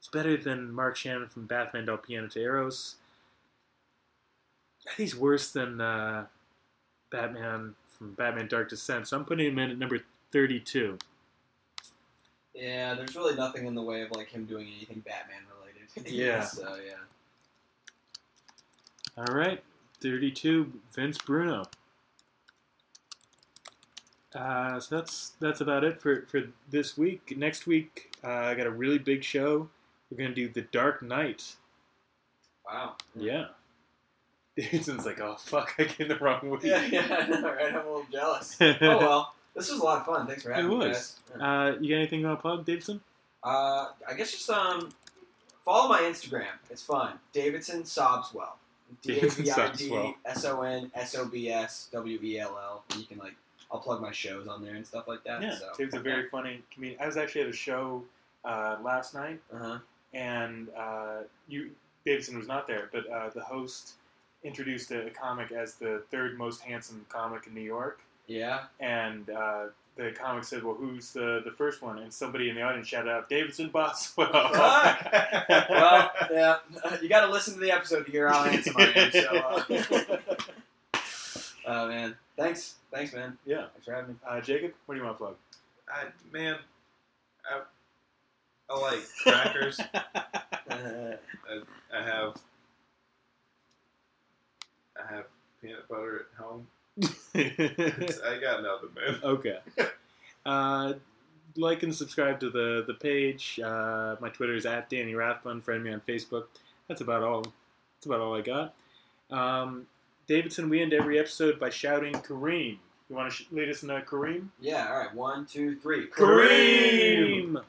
[SPEAKER 1] He's better than Mark Shannon from Batman Del Piano to Eros. I think he's worse than uh, Batman from Batman Dark Descent. So I'm putting him in at number 32.
[SPEAKER 3] Yeah, there's really nothing in the way of like him doing anything Batman related.
[SPEAKER 1] Yeah.
[SPEAKER 3] So yeah.
[SPEAKER 1] All right, 32, Vince Bruno. Uh, so that's that's about it for, for this week. Next week, uh, I got a really big show. We're gonna do The Dark Knight.
[SPEAKER 3] Wow.
[SPEAKER 1] Yeah. Davidson's like, oh fuck, I came the wrong week.
[SPEAKER 3] Yeah, yeah, I know, right? I'm a little jealous. oh well, this was a lot of fun. Thanks for having
[SPEAKER 1] It
[SPEAKER 3] me.
[SPEAKER 1] was.
[SPEAKER 3] guys.
[SPEAKER 1] Uh, you got anything you want to plug, Davidson?
[SPEAKER 3] Uh, I guess just um, follow my Instagram. It's fun. Davidson Sobswell. D a
[SPEAKER 1] Davidson
[SPEAKER 3] v i d
[SPEAKER 1] Sobswell.
[SPEAKER 3] s o n s o b s w e l l. And You can like, I'll plug my shows on there and stuff like that. So.
[SPEAKER 1] David's a very funny comedian. I was actually at a show uh, last night,
[SPEAKER 3] Uh-huh.
[SPEAKER 1] and uh, you Davidson was not there, but uh, the host introduced a, a comic as the third most handsome comic in New York,
[SPEAKER 3] Yeah.
[SPEAKER 1] and uh, the comic said, "Well, who's the the first one?" And somebody in the audience shouted out, "Davidson Boswell."
[SPEAKER 3] Fuck! Well, yeah. You got to listen to the episode to hear how handsome I am. So. Uh, oh man, thanks, thanks, man.
[SPEAKER 1] Yeah.
[SPEAKER 3] Thanks for having me.
[SPEAKER 1] uh, Jacob, what do you want to plug?
[SPEAKER 2] I, man, I, I like crackers.
[SPEAKER 3] Uh,
[SPEAKER 2] I have I have peanut butter at home. It's- I got nothing, man.
[SPEAKER 1] Okay. Uh, like and subscribe to the the page. Uh, my Twitter is at Danny Rathbun. Friend me on Facebook. That's about all. That's about all I got. Um, Davidson, we end every episode by shouting Kareem. You want to sh- lead us in a Kareem?
[SPEAKER 3] yeah. All right. One, two, three.
[SPEAKER 1] Kareem.